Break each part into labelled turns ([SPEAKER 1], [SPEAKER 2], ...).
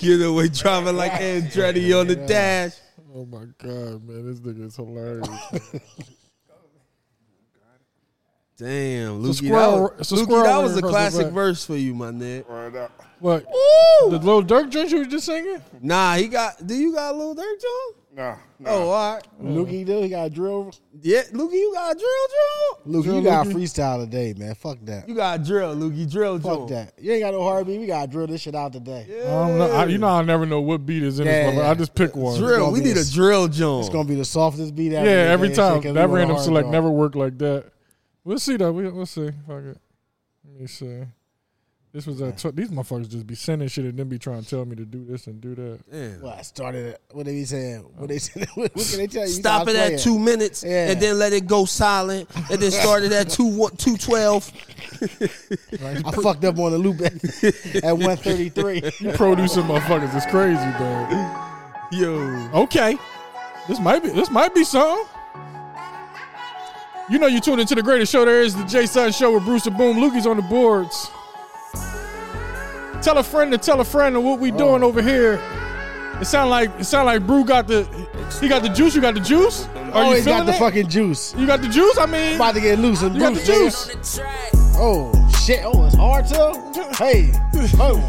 [SPEAKER 1] You know, we driving like Andretti on the dash.
[SPEAKER 2] Oh my god, man, this nigga is hilarious.
[SPEAKER 1] Damn, Lukey,
[SPEAKER 2] squirrel-
[SPEAKER 1] that was,
[SPEAKER 2] it's a
[SPEAKER 1] Lukey,
[SPEAKER 2] squirrel
[SPEAKER 1] that was a
[SPEAKER 2] running across the
[SPEAKER 1] classic
[SPEAKER 2] back.
[SPEAKER 1] verse for you, my nigga.
[SPEAKER 3] Right out.
[SPEAKER 2] Look, the little Dirk joint you was just singing.
[SPEAKER 1] Nah, he got. Do you got a little dirt, John?
[SPEAKER 3] Nah, nah.
[SPEAKER 1] Oh, all right.
[SPEAKER 4] Lukey, do he got a drill?
[SPEAKER 1] Yeah, Lukey, you got a drill, John.
[SPEAKER 4] Lukey,
[SPEAKER 2] Drill
[SPEAKER 4] you got a
[SPEAKER 2] Lukey?
[SPEAKER 4] freestyle today, man. Fuck that.
[SPEAKER 1] You got a drill, Lukey. Drill, John.
[SPEAKER 4] Fuck that. You ain't got no heartbeat. We gotta drill this shit out today.
[SPEAKER 2] I don't know. I, you know, I never know what beat is in
[SPEAKER 4] Yeah,
[SPEAKER 2] this one, but
[SPEAKER 4] yeah.
[SPEAKER 2] I just pick one.
[SPEAKER 1] Drill.
[SPEAKER 4] gonna
[SPEAKER 1] We
[SPEAKER 4] be
[SPEAKER 1] need
[SPEAKER 4] a-
[SPEAKER 1] a drill, John.
[SPEAKER 4] It's gonna be the softest beat ever.
[SPEAKER 2] Yeah, every
[SPEAKER 4] today,
[SPEAKER 2] time
[SPEAKER 4] shit, 'cause
[SPEAKER 2] that
[SPEAKER 4] we want a
[SPEAKER 2] random
[SPEAKER 4] hard
[SPEAKER 2] select
[SPEAKER 4] drill.
[SPEAKER 2] never worked like that. We'll see though. We, we'll see. Fuck it. Let me see. This was at tw- these motherfuckers just be sending shit and then be trying to tell me to do this and do that.
[SPEAKER 1] Damn.
[SPEAKER 4] Well, I started. it. What they be saying? What they said? What can they tell you? You
[SPEAKER 1] Stop it at
[SPEAKER 4] playing.
[SPEAKER 1] two minutes
[SPEAKER 4] Yeah.
[SPEAKER 1] and then let it go silent and then start it at two one- two twelve.
[SPEAKER 4] I fucked up on the loop at, at one thirty three.
[SPEAKER 2] You producing motherfuckers is crazy, man.
[SPEAKER 1] Yo,
[SPEAKER 2] Okay, this might be this might be something. You know you tuned into the greatest show there is, the J Sun Show with Bruce the Boom. Lukey's on the boards. Tell a friend to tell a friend of what
[SPEAKER 4] Oh.
[SPEAKER 2] we doing over here. It sound like it sound like Brew got the he got the juice. You got the juice. Are you
[SPEAKER 4] Always
[SPEAKER 2] feeling
[SPEAKER 4] Oh, got the
[SPEAKER 2] it?
[SPEAKER 4] fucking juice.
[SPEAKER 2] You got the juice. I mean,
[SPEAKER 4] About to get loose and
[SPEAKER 2] you got the
[SPEAKER 4] loose, nigga.
[SPEAKER 2] juice.
[SPEAKER 4] Oh shit! Oh, it's hard to. Hey, oh,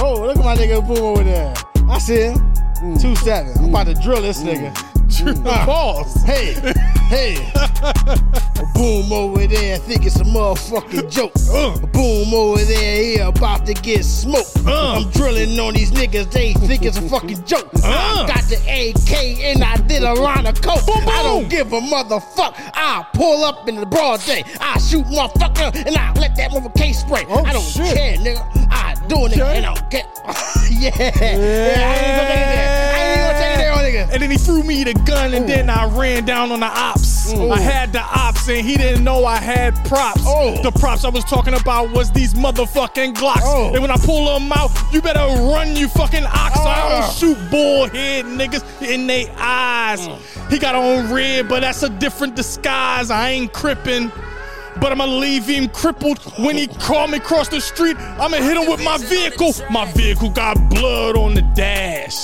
[SPEAKER 4] oh, look at my nigga boom over there. I see him. Two seven. I'm about to drill this nigga.
[SPEAKER 2] Balls.
[SPEAKER 4] Hey, hey. A boom over there, think it's a motherfucking joke.
[SPEAKER 2] Uh.
[SPEAKER 4] A boom over there, he about to get smoked.
[SPEAKER 2] Uh.
[SPEAKER 4] I'm drilling on these niggas, they think it's a fucking joke.
[SPEAKER 2] Uh.
[SPEAKER 4] I got the AK and I did a line of coke. I don't give a motherfuck. I pull up in the broad day. I shoot motherfucker and I let that motherfucker K spray.
[SPEAKER 2] Oh,
[SPEAKER 4] I don't
[SPEAKER 2] shit.
[SPEAKER 4] care, nigga. I doing it
[SPEAKER 2] Okay.
[SPEAKER 4] and I don't care. yeah. yeah, I ain't gonna take it there. I ain't gonna take it there, my nigga.
[SPEAKER 2] And then he threw me the gun, and then I ran down on the ops. I had the ops, and he didn't know I had props.
[SPEAKER 4] Oh.
[SPEAKER 2] The props I was talking about was these motherfucking Glocks.
[SPEAKER 4] Oh.
[SPEAKER 2] And when I pull them out, you better run, you fucking ox. I
[SPEAKER 4] Ah.
[SPEAKER 2] don't shoot bullhead niggas in they eyes.
[SPEAKER 4] Mm.
[SPEAKER 2] He got on red, but that's a different disguise. I ain't crippin'. But I'ma leave him crippled when he call me across the street. I'ma hit him with my vehicle. My vehicle got blood on the dash.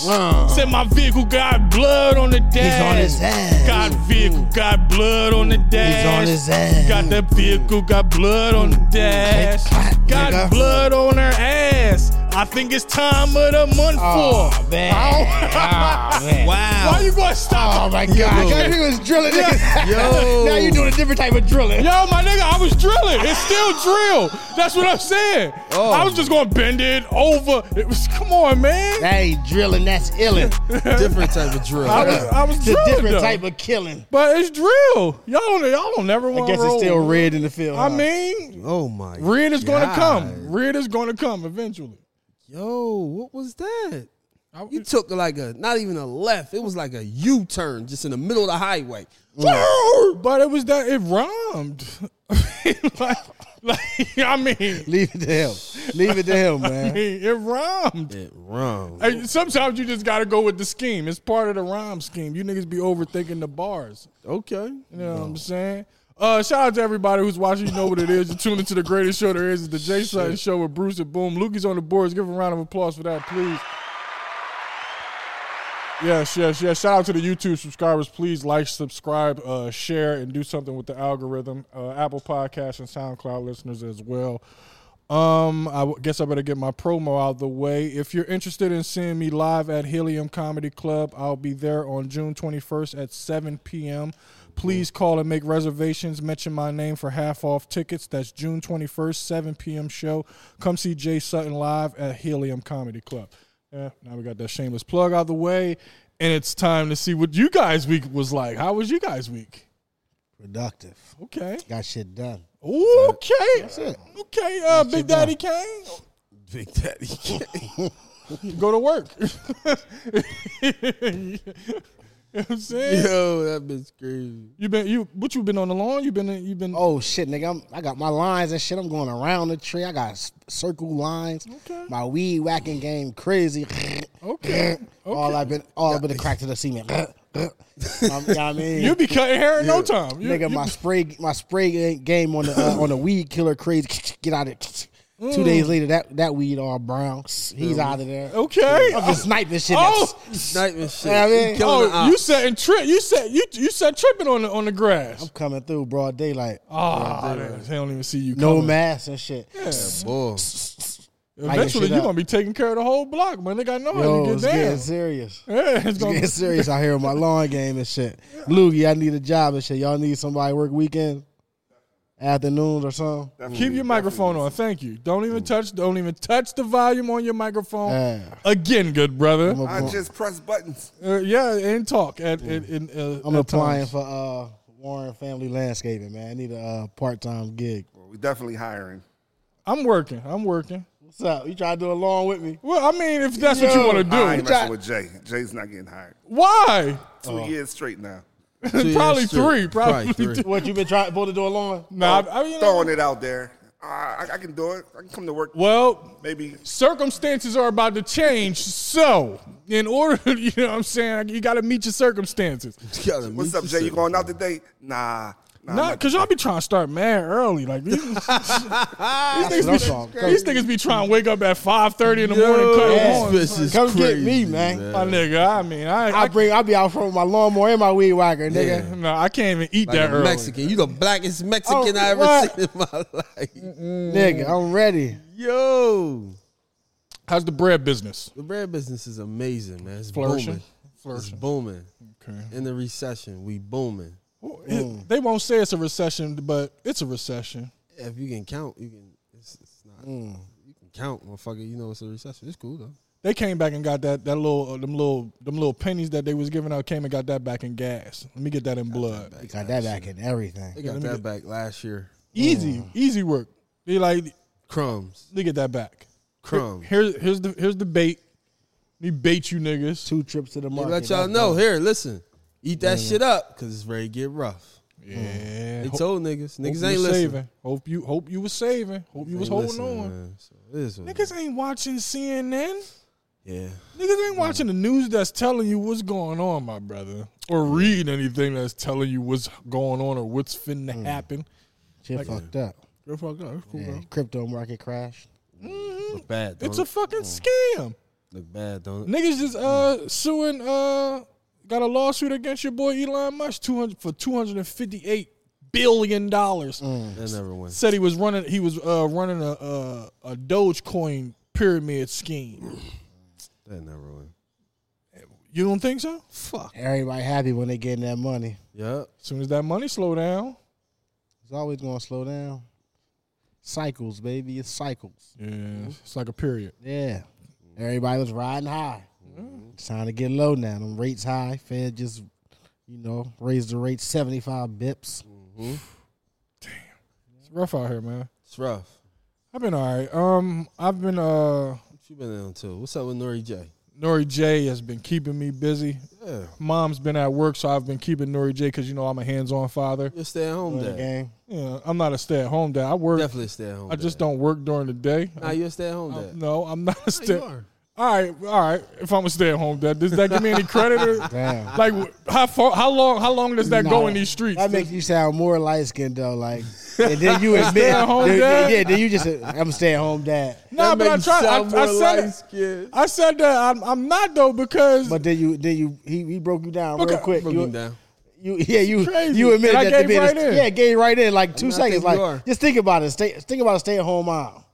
[SPEAKER 2] Said my vehicle got blood on the dash.
[SPEAKER 4] his ass.
[SPEAKER 2] Got vehicle, got blood on the dash.
[SPEAKER 4] his ass.
[SPEAKER 2] Got that vehicle, got blood on the dash.
[SPEAKER 4] that,
[SPEAKER 2] Got
[SPEAKER 4] nigga.
[SPEAKER 2] blood on her ass. I think it's time of the month
[SPEAKER 4] Oh,
[SPEAKER 2] for.
[SPEAKER 4] man.
[SPEAKER 2] Ow.
[SPEAKER 1] wow.
[SPEAKER 2] Why you gonna stop?
[SPEAKER 4] Oh my god, because he was drilling niggas.
[SPEAKER 1] Yo.
[SPEAKER 4] now you doing a different type of drilling.
[SPEAKER 2] Yo, my nigga, I was drilling. It's still drill. That's what I'm saying.
[SPEAKER 1] Oh.
[SPEAKER 2] I was just gonna bend it over. It was come on, man.
[SPEAKER 4] That ain't drilling, that's illing.
[SPEAKER 1] different type of drill.
[SPEAKER 2] I was I was
[SPEAKER 4] It's a
[SPEAKER 2] drilling
[SPEAKER 4] different
[SPEAKER 2] though.
[SPEAKER 4] type of killing.
[SPEAKER 2] But it's drill. Y'all don't y'all don't never
[SPEAKER 4] I
[SPEAKER 2] want
[SPEAKER 4] guess
[SPEAKER 2] roll.
[SPEAKER 4] it's still red in the field.
[SPEAKER 2] I
[SPEAKER 4] huh?
[SPEAKER 2] mean,
[SPEAKER 1] oh my.
[SPEAKER 2] red is gonna
[SPEAKER 1] God.
[SPEAKER 2] come. Red is gonna come eventually.
[SPEAKER 1] Yo, what was that?
[SPEAKER 2] I-
[SPEAKER 1] You took like a not even a left. It was like a U turn just in the middle of the highway.
[SPEAKER 2] But it was that it rhymed. like, like, I mean,
[SPEAKER 4] leave it to him. Leave it to him, man.
[SPEAKER 2] it rhymed.
[SPEAKER 1] It wrong.
[SPEAKER 2] Hey, sometimes you just gotta go with the scheme. It's part of the rhyme scheme. You niggas be overthinking the bars.
[SPEAKER 1] Okay.
[SPEAKER 2] You know what I'm saying? Uh, shout out to everybody who's watching. You know what it is. You're tuning to the greatest show there is. It's the Jay Sutton Show with Bruce and Boom. Lukey's on the boards. Give him a round of applause for that, please. Yes, yes, yes. Shout out to the YouTube subscribers. Please like, subscribe, uh, share, and do something with the algorithm. Uh, Apple Podcasts and SoundCloud listeners as well. Um, I w- guess I better get my promo out of the way. If you're interested in seeing me live at Helium Comedy Club, I'll be there on June 21st at 7 p.m. Please call and make reservations. Mention my name for half off tickets. That's June 21st, 7 p.m. show. Come see Jay Sutton live at Helium Comedy Club. Yeah, now we got that shameless plug out of the way, and it's time to see what you guys' week was like. How was you guys' week?
[SPEAKER 4] Productive.
[SPEAKER 2] Okay,
[SPEAKER 4] Got shit done.
[SPEAKER 2] okay,
[SPEAKER 4] it.
[SPEAKER 2] okay. Uh, Big Daddy Kane,
[SPEAKER 1] Big Daddy.
[SPEAKER 2] go to work. you know what I'm saying
[SPEAKER 1] Yo, that bitch crazy.
[SPEAKER 2] you been you what you been on the lawn? You been you been
[SPEAKER 4] Oh shit, nigga! I'm, I got my lines and shit. I'm going around the tree. I got s- circle lines.
[SPEAKER 2] Okay.
[SPEAKER 4] My weed whacking game crazy.
[SPEAKER 2] okay.
[SPEAKER 4] All I've been, all but the crack to the cement. um, you know what I mean?
[SPEAKER 2] You be cutting hair in no time. You, you-
[SPEAKER 4] nigga, my spray, my spray game on the uh, on the weed killer crazy. Get out of it. Two
[SPEAKER 2] Mm.
[SPEAKER 4] days later, that, that weed all brown. He's out of there.
[SPEAKER 2] Okay.
[SPEAKER 4] I'm just sniping shit.
[SPEAKER 2] Oh.
[SPEAKER 4] that's-
[SPEAKER 1] Nightmare shit.
[SPEAKER 4] Yeah, I mean-
[SPEAKER 1] You killing the
[SPEAKER 2] Oh, you
[SPEAKER 1] ops.
[SPEAKER 2] setting trip? You set you you set tripping on the on the grass.
[SPEAKER 4] coming through broad daylight.
[SPEAKER 2] Oh, they, they don't even see you.
[SPEAKER 4] No
[SPEAKER 2] coming.
[SPEAKER 4] mask and shit.
[SPEAKER 1] Boy.
[SPEAKER 2] Eventually,
[SPEAKER 4] shit
[SPEAKER 2] you
[SPEAKER 4] up.
[SPEAKER 2] gonna be taking care of the whole block, man. They got no how
[SPEAKER 4] Yo,
[SPEAKER 2] to
[SPEAKER 4] it's
[SPEAKER 2] get down.
[SPEAKER 4] getting serious.
[SPEAKER 2] Yeah, it's gonna.
[SPEAKER 4] Getting serious out here in my lawn game and shit. Loogie, I need a job and shit. Y'all need somebody to work weekend, afternoons or something.
[SPEAKER 2] Keep your microphone on. Thank you. Don't even touch. Don't even touch the volume on your microphone
[SPEAKER 4] Yeah.
[SPEAKER 2] again, good brother.
[SPEAKER 4] I'm,
[SPEAKER 2] Uh,
[SPEAKER 4] a-
[SPEAKER 3] I just press buttons.
[SPEAKER 2] yeah, and talk. At, at, in, uh,
[SPEAKER 4] I'm
[SPEAKER 2] at
[SPEAKER 4] applying
[SPEAKER 2] times.
[SPEAKER 4] for uh, Warren Family Landscaping, man. I need a uh, part time gig.
[SPEAKER 3] We definitely hiring.
[SPEAKER 2] I'm working. I'm working.
[SPEAKER 4] What's up? You trying to do a lawn with me?
[SPEAKER 2] Well, I mean, if that's what Oh. you
[SPEAKER 4] Yo,
[SPEAKER 2] want to do,
[SPEAKER 3] I ain't
[SPEAKER 4] Jai-
[SPEAKER 3] messing with Jay. Jay's not getting hired.
[SPEAKER 2] why?
[SPEAKER 3] Two years straight now.
[SPEAKER 1] Two years
[SPEAKER 2] probably
[SPEAKER 1] straight.
[SPEAKER 2] three, probably
[SPEAKER 1] three.
[SPEAKER 4] What you been trying supposed to do a lawn?
[SPEAKER 2] Nah, I, I, you know-
[SPEAKER 3] Oh, Throwing it out there. Uh, I, I can do it. I can come to work.
[SPEAKER 2] well,
[SPEAKER 3] Maybe
[SPEAKER 2] circumstances are about to change. So, in order, you know what I'm saying, you got to meet your circumstances.
[SPEAKER 1] Gotta
[SPEAKER 3] What's
[SPEAKER 1] meet
[SPEAKER 3] up,
[SPEAKER 1] your
[SPEAKER 3] Jay? You
[SPEAKER 1] shit.
[SPEAKER 3] going out today? Nah. nah,
[SPEAKER 2] Not
[SPEAKER 3] I'm
[SPEAKER 2] because y'all be trying to start mad early. Like these, these
[SPEAKER 4] That's what I'm
[SPEAKER 2] niggas
[SPEAKER 4] talking
[SPEAKER 2] be, these niggas be trying to wake up at five thirty in the morning. Cut
[SPEAKER 4] Yeah.
[SPEAKER 2] them on.
[SPEAKER 1] This bitch is
[SPEAKER 4] Come get
[SPEAKER 1] crazy,
[SPEAKER 4] me, man.
[SPEAKER 2] My nigga, I mean, I, I,
[SPEAKER 4] I bring. I'll be out front with my lawnmower and my weed whacker, nigga.
[SPEAKER 1] Yeah.
[SPEAKER 2] no, I can't even eat
[SPEAKER 1] Like
[SPEAKER 2] that
[SPEAKER 1] a
[SPEAKER 2] early.
[SPEAKER 1] Mexican. You the blackest Mexican
[SPEAKER 2] Oh,
[SPEAKER 1] I ever
[SPEAKER 2] what?
[SPEAKER 1] seen in my life.
[SPEAKER 4] Nigga, I'm ready.
[SPEAKER 1] Yo.
[SPEAKER 2] How's the bread business?
[SPEAKER 1] The bread business is amazing, man. It's
[SPEAKER 2] Flourishing,
[SPEAKER 1] booming.
[SPEAKER 2] flourishing.
[SPEAKER 1] It's booming.
[SPEAKER 2] Okay.
[SPEAKER 1] In the recession, we booming.
[SPEAKER 2] Well, it- they won't say it's a recession, but it's a recession.
[SPEAKER 1] If you can count, you can. It's, it's not.
[SPEAKER 2] Hmm.
[SPEAKER 1] You can count, motherfucker. You know it's a recession. It's cool though.
[SPEAKER 2] They came back and got that that little uh, them little them little pennies that they was giving out. Came and got that back in gas. Let me get that in blood.
[SPEAKER 4] We got that back in everything.
[SPEAKER 1] They got that back last year.
[SPEAKER 2] Easy, easy work. They like
[SPEAKER 1] Crumbs,
[SPEAKER 2] they get that back.
[SPEAKER 1] crumbs.
[SPEAKER 2] Here's here's the here's the bait. Let me bait you niggas.
[SPEAKER 4] Two trips to the
[SPEAKER 1] They
[SPEAKER 4] market.
[SPEAKER 1] let y'all
[SPEAKER 4] that's
[SPEAKER 1] know. Here, listen. Eat that shit up, cause it's ready to get rough.
[SPEAKER 2] Yeah.
[SPEAKER 1] They
[SPEAKER 2] Ho-
[SPEAKER 1] told Mm. niggas.
[SPEAKER 2] hope
[SPEAKER 1] Niggas
[SPEAKER 2] you
[SPEAKER 1] ain't listening.
[SPEAKER 2] saving. Hope you hope you was saving. Hope you was
[SPEAKER 1] Ain't
[SPEAKER 2] holding
[SPEAKER 1] listening,
[SPEAKER 2] on.
[SPEAKER 1] man. So it is what it is.
[SPEAKER 2] Niggas ain't watching CNN.
[SPEAKER 1] Yeah.
[SPEAKER 2] Niggas ain't watching the news that's telling you what's going on, my brother, or read anything that's telling you what's going on or what's finna happen.
[SPEAKER 4] Shit fucked up.
[SPEAKER 2] You're fucked up. It's cool,
[SPEAKER 4] Yeah,
[SPEAKER 2] bro.
[SPEAKER 4] crypto market crash.
[SPEAKER 1] Look bad. Don't
[SPEAKER 2] mm, It's a
[SPEAKER 1] it?
[SPEAKER 2] fucking scam.
[SPEAKER 1] look bad. Don't it?
[SPEAKER 2] Niggas just uh suing uh got a lawsuit against your boy Elon Musk 200 for 258 billion dollars.
[SPEAKER 1] That never wins.
[SPEAKER 2] Said he was running he was uh running a a, a Dogecoin pyramid scheme.
[SPEAKER 1] That never wins.
[SPEAKER 2] You don't think so?
[SPEAKER 1] Fuck.
[SPEAKER 4] Everybody happy when they getting that money.
[SPEAKER 1] Yep.
[SPEAKER 2] As soon as that money slow down,
[SPEAKER 4] It's always gonna slow down. Cycles, baby. It's cycles.
[SPEAKER 2] yeah, it's like a period.
[SPEAKER 4] Yeah. Everybody was riding high.
[SPEAKER 1] Mm-hmm.
[SPEAKER 4] It's time to get low now. Them rates high. Fed just, you know, raised the rate seventy five bips.
[SPEAKER 2] It's rough out here, man.
[SPEAKER 1] It's rough.
[SPEAKER 2] I've been all right. Um, I've been uh,
[SPEAKER 1] What you been on to? What's up with Nori J?
[SPEAKER 2] Nori J has been keeping me busy.
[SPEAKER 1] Yeah.
[SPEAKER 2] Mom's been at work, so I've been keeping Nori J because you know I'm a hands-on father.
[SPEAKER 1] You're stay at home
[SPEAKER 4] Win the
[SPEAKER 1] dad.
[SPEAKER 4] game.
[SPEAKER 2] Yeah, I'm not a stay-at-home dad. I work.
[SPEAKER 1] Definitely stay at home.
[SPEAKER 2] I just
[SPEAKER 1] dad.
[SPEAKER 2] don't Oh, work during the day.
[SPEAKER 1] Nah, you're a stay at home
[SPEAKER 2] I-
[SPEAKER 1] dad.
[SPEAKER 2] no, I'm not a stay.
[SPEAKER 1] you are.
[SPEAKER 2] All right, all right. If I'm a stay-at-home dad, does that give me any credit? Or,
[SPEAKER 4] Damn.
[SPEAKER 2] like, wh- how far? How long? How long does that go
[SPEAKER 4] Nah,
[SPEAKER 2] in these streets?
[SPEAKER 4] That makes you sound more light skinned though. Like, and then you admit,
[SPEAKER 2] Stay-at-home
[SPEAKER 4] then-
[SPEAKER 2] dad?
[SPEAKER 4] yeah, then you just, I'm a stay at home dad.
[SPEAKER 2] nah,
[SPEAKER 1] That
[SPEAKER 2] but I
[SPEAKER 1] makes you
[SPEAKER 2] tried. I,
[SPEAKER 1] sound
[SPEAKER 2] I
[SPEAKER 1] more
[SPEAKER 2] said. it.
[SPEAKER 1] light-skinned.
[SPEAKER 2] I said that I'm, I'm not though because
[SPEAKER 4] But then you, then you, he, he broke you down real
[SPEAKER 2] Okay.
[SPEAKER 4] quick.
[SPEAKER 1] Broke
[SPEAKER 4] You-
[SPEAKER 1] me down.
[SPEAKER 4] You yeah you
[SPEAKER 2] Crazy.
[SPEAKER 4] you admitted
[SPEAKER 2] And I
[SPEAKER 4] that to
[SPEAKER 2] gave
[SPEAKER 4] being a-
[SPEAKER 2] right in.
[SPEAKER 4] yeah gave right in like two
[SPEAKER 1] mean, I
[SPEAKER 4] seconds
[SPEAKER 1] think you are.
[SPEAKER 4] like just think about it stay think about a stay at home mom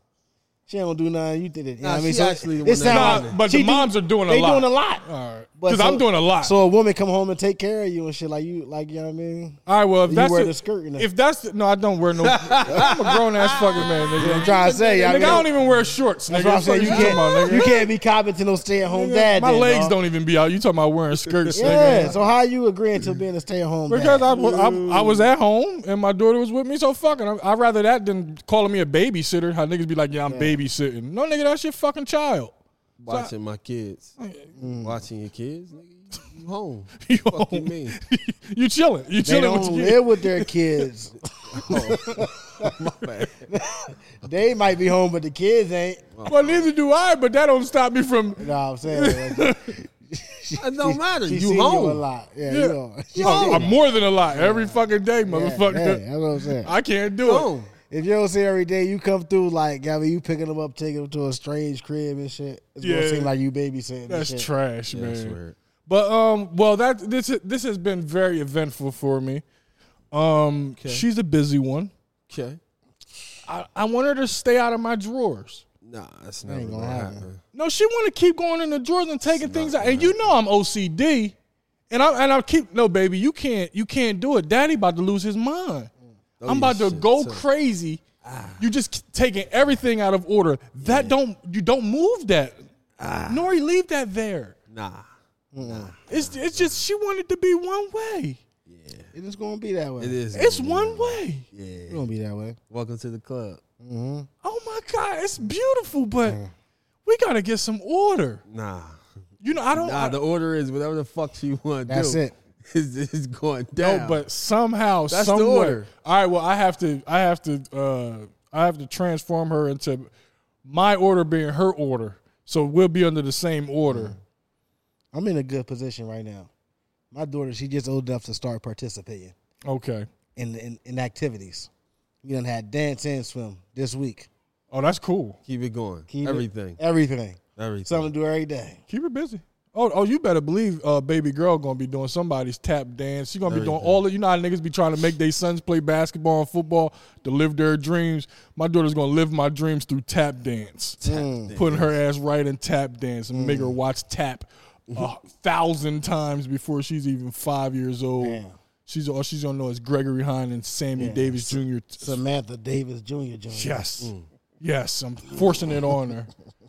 [SPEAKER 4] she don't do nothing you did it you know
[SPEAKER 1] Nah,
[SPEAKER 4] what I mean
[SPEAKER 1] she actually
[SPEAKER 4] it
[SPEAKER 1] the one
[SPEAKER 4] sound
[SPEAKER 2] Nah,
[SPEAKER 4] like-
[SPEAKER 2] but
[SPEAKER 4] she
[SPEAKER 2] the
[SPEAKER 4] do-
[SPEAKER 2] moms are doing a
[SPEAKER 4] they
[SPEAKER 2] lot.
[SPEAKER 4] doing a lot
[SPEAKER 2] All right.
[SPEAKER 4] But
[SPEAKER 2] Because
[SPEAKER 4] so-
[SPEAKER 2] I'm doing a lot.
[SPEAKER 4] so a woman come home and take care of you and shit like you like you know what I mean
[SPEAKER 2] all right, well, if
[SPEAKER 4] You
[SPEAKER 2] that's
[SPEAKER 4] wear
[SPEAKER 2] it-
[SPEAKER 4] the skirt and
[SPEAKER 2] if that's the, no, I don't wear no. I'm a grown ass fucking man, nigga.
[SPEAKER 4] I'm trying to say
[SPEAKER 2] nigga,
[SPEAKER 4] I
[SPEAKER 2] I
[SPEAKER 4] mean,
[SPEAKER 2] don't even wear shorts. Nigga.
[SPEAKER 4] that's what I'm saying you
[SPEAKER 2] talking about,
[SPEAKER 4] can't
[SPEAKER 2] nigga?
[SPEAKER 4] you can't be copping to no stay at home
[SPEAKER 2] Nigga,
[SPEAKER 4] dad
[SPEAKER 2] My
[SPEAKER 4] then,
[SPEAKER 2] legs
[SPEAKER 4] dawg.
[SPEAKER 2] don't even be out. You talking about wearing skirts?
[SPEAKER 4] yeah
[SPEAKER 2] Nigga.
[SPEAKER 4] so how you agreeing to being a stay at home
[SPEAKER 2] Because I,
[SPEAKER 4] dad
[SPEAKER 2] wa- I I was at home and my daughter was with me, so fucking. I, I'd rather that than calling me a babysitter. How niggas be like, yeah, I'm babysitting. No, nigga, that's your fucking child.
[SPEAKER 1] Watching my kids. Watching your kids, nigga. You home.
[SPEAKER 2] You,
[SPEAKER 1] Fuck you mean?
[SPEAKER 2] you chilling? You
[SPEAKER 4] they
[SPEAKER 2] chilling
[SPEAKER 4] don't
[SPEAKER 2] with your kid.
[SPEAKER 4] live with their kids they might be home but the kids ain't
[SPEAKER 2] Well, neither do I. But that don't stop me from
[SPEAKER 4] you know what I'm saying. Like,
[SPEAKER 1] It don't matter.
[SPEAKER 4] She
[SPEAKER 1] You
[SPEAKER 4] seen You a
[SPEAKER 1] home.
[SPEAKER 4] lot. Yeah,
[SPEAKER 2] Yeah. Oh,
[SPEAKER 4] you know. She
[SPEAKER 2] I'm,
[SPEAKER 4] seen
[SPEAKER 2] I'm more than a lot every fucking day,
[SPEAKER 4] you. Yeah,
[SPEAKER 2] motherfucker.
[SPEAKER 4] yeah, that's what I'm saying.
[SPEAKER 2] I can't do
[SPEAKER 1] You home.
[SPEAKER 2] it.
[SPEAKER 4] If you don't see every day, you come through like Gabby, you picking them up, taking them to a strange crib and shit. It's
[SPEAKER 2] Yeah.
[SPEAKER 4] gonna seem like you babysitting.
[SPEAKER 2] That's
[SPEAKER 4] and shit.
[SPEAKER 2] trash,
[SPEAKER 1] Yeah,
[SPEAKER 2] man.
[SPEAKER 1] that's weird.
[SPEAKER 2] But um, well, that this this has been very eventful for me. Um, she's a busy one.
[SPEAKER 1] Okay.
[SPEAKER 2] I, I want her to stay out of my drawers.
[SPEAKER 1] Nah, that's never
[SPEAKER 4] gonna
[SPEAKER 1] gonna
[SPEAKER 4] happen.
[SPEAKER 1] happen.
[SPEAKER 2] No, she want to keep going in the drawers and taking things out. And you know I'm OCD, and I and I keep no baby. You can't you can't do it. Daddy about to lose his mind. I'm
[SPEAKER 1] yeah,
[SPEAKER 2] about to
[SPEAKER 1] Oh, shit, Ah.
[SPEAKER 2] go
[SPEAKER 1] so-
[SPEAKER 2] crazy. You just k- taking everything out of order. That don't you don't move that.
[SPEAKER 1] Ah.
[SPEAKER 2] Nori, leave that there.
[SPEAKER 1] Nah.
[SPEAKER 2] It's it's just she wanted to be one way.
[SPEAKER 4] It is gonna be that way.
[SPEAKER 1] It
[SPEAKER 4] It is
[SPEAKER 1] is.
[SPEAKER 2] It's one way.
[SPEAKER 1] Yeah.
[SPEAKER 4] gonna be that way.
[SPEAKER 1] Welcome to the club.
[SPEAKER 2] Oh my God, it's beautiful, but
[SPEAKER 1] Mm.
[SPEAKER 2] we gotta get some order.
[SPEAKER 1] Nah.
[SPEAKER 2] You know, I don't.
[SPEAKER 1] Nah,
[SPEAKER 2] I,
[SPEAKER 1] the order is whatever the fuck she want to do.
[SPEAKER 4] That's it.
[SPEAKER 1] It's, it's going down.
[SPEAKER 2] no, but somehow,
[SPEAKER 1] That's the
[SPEAKER 2] some way.
[SPEAKER 1] order.
[SPEAKER 2] All right, well, I have to. I have to. uh I have to transform her into my order being her order. So we'll be under the same order.
[SPEAKER 4] I'm in a good position right now. My daughter, she just old enough to start participating
[SPEAKER 1] Mm.
[SPEAKER 2] Okay.
[SPEAKER 4] in in, in activities. We done had dance and swim this week.
[SPEAKER 2] Oh, that's cool.
[SPEAKER 1] keep it going.
[SPEAKER 4] Keep it-
[SPEAKER 1] everything.
[SPEAKER 4] everything,
[SPEAKER 1] everything.
[SPEAKER 4] something to do every day.
[SPEAKER 2] Keep it busy. Oh, oh, you better believe uh, baby girl gonna be doing somebody's tap dance. She gonna be doing
[SPEAKER 1] Everything.
[SPEAKER 2] all of you know how niggas be trying to make their sons play basketball and football to live their dreams. My daughter's gonna live my dreams through tap dance. Putting her ass right in tap dance and make her watch tap a thousand times before she's even five years old.
[SPEAKER 4] Damn.
[SPEAKER 2] She's all she's gonna know is Gregory Hine and Sammy Davis Jr. t-
[SPEAKER 4] Samantha Davis Jr. Jr.
[SPEAKER 2] Yes. Yes, I'm forcing it on her.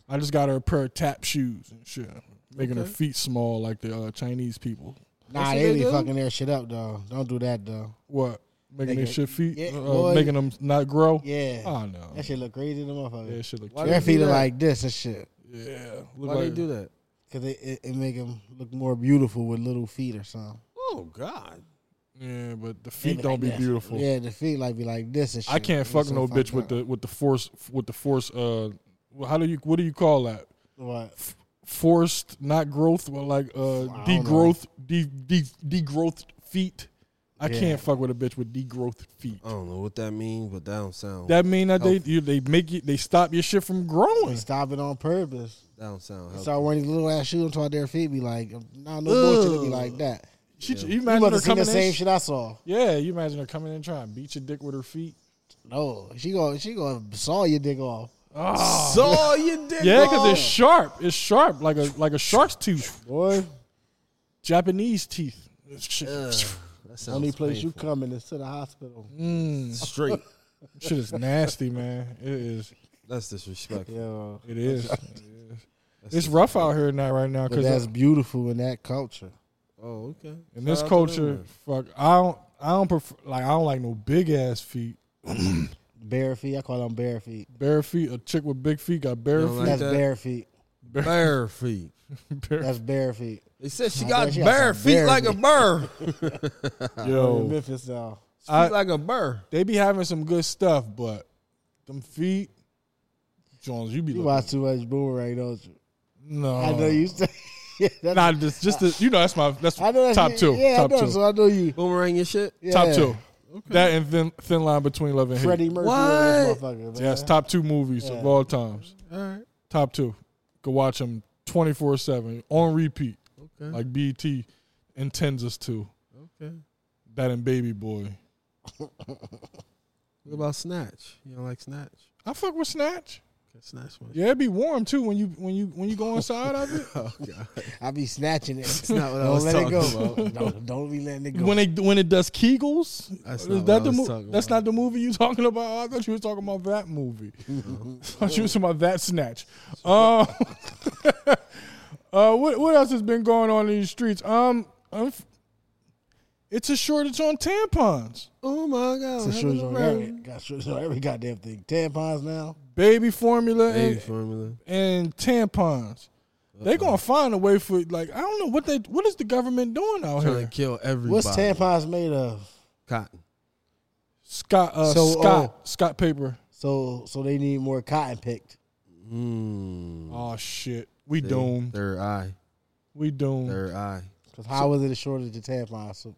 [SPEAKER 2] I just got her a pair of tap shoes and shit. Making her feet small like the uh, Chinese people.
[SPEAKER 4] Nah, they be fucking their shit up, though. Don't do that, though.
[SPEAKER 2] What? Making
[SPEAKER 4] Nigga,
[SPEAKER 2] their shit feet?
[SPEAKER 4] yeah,
[SPEAKER 2] uh,
[SPEAKER 4] boy.
[SPEAKER 2] making them not grow?
[SPEAKER 4] Yeah.
[SPEAKER 2] Oh, no.
[SPEAKER 4] That shit look crazy to the
[SPEAKER 2] Yeah,
[SPEAKER 4] motherfucker.
[SPEAKER 2] shit look
[SPEAKER 1] Why
[SPEAKER 2] cute.
[SPEAKER 4] Their
[SPEAKER 1] they do
[SPEAKER 4] feet are
[SPEAKER 1] that?
[SPEAKER 4] like this and shit.
[SPEAKER 2] Yeah. Look
[SPEAKER 1] Why
[SPEAKER 2] like,
[SPEAKER 1] they do that?
[SPEAKER 4] Cause it, it, it make them look more beautiful with little feet or something.
[SPEAKER 1] Oh God.
[SPEAKER 2] Yeah, but the
[SPEAKER 4] They
[SPEAKER 2] feet don't
[SPEAKER 4] like
[SPEAKER 2] be
[SPEAKER 4] this.
[SPEAKER 2] beautiful.
[SPEAKER 4] Yeah, the feet like be like this and shit.
[SPEAKER 2] I can't
[SPEAKER 4] They
[SPEAKER 2] fuck
[SPEAKER 4] so
[SPEAKER 2] no
[SPEAKER 4] fucked
[SPEAKER 2] bitch with
[SPEAKER 4] up.
[SPEAKER 2] the with the force with the force uh well, how do you what do you call that?
[SPEAKER 4] What?
[SPEAKER 2] Forced not growth but like uh
[SPEAKER 4] I don't know.
[SPEAKER 2] degrowth de, de, degrowth feet. I
[SPEAKER 4] Yeah. Oh.
[SPEAKER 2] can't fuck with a bitch with degrowth feet.
[SPEAKER 1] I don't know what that means, but that don't sound. That,
[SPEAKER 2] That mean that they you, they make you they stop your shit from
[SPEAKER 4] They
[SPEAKER 2] growing.
[SPEAKER 4] stop it on purpose.
[SPEAKER 1] don't sound.
[SPEAKER 4] They
[SPEAKER 1] Healthy.
[SPEAKER 4] start wearing these little ass shoes until their feet be like, nah, no bullshit. It be like that.
[SPEAKER 2] She, You
[SPEAKER 4] You
[SPEAKER 2] imagine
[SPEAKER 4] must
[SPEAKER 2] her
[SPEAKER 4] have seen the
[SPEAKER 2] coming in.
[SPEAKER 4] same shit I saw.
[SPEAKER 2] Yeah, you imagine her coming in trying to beat your dick with her feet.
[SPEAKER 4] No, she gonna she gonna saw your dick off.
[SPEAKER 1] Saw your dick.
[SPEAKER 2] Yeah, because it's sharp. It's sharp like a like a shark's tooth,
[SPEAKER 4] Boy,
[SPEAKER 2] Japanese teeth. Shit,
[SPEAKER 1] That sounds
[SPEAKER 4] only place you
[SPEAKER 1] painful.
[SPEAKER 4] coming is to the hospital.
[SPEAKER 1] straight.
[SPEAKER 2] shit is nasty, man. It is.
[SPEAKER 1] That's disrespectful.
[SPEAKER 4] Yeah,
[SPEAKER 2] It is. It is. It's rough out here now, right now,
[SPEAKER 4] but that's
[SPEAKER 2] because
[SPEAKER 4] beautiful in that culture.
[SPEAKER 1] Oh, okay.
[SPEAKER 2] in this
[SPEAKER 1] Shout out to them,
[SPEAKER 2] culture,
[SPEAKER 1] man.
[SPEAKER 2] fuck, I don't, I don't prefer, like, I don't like no big ass feet,
[SPEAKER 4] Bare feet, I call them bare feet.
[SPEAKER 2] bare feet. A chick with big feet got bare
[SPEAKER 1] You don't
[SPEAKER 2] feet.
[SPEAKER 1] Like
[SPEAKER 4] That's
[SPEAKER 1] that?
[SPEAKER 4] bare feet.
[SPEAKER 1] Bare feet.
[SPEAKER 2] Bare-
[SPEAKER 4] That's bare feet.
[SPEAKER 1] They said she
[SPEAKER 4] I
[SPEAKER 1] got
[SPEAKER 4] bet she got
[SPEAKER 1] bare
[SPEAKER 4] some
[SPEAKER 1] feet
[SPEAKER 4] bare
[SPEAKER 1] like a
[SPEAKER 4] feet.
[SPEAKER 1] burr.
[SPEAKER 4] In
[SPEAKER 2] yo,
[SPEAKER 4] Memphis now.
[SPEAKER 1] Feet
[SPEAKER 2] I-
[SPEAKER 1] like a burr.
[SPEAKER 2] they be having some good stuff, but them feet, Jones, you be
[SPEAKER 4] You
[SPEAKER 2] looking.
[SPEAKER 4] watch too much boomerang, don't you?
[SPEAKER 2] no,
[SPEAKER 4] I know you say that's,
[SPEAKER 2] Nah, just just the, you know that's my that's
[SPEAKER 4] I know that's
[SPEAKER 2] top
[SPEAKER 4] you-
[SPEAKER 2] two,
[SPEAKER 4] Yeah,
[SPEAKER 2] top
[SPEAKER 4] I know,
[SPEAKER 2] two,
[SPEAKER 4] so I know you.
[SPEAKER 1] Boomerang your shit.
[SPEAKER 4] Yeah.
[SPEAKER 2] top two. That and thin thin line between love and hate.
[SPEAKER 4] Freddie Mercury
[SPEAKER 1] What?
[SPEAKER 4] on this motherfucker. Man.
[SPEAKER 2] Yes, top two movies of
[SPEAKER 4] Yeah.
[SPEAKER 2] all times.
[SPEAKER 1] All right.
[SPEAKER 2] Top two. Go watch them twenty four seven on repeat,
[SPEAKER 1] Okay.
[SPEAKER 2] like BET intends us to.
[SPEAKER 1] okay.
[SPEAKER 2] That and Baby Boy.
[SPEAKER 1] What about snatch? You don't like snatch?
[SPEAKER 2] I fuck with Snatch.
[SPEAKER 1] Okay, snatch one.
[SPEAKER 2] Yeah, it be warm too when you when you when you go inside of it.
[SPEAKER 1] Oh God.
[SPEAKER 4] I be snatching it.
[SPEAKER 1] not what I
[SPEAKER 4] don't
[SPEAKER 1] was
[SPEAKER 4] let it go.
[SPEAKER 1] talking
[SPEAKER 4] don't, don't be letting it go.
[SPEAKER 2] when it when it does Kegels.
[SPEAKER 1] That's
[SPEAKER 2] Is
[SPEAKER 1] not
[SPEAKER 2] that
[SPEAKER 1] what I
[SPEAKER 2] the
[SPEAKER 1] was
[SPEAKER 2] mo-
[SPEAKER 1] talking
[SPEAKER 2] That's
[SPEAKER 1] about.
[SPEAKER 2] not the movie you talking about. I thought you was talking about that movie. I thought you was talking about that snatch. Um, uh, what what else has been going on in these streets? Um, um, it's a shortage on tampons.
[SPEAKER 1] Oh my God.
[SPEAKER 4] Got shortage on
[SPEAKER 1] Heaven
[SPEAKER 4] every,
[SPEAKER 1] around.
[SPEAKER 4] got shortage on every goddamn thing. Tampons now.
[SPEAKER 2] Baby formula
[SPEAKER 1] Baby
[SPEAKER 2] and,
[SPEAKER 1] formula.
[SPEAKER 2] and tampons. They gonna find a way for like I don't know what they what is the government doing out
[SPEAKER 1] Trying to
[SPEAKER 2] here?
[SPEAKER 1] kill everybody.
[SPEAKER 4] What's tampons made of?
[SPEAKER 1] Cotton.
[SPEAKER 2] Scott uh,
[SPEAKER 4] So, oh.
[SPEAKER 2] Scott Scott paper.
[SPEAKER 4] So so they need more cotton picked.
[SPEAKER 1] Mm.
[SPEAKER 2] Oh shit, we doomed.
[SPEAKER 1] Third eye.
[SPEAKER 2] We doomed.
[SPEAKER 1] Third eye.
[SPEAKER 4] Cause how is it a shortage of tampons? So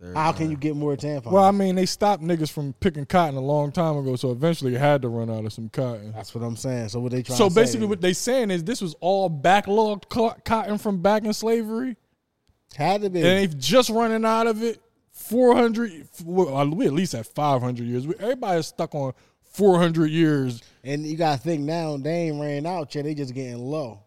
[SPEAKER 1] Third
[SPEAKER 4] How
[SPEAKER 1] time.
[SPEAKER 4] can you get more tampons?
[SPEAKER 2] Well, I mean, they stopped niggas from picking cotton a long time ago, so eventually it had to run out of some cotton.
[SPEAKER 4] That's what I'm saying. So what they trying
[SPEAKER 2] So
[SPEAKER 4] to say
[SPEAKER 2] basically,
[SPEAKER 4] is,
[SPEAKER 2] what they saying is this was all backlogged co- cotton from back in slavery,
[SPEAKER 4] had to be
[SPEAKER 2] and they've just running out of it. Four hundred, well, we at least at five hundred years. We- Everybody's stuck on four hundred years.
[SPEAKER 4] And you gotta think now, they ain't ran out yet. They just getting low.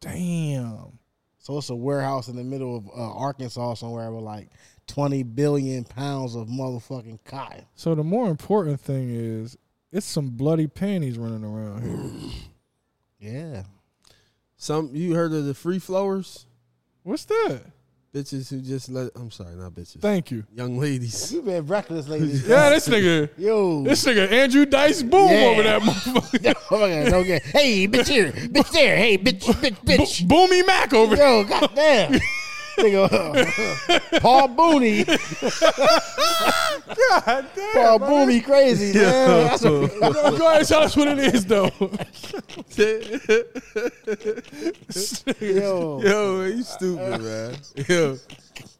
[SPEAKER 2] Damn.
[SPEAKER 4] So it's a warehouse in the middle of uh, Arkansas somewhere with like twenty billion pounds of motherfucking cotton.
[SPEAKER 2] So the more important thing is it's some bloody panties running around here.
[SPEAKER 4] Yeah,
[SPEAKER 1] Some you heard of the free flowers?
[SPEAKER 2] What's that?
[SPEAKER 1] Bitches who just let I'm sorry, not bitches.
[SPEAKER 2] Thank you.
[SPEAKER 1] Young ladies.
[SPEAKER 4] you been reckless lately.
[SPEAKER 2] Yeah, this nigga,
[SPEAKER 4] Yo,
[SPEAKER 2] this nigga Andrew Dice Boom
[SPEAKER 4] Yeah.
[SPEAKER 2] over that motherfucker.
[SPEAKER 4] okay, okay. Hey, bitch here, bitch there. Hey, bitch, bitch, bitch.
[SPEAKER 2] Bo- Boomy Mac over there.
[SPEAKER 4] Yo, goddamn. Nigga, uh, Paul Booney,
[SPEAKER 2] God damn.
[SPEAKER 4] Paul Booney, crazy. Man. That's a,
[SPEAKER 2] Go go ahead and tell us what it is, though.
[SPEAKER 4] yo,
[SPEAKER 1] Yo, man, you stupid, man. Yo.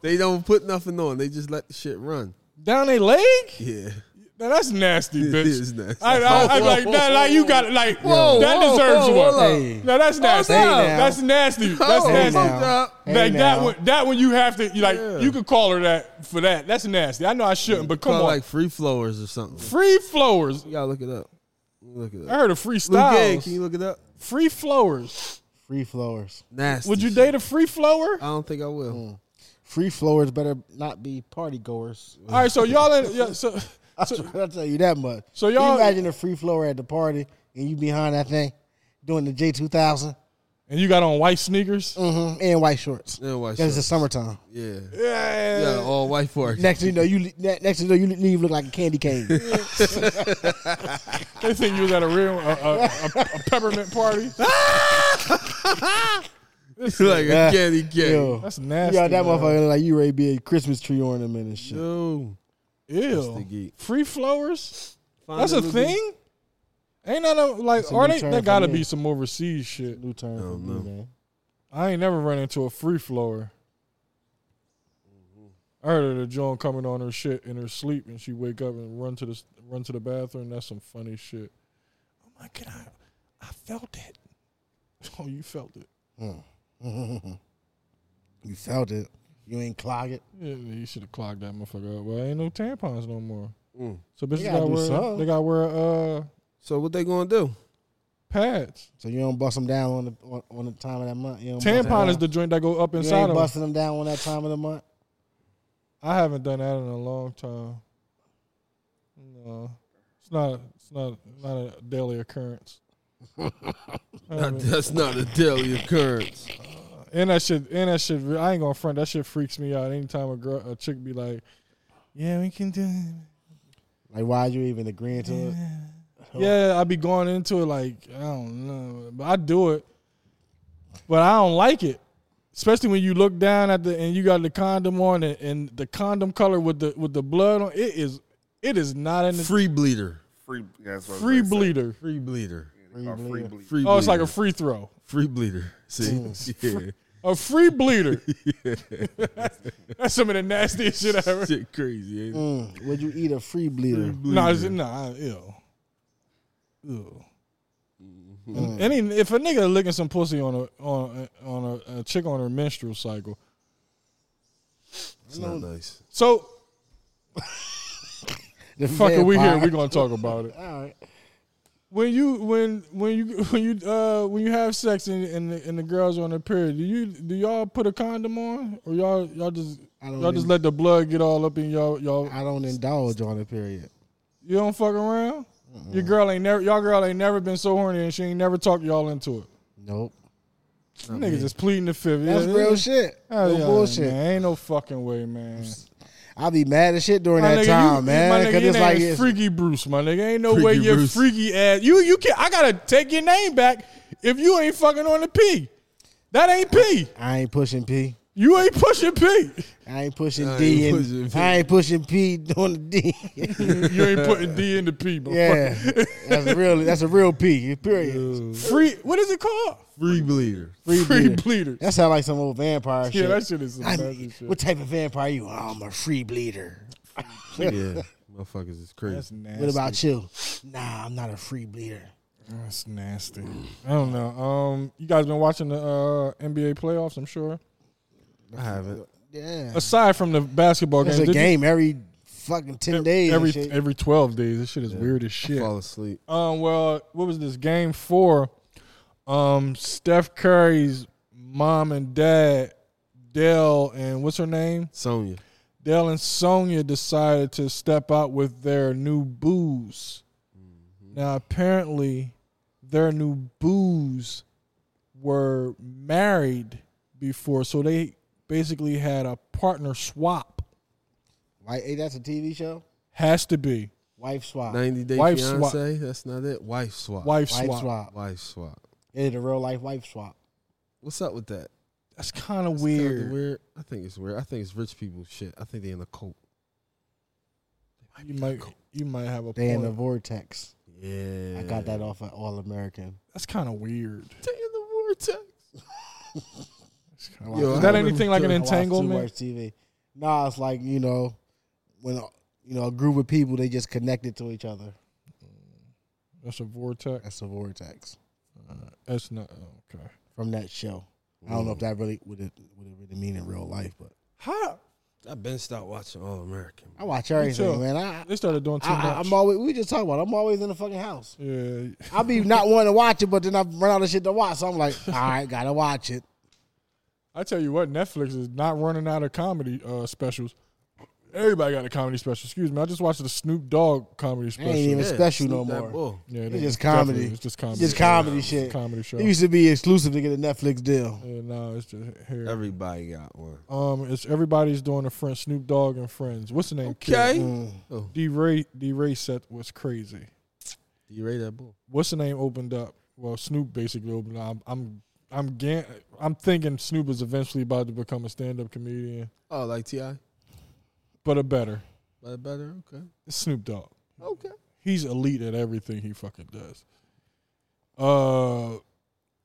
[SPEAKER 1] They don't put nothing on. They just let the shit run.
[SPEAKER 2] Down a leg?
[SPEAKER 1] Yeah.
[SPEAKER 2] Now that's nasty,
[SPEAKER 1] It
[SPEAKER 2] bitch.
[SPEAKER 1] is nasty.
[SPEAKER 2] I, I, am like, nah, nah, you got it. Like,
[SPEAKER 1] Whoa,
[SPEAKER 2] that
[SPEAKER 1] whoa,
[SPEAKER 2] deserves
[SPEAKER 1] whoa,
[SPEAKER 2] one.
[SPEAKER 1] hold up.
[SPEAKER 4] Hey.
[SPEAKER 2] No, that's nasty.
[SPEAKER 1] Hey
[SPEAKER 4] now.
[SPEAKER 2] that's nasty. That's
[SPEAKER 1] Oh,
[SPEAKER 2] nasty.
[SPEAKER 1] fucked up.
[SPEAKER 4] Hey
[SPEAKER 2] like that
[SPEAKER 4] now.
[SPEAKER 2] one, that one you have to you like.
[SPEAKER 1] Yeah.
[SPEAKER 2] You could call her that for that. That's nasty. I know I shouldn't, but come
[SPEAKER 1] Call
[SPEAKER 2] on,
[SPEAKER 1] like free flowers or something.
[SPEAKER 2] free flowers.
[SPEAKER 1] You gotta look it up. Look it
[SPEAKER 2] I
[SPEAKER 1] up.
[SPEAKER 2] heard of
[SPEAKER 1] Lou Gehrig,
[SPEAKER 2] freestyles.
[SPEAKER 1] can you look it up?
[SPEAKER 2] free flowers.
[SPEAKER 4] free flowers.
[SPEAKER 1] Nasty.
[SPEAKER 2] Would you
[SPEAKER 1] shit.
[SPEAKER 2] date a free flower?
[SPEAKER 1] I don't think I will.
[SPEAKER 4] Free flowers better not be party goers.
[SPEAKER 2] All right, so y'all, in, yeah, so
[SPEAKER 4] I'll tell you that much.
[SPEAKER 2] So
[SPEAKER 4] Can you
[SPEAKER 2] y'all-
[SPEAKER 4] imagine a free flower at the party and you behind that thing doing the J two thousand Mm-hmm.
[SPEAKER 2] and you got on white sneakers.
[SPEAKER 4] and white shorts.
[SPEAKER 1] And white
[SPEAKER 4] Because it's the
[SPEAKER 1] shorts.
[SPEAKER 4] summertime.
[SPEAKER 1] Yeah.
[SPEAKER 2] Yeah.
[SPEAKER 1] Yeah, all white fork.
[SPEAKER 4] Next thing you know, you le- ne- next thing you know, you leave look like a candy cane.
[SPEAKER 2] They think you was at a real a, a, a, a peppermint party.
[SPEAKER 1] like
[SPEAKER 4] Yeah.
[SPEAKER 1] a candy cane.
[SPEAKER 4] Yo,
[SPEAKER 2] That's nasty.
[SPEAKER 4] yo,
[SPEAKER 2] man.
[SPEAKER 4] that motherfucker look like you ready to be a Christmas tree ornament and shit.
[SPEAKER 1] Yo. the
[SPEAKER 2] Ew.
[SPEAKER 1] geek.
[SPEAKER 2] Free flowers.
[SPEAKER 1] Find
[SPEAKER 2] That's
[SPEAKER 1] Lou
[SPEAKER 2] a
[SPEAKER 1] Gehrig.
[SPEAKER 2] thing. Ain't that a, like?
[SPEAKER 4] a
[SPEAKER 2] Are
[SPEAKER 4] new
[SPEAKER 2] they?
[SPEAKER 4] term
[SPEAKER 2] That
[SPEAKER 4] for
[SPEAKER 2] gotta
[SPEAKER 4] me.
[SPEAKER 2] be some overseas shit.
[SPEAKER 4] New term for me, man.
[SPEAKER 2] I ain't never run into a free flower. I heard of the Joan coming on her shit in her sleep, and she wake up and run to the run to the bathroom. That's some funny shit. Oh my god, I, I felt it. Oh, you felt it.
[SPEAKER 4] Hmm. You felt it. You ain't clog it.
[SPEAKER 2] Yeah, you should have clogged that motherfucker up. Well, ain't no tampons no more.
[SPEAKER 1] Mm.
[SPEAKER 2] So bitches
[SPEAKER 4] They
[SPEAKER 2] got
[SPEAKER 4] gotta
[SPEAKER 2] to
[SPEAKER 4] do
[SPEAKER 2] wear
[SPEAKER 4] something.
[SPEAKER 2] they got to wear uh
[SPEAKER 1] So what they gonna do?
[SPEAKER 2] pads.
[SPEAKER 4] So you don't bust them down on the on, on the time of that month. You don't bust 'em
[SPEAKER 2] Tampon is
[SPEAKER 4] down.
[SPEAKER 2] the joint that go up
[SPEAKER 4] you
[SPEAKER 2] inside
[SPEAKER 4] ain't
[SPEAKER 2] of. 'em.
[SPEAKER 4] busting them down on that time of the month.
[SPEAKER 2] I haven't done that in a long time. No, it's not. It's not not a daily occurrence. I
[SPEAKER 1] That-
[SPEAKER 2] haven't-
[SPEAKER 1] that's not a daily occurrence.
[SPEAKER 2] and that shit. And that shit. I ain't gonna front. That shit freaks me out. Anytime a girl, a chick be like, "Yeah, we can do it."
[SPEAKER 4] Like why you even agreeing to it?
[SPEAKER 2] Yeah, I be going into it like I don't know, but I do it. But I don't like it, especially when you look down at the and you got the condom on and, and the condom color with the with the blood on. It is. It is not in the
[SPEAKER 1] Free eh? bleeder.
[SPEAKER 3] Free, yeah, that's what I was
[SPEAKER 2] free
[SPEAKER 3] gonna say.
[SPEAKER 2] bleeder.
[SPEAKER 1] Free bleeder.
[SPEAKER 3] Or free bleed.
[SPEAKER 1] Free
[SPEAKER 2] Oh, it's like
[SPEAKER 1] bleeder.
[SPEAKER 2] a free throw.
[SPEAKER 1] free bleeder. See? yeah.
[SPEAKER 2] A free bleeder. That's some of the nastiest shit I ever.
[SPEAKER 1] Shit crazy, ain't it?
[SPEAKER 4] Mm, would you eat a free bleeder?
[SPEAKER 2] No, it's, nah, ew. Ew.
[SPEAKER 4] Mm-hmm.
[SPEAKER 2] And Any if a nigga licking some pussy on a on a, on a, a chick on her menstrual cycle.
[SPEAKER 1] It's not nice.
[SPEAKER 2] So
[SPEAKER 4] The
[SPEAKER 2] fuck it, we here.
[SPEAKER 4] vampire.
[SPEAKER 2] We gonna talk about it.
[SPEAKER 4] All right.
[SPEAKER 2] When you when when you when you uh when you have sex and and the, and the girls on their period, do you do y'all put a condom on or y'all y'all just
[SPEAKER 4] I don't
[SPEAKER 2] y'all just
[SPEAKER 4] even-
[SPEAKER 2] let the blood get all up in y'all y'all
[SPEAKER 4] I don't indulge on the period.
[SPEAKER 2] You don't fuck around. Your girl ain't never, y'all girl ain't never been so horny, and she ain't never talked y'all into it.
[SPEAKER 4] Nope.
[SPEAKER 2] Niggas Nigga just pleading the fifth.
[SPEAKER 4] Mm-hmm. That's
[SPEAKER 2] Yeah,
[SPEAKER 4] real
[SPEAKER 2] yeah.
[SPEAKER 4] shit.
[SPEAKER 2] Hell
[SPEAKER 4] no
[SPEAKER 2] yeah,
[SPEAKER 4] bullshit.
[SPEAKER 2] man. Ain't no fucking way, man.
[SPEAKER 4] I be mad as shit during
[SPEAKER 2] My
[SPEAKER 4] that
[SPEAKER 2] nigga,
[SPEAKER 4] time,
[SPEAKER 2] you,
[SPEAKER 4] man.
[SPEAKER 2] My nigga,
[SPEAKER 4] Cause
[SPEAKER 2] your
[SPEAKER 4] it's
[SPEAKER 2] name
[SPEAKER 4] like
[SPEAKER 2] is
[SPEAKER 4] it's,
[SPEAKER 2] Freaky Bruce, my nigga. Ain't no
[SPEAKER 1] Freaky
[SPEAKER 2] way your
[SPEAKER 1] Bruce.
[SPEAKER 2] freaky ass. You, you can. not I gotta take your name back if you ain't fucking on the P. That ain't P.
[SPEAKER 4] I ain't pushing P.
[SPEAKER 2] You ain't pushing P.
[SPEAKER 4] I ain't pushing
[SPEAKER 1] I
[SPEAKER 4] D.
[SPEAKER 1] ain't
[SPEAKER 4] and-
[SPEAKER 1] pushing P.
[SPEAKER 4] I ain't pushing P on the D.
[SPEAKER 2] You ain't putting D into P, bro.
[SPEAKER 4] yeah, that's a real. That's a real P. Period.
[SPEAKER 2] Free. What is it called?
[SPEAKER 1] Free bleeder.
[SPEAKER 2] Free,
[SPEAKER 4] bleeder.
[SPEAKER 2] bleeders.
[SPEAKER 4] That sound like some old vampire
[SPEAKER 2] yeah,
[SPEAKER 4] shit.
[SPEAKER 2] that shit is some
[SPEAKER 4] I'm-
[SPEAKER 2] nasty shit.
[SPEAKER 4] what type of vampire you? Oh, I'm a free bleeder.
[SPEAKER 1] yeah, motherfuckers is crazy.
[SPEAKER 2] That's nasty.
[SPEAKER 4] What about you? Nah, I'm not a free bleeder.
[SPEAKER 2] That's nasty. I don't know. Um, you guys been watching the uh, NBA playoffs? I'm sure.
[SPEAKER 1] I haven't.
[SPEAKER 4] Yeah,
[SPEAKER 2] Aside from the basketball
[SPEAKER 4] it's
[SPEAKER 2] games,
[SPEAKER 4] a
[SPEAKER 2] did you-
[SPEAKER 4] game every fucking ten days.
[SPEAKER 2] every
[SPEAKER 4] and shit.
[SPEAKER 2] every twelve days. This shit is weird as shit.
[SPEAKER 1] Fall asleep.
[SPEAKER 2] Um, well, what was this game four? Um, Steph Curry's mom and dad, Dell and what's her name?
[SPEAKER 1] Sonya.
[SPEAKER 2] Dell and Sonia decided to step out with their new booze. Now, apparently, their new booze were married before, so they basically had a partner swap.
[SPEAKER 4] Like, hey, that's a TV show.
[SPEAKER 2] Has to be
[SPEAKER 4] Wife swap.
[SPEAKER 1] Ninety day
[SPEAKER 2] Wife
[SPEAKER 1] fiance.
[SPEAKER 2] swap.
[SPEAKER 1] That's not it. Wife swap.
[SPEAKER 2] wife,
[SPEAKER 4] Wife
[SPEAKER 2] swap.
[SPEAKER 4] swap.
[SPEAKER 1] Wife swap.
[SPEAKER 4] It's a real life wife swap.
[SPEAKER 1] What's up with that?
[SPEAKER 2] That's kind of
[SPEAKER 1] It's kinda
[SPEAKER 2] weird.
[SPEAKER 1] Weird. I think it's weird. I think it's rich people shit. I think they in a cult.
[SPEAKER 2] You might you might have a
[SPEAKER 4] They in
[SPEAKER 2] point.
[SPEAKER 4] the vortex.
[SPEAKER 1] Yeah.
[SPEAKER 4] I got that off of All American.
[SPEAKER 2] That's kind of weird.
[SPEAKER 1] They in the vortex.
[SPEAKER 2] It's kinda
[SPEAKER 1] Yo,
[SPEAKER 2] like- is
[SPEAKER 1] I
[SPEAKER 2] that
[SPEAKER 1] remember
[SPEAKER 2] anything like an
[SPEAKER 1] too. I
[SPEAKER 4] I watch too
[SPEAKER 2] entanglement?
[SPEAKER 4] much TV. Nah, it's like you know when uh, you know a group of people they just connected to each other.
[SPEAKER 2] That's a vortex.
[SPEAKER 4] That's a vortex
[SPEAKER 2] That's not oh, okay.
[SPEAKER 4] from that show. I don't know if that really would it would it really mean in real life, but
[SPEAKER 2] How
[SPEAKER 1] I've been stopped watching All American.
[SPEAKER 4] I watch everything,
[SPEAKER 2] too.
[SPEAKER 4] man. I,
[SPEAKER 2] they started doing too
[SPEAKER 4] I, I
[SPEAKER 2] much?
[SPEAKER 4] I'm always we just talk about. It. I'm always in the fucking house.
[SPEAKER 2] yeah,
[SPEAKER 4] I be not wanting to watch it, but then I run out of shit to watch, so I'm like, all right, gotta watch it.
[SPEAKER 2] I tell you what, Netflix is not running out of comedy uh, specials. Everybody got a comedy special. Excuse me, I just watched the Snoop Dogg comedy
[SPEAKER 4] ain't
[SPEAKER 2] special.
[SPEAKER 4] even- It's special no
[SPEAKER 1] Snoop that
[SPEAKER 4] more.
[SPEAKER 1] bull.
[SPEAKER 2] yeah,
[SPEAKER 4] It's
[SPEAKER 2] definitely-
[SPEAKER 4] just comedy.
[SPEAKER 2] It's just comedy.
[SPEAKER 4] Just comedy
[SPEAKER 2] It's
[SPEAKER 4] shit.
[SPEAKER 2] a comedy show.
[SPEAKER 4] It used to be exclusive to get a Netflix deal.
[SPEAKER 2] Yeah, no, it's just
[SPEAKER 4] Mm.
[SPEAKER 2] here.
[SPEAKER 1] Everybody got one.
[SPEAKER 2] um, it's everybody's doing a friend Snoop Dogg and friends. What's the name?
[SPEAKER 1] Okay.
[SPEAKER 4] Mm.
[SPEAKER 1] Oh,
[SPEAKER 2] D Ray D Ray set was crazy.
[SPEAKER 1] you rate that bull?
[SPEAKER 2] What's the name opened up? Well, Snoop basically opened up. I'm I'm I'm, gan- I'm thinking Snoop is eventually about to become a stand up comedian,
[SPEAKER 1] Oh, like Ti,
[SPEAKER 2] but a better
[SPEAKER 1] but better. Okay.
[SPEAKER 2] it's Snoop Dogg.
[SPEAKER 4] Mm.
[SPEAKER 1] Okay.
[SPEAKER 2] he's elite at everything he fucking does. Uh,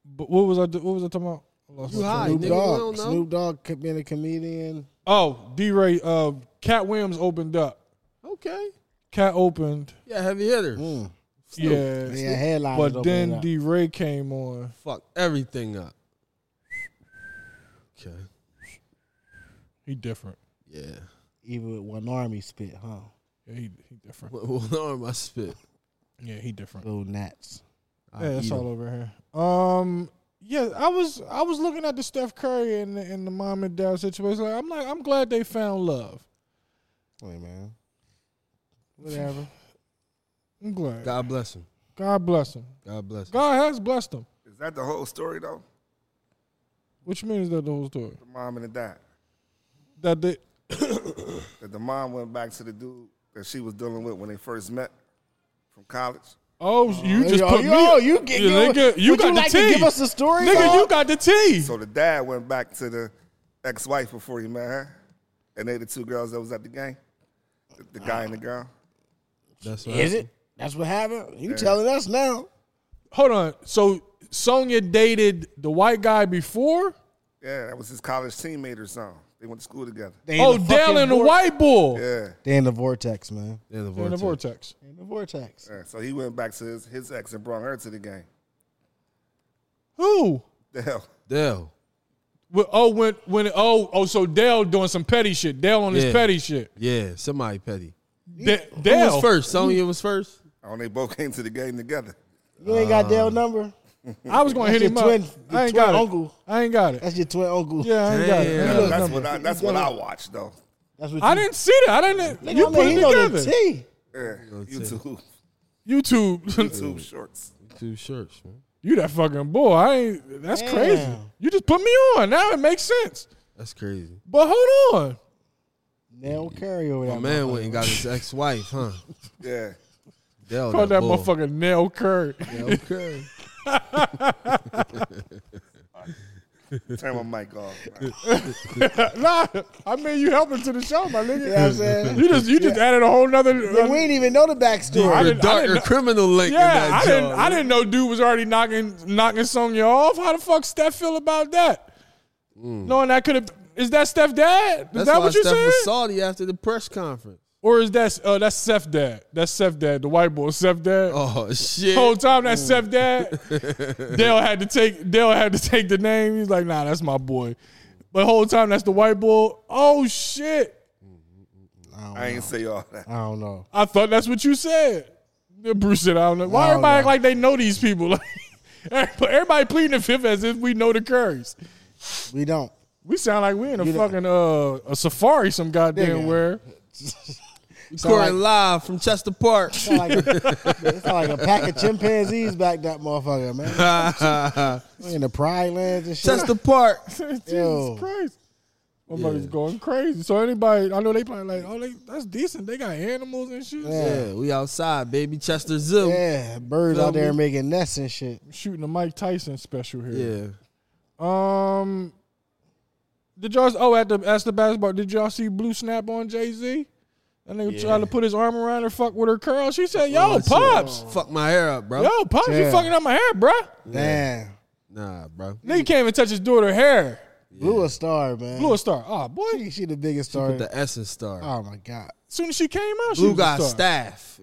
[SPEAKER 2] but what was I? do- What was I talking about? I lost
[SPEAKER 1] You
[SPEAKER 2] my train.
[SPEAKER 1] high,
[SPEAKER 4] Snoop
[SPEAKER 1] nigga, we
[SPEAKER 4] Dogg.
[SPEAKER 1] don't know.
[SPEAKER 4] Snoop Dogg could being a comedian.
[SPEAKER 2] Oh, D Ray. Uh, Cat Williams opened up.
[SPEAKER 1] Okay.
[SPEAKER 2] Cat opened.
[SPEAKER 1] Yeah, heavy hitter.
[SPEAKER 4] Mm.
[SPEAKER 1] Snoop.
[SPEAKER 2] Yeah,
[SPEAKER 4] They had headliners
[SPEAKER 2] but
[SPEAKER 4] opening
[SPEAKER 2] then
[SPEAKER 4] up.
[SPEAKER 2] D Ray came on.
[SPEAKER 1] Fuck everything up. Okay.
[SPEAKER 2] He different.
[SPEAKER 1] Yeah.
[SPEAKER 4] even with one arm he spit, huh?
[SPEAKER 2] Yeah, he, he different.
[SPEAKER 1] One one arm I spit.
[SPEAKER 2] Yeah, he different.
[SPEAKER 4] Little gnats.
[SPEAKER 1] I
[SPEAKER 2] Yeah,
[SPEAKER 1] eat
[SPEAKER 2] it's
[SPEAKER 1] 'em.
[SPEAKER 2] all over here. Um, yeah, I was I was looking at the Steph Curry and the, and the mom and dad situation. Like, I'm like, I'm glad they found love.
[SPEAKER 4] Wait, man.
[SPEAKER 2] Whatever. I'm glad.
[SPEAKER 1] God bless him.
[SPEAKER 2] God bless him.
[SPEAKER 1] God bless him.
[SPEAKER 2] God has blessed him.
[SPEAKER 3] Is that the whole story though?
[SPEAKER 2] Which means that the whole story
[SPEAKER 3] The mom and the dad.
[SPEAKER 2] that they
[SPEAKER 3] That the mom went back to the dude that she was dealing with when they first met from college.
[SPEAKER 2] oh you just
[SPEAKER 4] Uh, yo,
[SPEAKER 2] put
[SPEAKER 4] yo,
[SPEAKER 2] me
[SPEAKER 4] you get-
[SPEAKER 2] Yeah,
[SPEAKER 4] yo,
[SPEAKER 2] nigga, you
[SPEAKER 4] would
[SPEAKER 2] got
[SPEAKER 4] you
[SPEAKER 2] the
[SPEAKER 4] like to
[SPEAKER 2] tea
[SPEAKER 4] give us the story,
[SPEAKER 2] nigga
[SPEAKER 4] dog?
[SPEAKER 2] you got the tea
[SPEAKER 3] So the dad went back to the ex-wife before he met her, and they the two girls that was at the game, the, the guy and the girl.
[SPEAKER 1] That's what
[SPEAKER 4] Is
[SPEAKER 1] happened.
[SPEAKER 4] it? That's what happened. You telling us now?
[SPEAKER 2] hold on so Sonya dated the white guy before
[SPEAKER 3] Yeah, that was his college teammate or something. They went to school together.
[SPEAKER 4] They in
[SPEAKER 2] oh
[SPEAKER 4] the
[SPEAKER 2] Dell
[SPEAKER 4] fucking
[SPEAKER 2] and the
[SPEAKER 4] vor-
[SPEAKER 2] white bull
[SPEAKER 3] Yeah.
[SPEAKER 4] They in the vortex, man.
[SPEAKER 1] In the
[SPEAKER 2] in the
[SPEAKER 1] vortex.
[SPEAKER 2] vortex
[SPEAKER 4] They In the vortex.
[SPEAKER 3] yeah. So he went back to his, his ex and brought her to the game.
[SPEAKER 2] who
[SPEAKER 3] The hell.
[SPEAKER 1] Dell.
[SPEAKER 2] Well, oh when when oh oh so Dell doing some petty shit Dell on
[SPEAKER 1] Yeah.
[SPEAKER 2] his petty shit
[SPEAKER 1] Yeah, somebody petty.
[SPEAKER 2] De-
[SPEAKER 1] Who was
[SPEAKER 2] Dell
[SPEAKER 1] first? Sonya was first.
[SPEAKER 3] Oh, they both came to the game together.
[SPEAKER 4] You ain't
[SPEAKER 2] Uh.
[SPEAKER 4] got Dell number.
[SPEAKER 2] I was gonna
[SPEAKER 4] That's
[SPEAKER 2] hit him
[SPEAKER 4] your
[SPEAKER 2] up
[SPEAKER 4] twin- your
[SPEAKER 2] I ain't
[SPEAKER 4] twin
[SPEAKER 2] got it
[SPEAKER 4] uncle.
[SPEAKER 2] I ain't got it
[SPEAKER 4] That's your twin uncle.
[SPEAKER 2] yeah I ain't got it I ain't
[SPEAKER 1] Damn.
[SPEAKER 2] got his
[SPEAKER 3] That's
[SPEAKER 2] number.
[SPEAKER 3] what I that's what I watched though.
[SPEAKER 4] That's what
[SPEAKER 2] I
[SPEAKER 4] you-
[SPEAKER 2] didn't see that I didn't
[SPEAKER 4] Nigga,
[SPEAKER 2] you
[SPEAKER 4] I'm
[SPEAKER 2] put
[SPEAKER 4] like,
[SPEAKER 2] it
[SPEAKER 4] he know the
[SPEAKER 2] together
[SPEAKER 4] tea.
[SPEAKER 3] Yeah. YouTube.
[SPEAKER 2] YouTube
[SPEAKER 3] YouTube shorts.
[SPEAKER 1] Two shirts, man.
[SPEAKER 2] You that fucking boy. I ain't that's
[SPEAKER 4] Damn.
[SPEAKER 2] crazy. You just put me on. Now it makes sense.
[SPEAKER 1] That's crazy.
[SPEAKER 2] But hold on.
[SPEAKER 4] Now carry over
[SPEAKER 1] My
[SPEAKER 4] that.
[SPEAKER 1] man went and got his ex wife, huh?
[SPEAKER 3] Yeah.
[SPEAKER 1] Dell.
[SPEAKER 2] Call that
[SPEAKER 1] bull.
[SPEAKER 2] motherfucker Nell Curry.
[SPEAKER 1] Yeah, okay.
[SPEAKER 3] Turn my mic off. man.
[SPEAKER 2] nah, I mean you helping to the show, my nigga.
[SPEAKER 4] You know what I'm saying?
[SPEAKER 2] You just you just added a whole nother. uh,
[SPEAKER 4] Yeah, we didn't even know the
[SPEAKER 2] I
[SPEAKER 1] Or
[SPEAKER 4] backstory.
[SPEAKER 2] didn't-
[SPEAKER 1] darker
[SPEAKER 2] didn't-
[SPEAKER 1] criminal link
[SPEAKER 2] yeah,
[SPEAKER 1] in
[SPEAKER 2] I
[SPEAKER 1] that
[SPEAKER 2] didn't
[SPEAKER 1] joint.
[SPEAKER 2] I didn't know dude was already knocking knocking Sonya off. How the fuck Steph feel about that? Knowing that could have is that Steph dad? Is
[SPEAKER 1] Mm. That's
[SPEAKER 2] that
[SPEAKER 1] why
[SPEAKER 2] what you
[SPEAKER 1] Steph
[SPEAKER 2] saying?
[SPEAKER 1] was salty after the press conference.
[SPEAKER 2] Or is that uh, that's Seth dad? That's Seth dad, the white boy, Seth dad.
[SPEAKER 1] Oh shit!
[SPEAKER 2] The whole time that Seth dad, Dale had to take Dale had to take the name. He's like, nah, that's my boy. But the whole time that's the white boy. Oh shit!
[SPEAKER 3] I ain't say all that.
[SPEAKER 2] I don't know. I thought that's what you said. Yeah, Bruce said, I don't know.
[SPEAKER 4] Oh,
[SPEAKER 2] Why everybody act like they know these people? Like, everybody, everybody pleading the fifth as if we know the Currys.
[SPEAKER 4] We don't.
[SPEAKER 2] We sound like we in a
[SPEAKER 4] You know-
[SPEAKER 2] fucking uh, a safari some goddamn
[SPEAKER 4] Nigga.
[SPEAKER 2] where.
[SPEAKER 1] Recording
[SPEAKER 4] like-
[SPEAKER 1] live from Chester Park.
[SPEAKER 4] Sound like, it sound like a pack of chimpanzees back that motherfucker, man. We in the pride lands and shit.
[SPEAKER 1] Chester Park.
[SPEAKER 2] Jesus
[SPEAKER 4] Yo.
[SPEAKER 2] Christ. Motherfuckers going crazy. So anybody, I know they probably like, oh, they, that's decent. They got animals and shit.
[SPEAKER 1] Yeah, we outside, baby. Chester Zoo. Yeah.
[SPEAKER 4] yeah, birds
[SPEAKER 1] Feel
[SPEAKER 4] out there
[SPEAKER 1] me?
[SPEAKER 4] making nests and shit.
[SPEAKER 2] Shooting a Mike Tyson special here. Um, did y'all? Oh, at the at the basketball, did y'all see Blue Snap on Jay Z? That nigga tried to put his arm around her, fuck with her curl. She said, "Yo,
[SPEAKER 1] That shit
[SPEAKER 2] pops,
[SPEAKER 1] Fuck my hair up, bro.
[SPEAKER 2] yo, pops, you
[SPEAKER 4] Yeah.
[SPEAKER 2] fucking up my hair, bruh.
[SPEAKER 4] Damn.
[SPEAKER 1] Nah, bro.
[SPEAKER 2] Nigga can't even touch his daughter hair.
[SPEAKER 4] Blue a star, man.
[SPEAKER 2] Blue a star. Oh boy,
[SPEAKER 4] She, she the biggest star.
[SPEAKER 1] Put the Essence star.
[SPEAKER 4] oh my god.
[SPEAKER 2] soon as she came out, she
[SPEAKER 1] Blue
[SPEAKER 2] was a
[SPEAKER 1] got
[SPEAKER 2] star.
[SPEAKER 1] staff.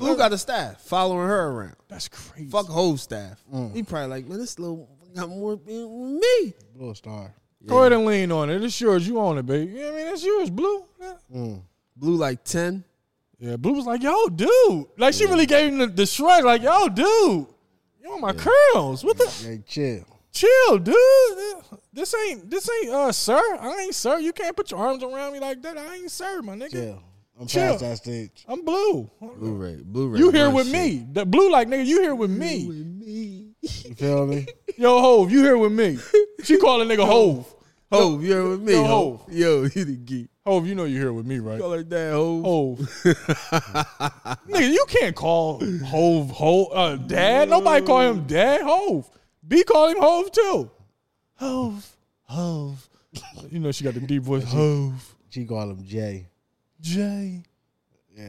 [SPEAKER 1] Blue got a staff following her around.
[SPEAKER 2] That's crazy.
[SPEAKER 1] Fuck whole staff. He probably like, man, this little got more than me.
[SPEAKER 4] Blue a star.
[SPEAKER 2] Go ahead and lean on it. It's yours. You own it, baby. You know what I mean? That's yours, Blue. Yeah.
[SPEAKER 1] Blue like ten.
[SPEAKER 2] Yeah, Blue was like, yo, dude. Like, she really gave him the, the shrug, like, yo, dude. You on my curls. What the?
[SPEAKER 4] Hey, chill.
[SPEAKER 2] Chill, dude. This ain't, this ain't, uh, sir. I ain't, sir. You can't put your arms around me like that. I ain't, sir, my nigga.
[SPEAKER 4] Chill. I'm
[SPEAKER 2] Chill.
[SPEAKER 4] past that stage.
[SPEAKER 2] I'm Blue.
[SPEAKER 1] Blu-ray. Blu-ray.
[SPEAKER 2] You here
[SPEAKER 1] my
[SPEAKER 2] with
[SPEAKER 1] shit.
[SPEAKER 2] me. The Blue, like, nigga, you here with me.
[SPEAKER 1] With me.
[SPEAKER 4] You feel me?
[SPEAKER 2] Yo, Hove, you here with me. She calling nigga Hove.
[SPEAKER 1] Hove, you here with me.
[SPEAKER 2] yo,
[SPEAKER 1] Hove. Yo, you the geek.
[SPEAKER 2] Hove, you know you here with me, right?
[SPEAKER 1] Call her dad, Hove.
[SPEAKER 2] Hove. Nigga, you can't call Hove Hove uh, dad. Nobody call him dad Hove. B call him Hove too. Hove. Hove. You know she got the deep voice. Hove.
[SPEAKER 4] She call him Jay.
[SPEAKER 2] Jay.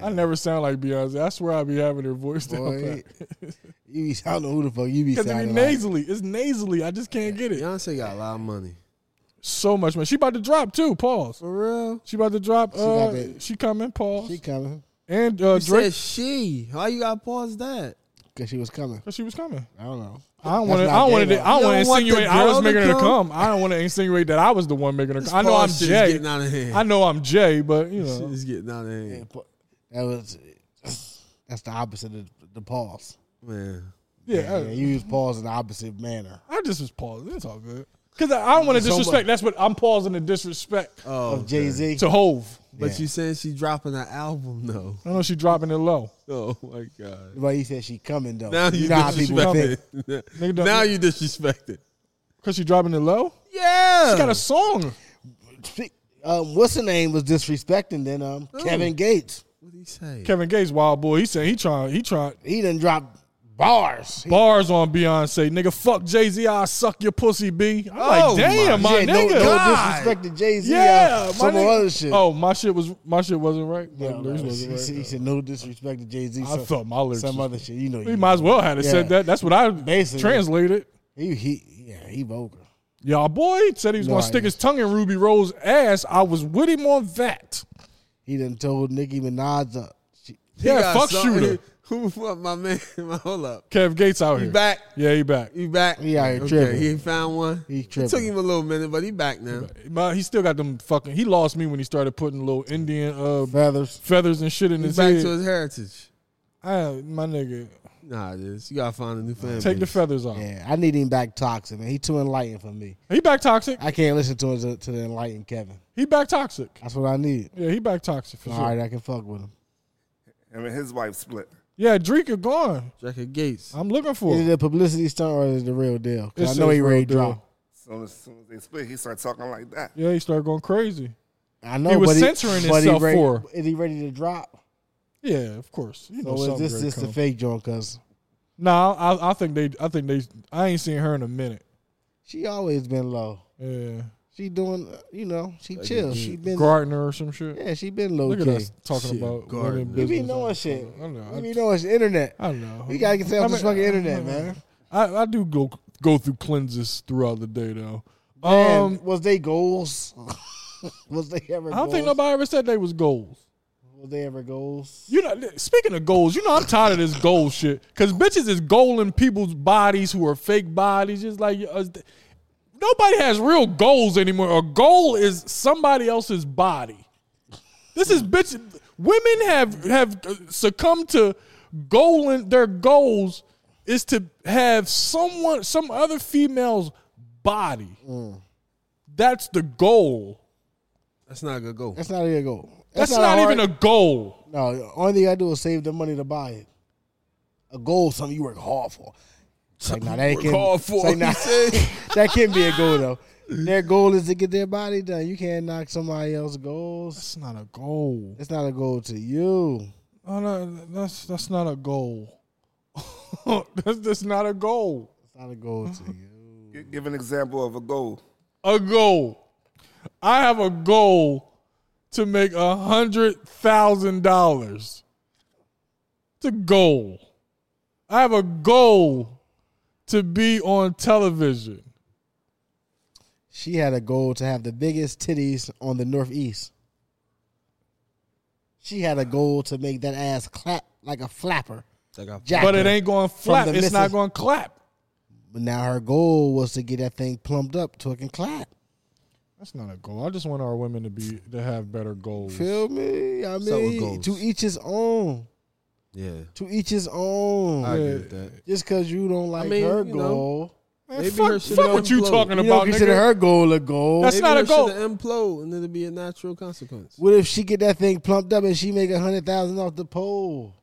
[SPEAKER 2] I never sound like Beyonce. I swear I be having her voice down
[SPEAKER 4] Boy,
[SPEAKER 2] pat.
[SPEAKER 4] you be, I don't know who the fuck you be
[SPEAKER 2] Because it be
[SPEAKER 4] sounding like.
[SPEAKER 2] nasally. It's nasally. I just can't get it.
[SPEAKER 1] Beyonce got a lot of money.
[SPEAKER 2] So much man. She about to drop too. Pause.
[SPEAKER 1] For real?
[SPEAKER 2] She about to drop.
[SPEAKER 4] got
[SPEAKER 2] Uh, she,
[SPEAKER 4] that-
[SPEAKER 2] coming. Pause.
[SPEAKER 4] She coming
[SPEAKER 2] and uh,
[SPEAKER 1] You said
[SPEAKER 2] Drake.
[SPEAKER 1] she. Why you gotta pause that?
[SPEAKER 4] because she was coming.
[SPEAKER 2] Cause she was coming.
[SPEAKER 4] I don't know.
[SPEAKER 2] I don't
[SPEAKER 4] That's
[SPEAKER 2] want to.
[SPEAKER 4] not
[SPEAKER 2] I don't
[SPEAKER 4] gay,
[SPEAKER 2] want
[SPEAKER 4] though.
[SPEAKER 2] to. I don't
[SPEAKER 1] You
[SPEAKER 2] want
[SPEAKER 1] don't
[SPEAKER 2] to
[SPEAKER 1] want the
[SPEAKER 2] insinuate I was
[SPEAKER 1] girl to
[SPEAKER 2] making her to
[SPEAKER 1] come?
[SPEAKER 2] come. I don't want to insinuate that I was the one making her.
[SPEAKER 1] This
[SPEAKER 2] come. I know
[SPEAKER 1] pause
[SPEAKER 2] I'm
[SPEAKER 1] shit is
[SPEAKER 2] Jay.
[SPEAKER 1] getting out of hand.
[SPEAKER 2] I know I'm Jay, but you know,
[SPEAKER 1] It's getting out of hand,
[SPEAKER 4] That was that's the opposite of the pause.
[SPEAKER 1] man.
[SPEAKER 2] yeah. I,
[SPEAKER 4] Yeah, you use pause in the opposite manner.
[SPEAKER 2] I just was pausing. It's all good. Cause I, I don't want to disrespect. That's what I'm pausing to disrespect
[SPEAKER 1] Oh,
[SPEAKER 4] Of Jay Z.
[SPEAKER 2] to Hove.
[SPEAKER 1] but
[SPEAKER 4] Yeah.
[SPEAKER 1] you saying she dropping an album though?
[SPEAKER 2] I know she dropping it low.
[SPEAKER 1] Oh my god!
[SPEAKER 4] But you said she coming though.
[SPEAKER 1] Now you,
[SPEAKER 4] know how people think.
[SPEAKER 1] disrespected.
[SPEAKER 2] Nigga don't-
[SPEAKER 1] now you disrespected.
[SPEAKER 2] Cause she dropping it low.
[SPEAKER 1] Yeah,
[SPEAKER 2] She got a song.
[SPEAKER 4] Speak- Um, what's the name was disrespecting then um,
[SPEAKER 2] Oh.
[SPEAKER 4] Kevin Gates.
[SPEAKER 1] What he say?
[SPEAKER 2] Kevin Gates, wild boy. He saying he trying. He trying
[SPEAKER 4] He done dropped bars. He-
[SPEAKER 2] bars on Beyonce. Nigga, fuck Jay Z. I suck your pussy, B. I'm like,
[SPEAKER 1] Oh,
[SPEAKER 2] damn, my,
[SPEAKER 4] yeah,
[SPEAKER 2] nigga.
[SPEAKER 4] No, no
[SPEAKER 1] God.
[SPEAKER 4] disrespect to Jay Z.
[SPEAKER 2] Yeah,
[SPEAKER 4] uh,
[SPEAKER 2] my
[SPEAKER 4] some
[SPEAKER 2] nigga-
[SPEAKER 4] other shit.
[SPEAKER 2] Oh, my shit was my shit wasn't right. My
[SPEAKER 4] Yeah, no,
[SPEAKER 2] lyrics wasn't
[SPEAKER 4] he,
[SPEAKER 2] right.
[SPEAKER 4] said, he said no disrespect to Jay Z.
[SPEAKER 2] I thought my lyrics
[SPEAKER 4] some
[SPEAKER 2] was-
[SPEAKER 4] other shit. You know,
[SPEAKER 2] We
[SPEAKER 4] you-
[SPEAKER 2] might as well had it said
[SPEAKER 4] Yeah.
[SPEAKER 2] that. That's what I
[SPEAKER 4] Basically.
[SPEAKER 2] translated.
[SPEAKER 4] He, he yeah, he vulgar.
[SPEAKER 2] Y'all boy said he was
[SPEAKER 4] No,
[SPEAKER 2] gonna
[SPEAKER 4] I
[SPEAKER 2] stick his tongue in Ruby Rose ass. I was with him on that.
[SPEAKER 4] He done told Nicki Minaj up. She,
[SPEAKER 1] He
[SPEAKER 2] yeah,
[SPEAKER 1] got
[SPEAKER 2] fuck
[SPEAKER 1] something-
[SPEAKER 2] shooter.
[SPEAKER 1] Who fuck my man? My, hold up.
[SPEAKER 2] Kev Gates out
[SPEAKER 1] He
[SPEAKER 2] here.
[SPEAKER 1] back.
[SPEAKER 2] Yeah, he back.
[SPEAKER 1] He back.
[SPEAKER 4] He out here
[SPEAKER 1] okay,
[SPEAKER 4] tripping.
[SPEAKER 1] He found one.
[SPEAKER 4] He
[SPEAKER 1] It took
[SPEAKER 4] tripping.
[SPEAKER 1] him a little minute, but he back now.
[SPEAKER 2] But he still got them fucking. He lost me when he started putting little Indian uh,
[SPEAKER 4] feathers.
[SPEAKER 2] feathers and shit in
[SPEAKER 1] He's
[SPEAKER 2] his
[SPEAKER 1] back
[SPEAKER 2] head.
[SPEAKER 1] to his heritage.
[SPEAKER 2] Ah, my nigga,
[SPEAKER 1] Nah, this you gotta find a new family.
[SPEAKER 2] take the feathers off.
[SPEAKER 4] Yeah, I need him back toxic, man. He too enlightened for me.
[SPEAKER 2] He back toxic.
[SPEAKER 4] I can't listen to him to the enlightened Kevin.
[SPEAKER 2] He back toxic.
[SPEAKER 4] That's what I need.
[SPEAKER 2] Yeah, he back toxic for
[SPEAKER 4] All
[SPEAKER 2] sure.
[SPEAKER 4] right, I can fuck with him.
[SPEAKER 3] Him and his wife split.
[SPEAKER 2] Yeah, Drake gone.
[SPEAKER 1] Drake and Gates.
[SPEAKER 2] I'm looking for.
[SPEAKER 4] Is
[SPEAKER 2] him.
[SPEAKER 4] it a publicity stunt or is it the real deal?
[SPEAKER 2] It's
[SPEAKER 4] 'Cause I know
[SPEAKER 2] a
[SPEAKER 4] he
[SPEAKER 2] real
[SPEAKER 4] already
[SPEAKER 2] deal.
[SPEAKER 4] dropped.
[SPEAKER 3] Soon as soon as they split, he started talking like that.
[SPEAKER 2] Yeah, he started going crazy.
[SPEAKER 4] I know
[SPEAKER 2] He was
[SPEAKER 4] but
[SPEAKER 2] censoring
[SPEAKER 4] but
[SPEAKER 2] himself
[SPEAKER 4] he ready,
[SPEAKER 2] for.
[SPEAKER 4] Is he ready to drop?
[SPEAKER 2] Yeah, of course. You know,
[SPEAKER 4] So is
[SPEAKER 2] something
[SPEAKER 4] this
[SPEAKER 2] great
[SPEAKER 4] just a
[SPEAKER 2] come.
[SPEAKER 4] fake joint? Cause
[SPEAKER 2] Nah, I, I think they. I think they. I ain't seen her in a minute.
[SPEAKER 4] She always been low.
[SPEAKER 2] Yeah.
[SPEAKER 4] She doing, uh, you know, she chill. She been,
[SPEAKER 2] Gardner or some shit.
[SPEAKER 4] yeah, she been low
[SPEAKER 2] Look at
[SPEAKER 4] key.
[SPEAKER 2] us talking
[SPEAKER 1] Shit,
[SPEAKER 2] about
[SPEAKER 1] Gardner.
[SPEAKER 2] women
[SPEAKER 1] You
[SPEAKER 4] We
[SPEAKER 2] business.
[SPEAKER 4] be knowing shit.
[SPEAKER 2] I don't know.
[SPEAKER 4] We be knowing it's internet.
[SPEAKER 2] I don't know.
[SPEAKER 4] We gotta get off
[SPEAKER 2] I
[SPEAKER 4] this
[SPEAKER 2] mean,
[SPEAKER 4] fucking internet,
[SPEAKER 2] I-
[SPEAKER 4] man.
[SPEAKER 2] I, I do go go through cleanses throughout the day though.
[SPEAKER 4] Um,
[SPEAKER 2] Um,
[SPEAKER 4] was they goals? was they ever?
[SPEAKER 2] I don't think
[SPEAKER 4] goals?
[SPEAKER 2] nobody ever said they was goals.
[SPEAKER 4] Was they ever goals?
[SPEAKER 2] You know, speaking of goals, you know I'm tired of this goal shit because bitches is goaling people's bodies who are fake bodies. Just like uh, nobody has real goals anymore. A goal is somebody else's body. This is bitch. Women have have uh, succumbed to goaling. Their goals is to have someone, some other female's body. That's the goal.
[SPEAKER 1] That's not a good goal.
[SPEAKER 4] That's not even a goal.
[SPEAKER 2] That's, not, even a goal.
[SPEAKER 4] No, the only thing I do is save the money to buy it. A goal, something you work hard for. It's Like, nah, that
[SPEAKER 1] work
[SPEAKER 4] can't-
[SPEAKER 1] hard
[SPEAKER 4] it's
[SPEAKER 1] for,
[SPEAKER 4] like,
[SPEAKER 1] he
[SPEAKER 4] nah,
[SPEAKER 1] said.
[SPEAKER 4] that can be a goal though. Their goal is to get their body done. You can't knock somebody else's goals.
[SPEAKER 2] That's not a goal.
[SPEAKER 4] It's not a goal to you.
[SPEAKER 2] Oh, no, that's that's not a goal. that's that's not a goal.
[SPEAKER 4] It's not a goal to you.
[SPEAKER 3] Gi- Give an example of a goal.
[SPEAKER 2] A goal. I have a goal to make a hundred thousand dollars. It's a goal. I have a goal to be on television.
[SPEAKER 4] She had a goal to have the biggest titties on the Northeast. She had a goal to make that ass clap like a flapper.
[SPEAKER 1] Like I-
[SPEAKER 4] Jack
[SPEAKER 2] But it ain't going to flap.
[SPEAKER 4] the
[SPEAKER 2] It's not
[SPEAKER 4] missus-
[SPEAKER 2] going to clap.
[SPEAKER 4] But now her goal was to get that thing plumped up to it can clap.
[SPEAKER 2] That's not a goal. I just want our women to be to have better goals.
[SPEAKER 4] Feel me? I
[SPEAKER 1] So it
[SPEAKER 4] mean,
[SPEAKER 1] goes.
[SPEAKER 4] to each his own.
[SPEAKER 1] yeah,
[SPEAKER 4] To each his own.
[SPEAKER 1] I agree with that.
[SPEAKER 4] Just because you don't like
[SPEAKER 1] mean,
[SPEAKER 4] her
[SPEAKER 1] you know,
[SPEAKER 4] goal,
[SPEAKER 2] Man,
[SPEAKER 1] Maybe
[SPEAKER 2] fuck
[SPEAKER 1] her shit
[SPEAKER 2] fuck
[SPEAKER 1] don't
[SPEAKER 2] what you
[SPEAKER 1] blow.
[SPEAKER 2] talking
[SPEAKER 4] you
[SPEAKER 2] about,
[SPEAKER 4] don't consider
[SPEAKER 2] nigga.
[SPEAKER 4] her goal a goal.
[SPEAKER 2] That's- It's not a goal.
[SPEAKER 1] Should implode, and it'd be a natural consequence.
[SPEAKER 4] what if she get that thing plumped up and she make a hundred thousand off the pole?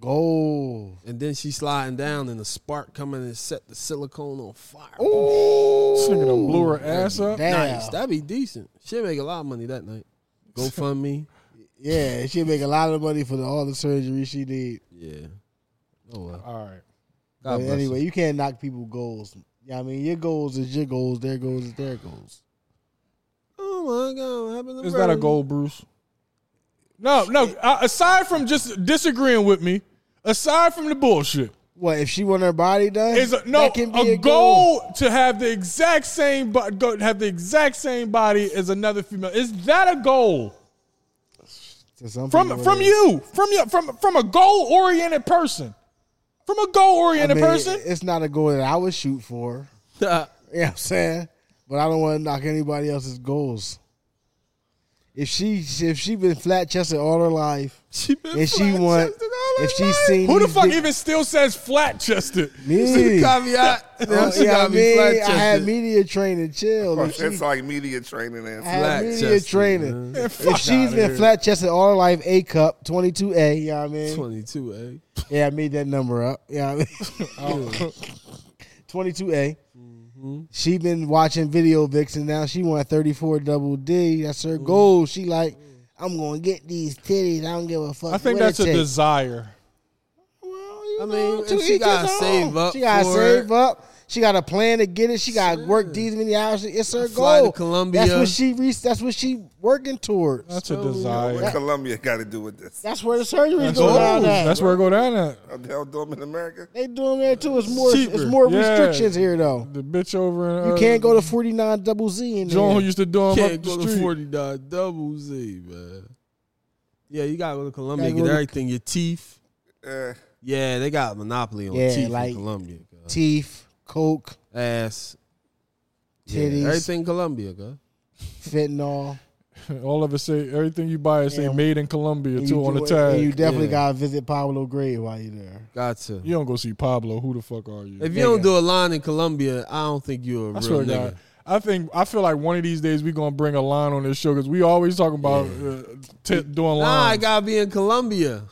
[SPEAKER 4] Goal.
[SPEAKER 1] And then she sliding down, and the spark coming and set the silicone on fire.
[SPEAKER 2] This nigga done blew her ass up.
[SPEAKER 4] Damn.
[SPEAKER 1] nice. That'd be decent. She'd make a lot of money that night. GoFundMe.
[SPEAKER 4] Yeah, she make a lot of money for the, all the surgery she did.
[SPEAKER 1] yeah. Oh well.
[SPEAKER 2] All right.
[SPEAKER 1] God
[SPEAKER 4] but
[SPEAKER 1] bless
[SPEAKER 4] anyway,
[SPEAKER 1] her.
[SPEAKER 4] you can't knock people goals. Yeah, I mean, your goals is your goals, their goals is their goals.
[SPEAKER 1] Oh my God! What happened to
[SPEAKER 2] Is that a
[SPEAKER 1] Brody?
[SPEAKER 2] goal, Bruce? No, no. uh, Aside from just disagreeing with me, aside from the bullshit,
[SPEAKER 4] What if she want her body done?
[SPEAKER 2] is a, no
[SPEAKER 4] that can be
[SPEAKER 2] a, goal, to have the exact same bo- go, have the exact same body as another female. Is that a goal
[SPEAKER 4] To some
[SPEAKER 2] from
[SPEAKER 4] people,
[SPEAKER 2] from
[SPEAKER 4] it
[SPEAKER 2] you from your from from a goal oriented person from a goal
[SPEAKER 4] is. I
[SPEAKER 2] oriented
[SPEAKER 4] mean,
[SPEAKER 2] person?
[SPEAKER 4] It's not a goal that I would shoot for. You know what I'm saying? But I don't want to knock anybody else's goals. If she if she been flat chested all her life,
[SPEAKER 1] she been
[SPEAKER 4] and she want if she seen
[SPEAKER 2] Who the
[SPEAKER 4] these
[SPEAKER 2] fuck
[SPEAKER 4] big-
[SPEAKER 2] even still says flat chested?
[SPEAKER 4] me?
[SPEAKER 1] caveat.
[SPEAKER 4] Oh,
[SPEAKER 1] Now she
[SPEAKER 4] yeah, I
[SPEAKER 1] gotta be
[SPEAKER 4] mean, I
[SPEAKER 1] flat-chested.
[SPEAKER 4] had media training. Chill. If she-
[SPEAKER 3] It's like media training and
[SPEAKER 4] I had media
[SPEAKER 1] Flat-chested,
[SPEAKER 4] training.
[SPEAKER 1] man.
[SPEAKER 4] If she's been flat chested all her life, A cup, 22A, you know what I mean?
[SPEAKER 1] Twenty-two, eh?
[SPEAKER 4] Yeah, I made that number up. Yeah, I mean?
[SPEAKER 1] Oh.
[SPEAKER 4] 22A.
[SPEAKER 1] Mm-hmm.
[SPEAKER 4] She been watching video vixen now. She want 34 double D. That's
[SPEAKER 1] Mm.
[SPEAKER 4] her goal. She like, I'm gonna get these titties. I don't give a fuck.
[SPEAKER 2] I think
[SPEAKER 4] what
[SPEAKER 2] that's
[SPEAKER 4] it
[SPEAKER 2] a
[SPEAKER 4] takes."
[SPEAKER 2] desire.
[SPEAKER 4] Well, you
[SPEAKER 1] I
[SPEAKER 4] know,
[SPEAKER 1] mean,
[SPEAKER 4] to
[SPEAKER 1] and she
[SPEAKER 4] each
[SPEAKER 1] gotta
[SPEAKER 4] his own.
[SPEAKER 1] save up
[SPEAKER 4] She gotta
[SPEAKER 1] for
[SPEAKER 4] save
[SPEAKER 1] it.
[SPEAKER 4] up. She got a plan to get it. She got to work these many hours. It's
[SPEAKER 1] Fly
[SPEAKER 4] her
[SPEAKER 1] to
[SPEAKER 4] goal. That's
[SPEAKER 1] Colombia.
[SPEAKER 4] what she. Re- that's what she working towards.
[SPEAKER 2] That's a
[SPEAKER 1] Totally.
[SPEAKER 2] desire.
[SPEAKER 3] What Columbia got to do with this?
[SPEAKER 4] That's where the surgery is
[SPEAKER 2] That's,
[SPEAKER 4] going on.
[SPEAKER 2] where,
[SPEAKER 4] at.
[SPEAKER 2] that's where it go down at.
[SPEAKER 3] How the hell do them in America?
[SPEAKER 4] They doing that too. It's more. It's
[SPEAKER 1] Cheaper.
[SPEAKER 4] more
[SPEAKER 2] Yeah.
[SPEAKER 4] restrictions here though.
[SPEAKER 2] The bitch over in
[SPEAKER 4] You
[SPEAKER 2] uh,
[SPEAKER 4] can't go to forty nine double Z in
[SPEAKER 2] John who
[SPEAKER 4] there.
[SPEAKER 2] used to do him up
[SPEAKER 1] Can't
[SPEAKER 2] the
[SPEAKER 1] go to
[SPEAKER 2] street.
[SPEAKER 1] forty dollar double Z, man. Yeah, you gotta go to Colombia
[SPEAKER 4] Gotta
[SPEAKER 1] get
[SPEAKER 4] go to-
[SPEAKER 1] everything. Your teeth.
[SPEAKER 3] Uh,
[SPEAKER 1] Yeah, they got a monopoly on
[SPEAKER 4] Yeah,
[SPEAKER 1] teeth
[SPEAKER 4] like-
[SPEAKER 1] in Colombia. girl.
[SPEAKER 4] Teeth, coke,
[SPEAKER 1] Ass, yeah,
[SPEAKER 4] Titties.
[SPEAKER 1] everything Colombia, girl.
[SPEAKER 4] fentanyl.
[SPEAKER 2] All of it say everything you buy is say
[SPEAKER 4] Yeah.
[SPEAKER 2] made in Colombia
[SPEAKER 4] And
[SPEAKER 2] too
[SPEAKER 4] you
[SPEAKER 2] on the
[SPEAKER 4] do it-
[SPEAKER 2] tag.
[SPEAKER 4] and You
[SPEAKER 2] You,
[SPEAKER 4] definitely
[SPEAKER 1] Yeah.
[SPEAKER 4] gotta visit Pablo Gray while you're there.
[SPEAKER 1] Gotcha.
[SPEAKER 2] don't go see Pablo. Who the fuck are you?
[SPEAKER 1] If you don't do a line in Colombia, I don't think you're a
[SPEAKER 2] I
[SPEAKER 1] real
[SPEAKER 2] swear to
[SPEAKER 1] nigga.
[SPEAKER 2] God. I think I feel like one of these days we gonna bring a line on this show because we always talking about uh, t- doing
[SPEAKER 1] Nah, I
[SPEAKER 2] lines.
[SPEAKER 1] gotta be in Colombia,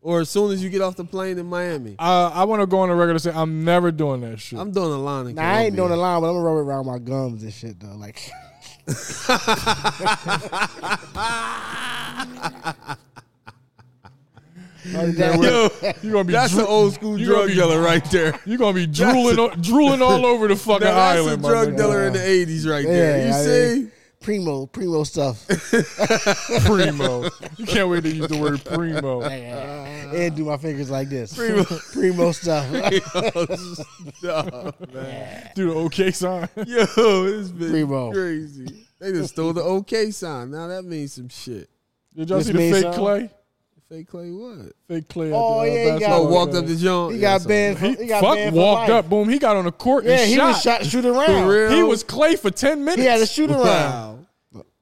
[SPEAKER 1] or as soon as you get off the plane in Miami,
[SPEAKER 2] I, I want to go on the record and say I'm never doing that shit.
[SPEAKER 1] I'm doing a line in
[SPEAKER 4] Now
[SPEAKER 1] Colombia.
[SPEAKER 4] I ain't doing the line, but I'm gonna rub it around my gums and shit though. Like
[SPEAKER 2] Yo, you gonna be
[SPEAKER 5] That's
[SPEAKER 2] dro-
[SPEAKER 5] an old school
[SPEAKER 2] you gonna
[SPEAKER 5] drug
[SPEAKER 2] be-
[SPEAKER 5] dealer right there.
[SPEAKER 2] You gonna be drooling, o- drooling all over the fucking
[SPEAKER 5] Now, that's
[SPEAKER 2] island,
[SPEAKER 5] a
[SPEAKER 2] my
[SPEAKER 5] drug
[SPEAKER 2] nigga.
[SPEAKER 5] dealer in the '80s right there. You
[SPEAKER 4] Yeah, I
[SPEAKER 5] see?
[SPEAKER 4] mean- primo, primo stuff.
[SPEAKER 2] primo. You can't wait to use the word primo.
[SPEAKER 4] and do my fingers like this. Primo, stuff.
[SPEAKER 5] Stop, man.
[SPEAKER 2] Do the okay sign.
[SPEAKER 5] Yo, this
[SPEAKER 4] Primo.
[SPEAKER 5] bitch crazy. They just stole the OK sign. Now that means some shit.
[SPEAKER 2] Did y'all
[SPEAKER 4] Miss
[SPEAKER 2] see the
[SPEAKER 4] Mason?
[SPEAKER 2] fake clay?
[SPEAKER 5] Fake Clay what?
[SPEAKER 2] Fake clay.
[SPEAKER 4] Oh,
[SPEAKER 2] at the, uh,
[SPEAKER 4] yeah, he got-
[SPEAKER 2] basketball
[SPEAKER 5] Oh, walked
[SPEAKER 2] game.
[SPEAKER 5] up to John.
[SPEAKER 4] He got banned. From,
[SPEAKER 2] He,
[SPEAKER 4] he, got
[SPEAKER 2] fuck
[SPEAKER 4] banned for
[SPEAKER 2] walked
[SPEAKER 4] life.
[SPEAKER 2] up. Boom. He got on the court.
[SPEAKER 4] Yeah,
[SPEAKER 2] and
[SPEAKER 4] he
[SPEAKER 2] shot.
[SPEAKER 4] was shot shoot around.
[SPEAKER 2] He was clay for ten minutes.
[SPEAKER 4] He had a shoot around.
[SPEAKER 5] Wow.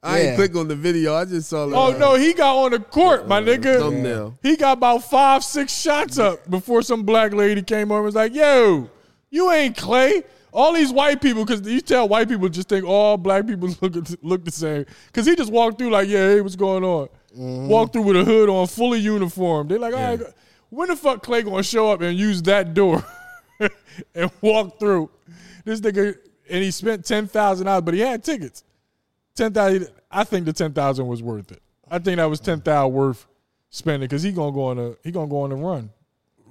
[SPEAKER 5] I ain't
[SPEAKER 4] Yeah.
[SPEAKER 5] click on the video. I just saw. Like,
[SPEAKER 2] Oh no, he got on the court, my nigga.
[SPEAKER 5] thumbnail.
[SPEAKER 2] He got about five, six shots up before some black lady came over and was like, "Yo, you ain't Clay." All these white people, because you tell white people just think all black people look look the same. Because he just walked through like, "Yeah, hey, what's going on?" Walked through with a hood on, fully uniform. They like, "All right, when the fuck Clay gonna show up and use that door and walk through?" This nigga and he spent ten thousand dollars, but he had tickets ten thousand. I think the ten thousand was worth it. I think that was ten thousand worth spending because he gonna go on a he gonna go on a run,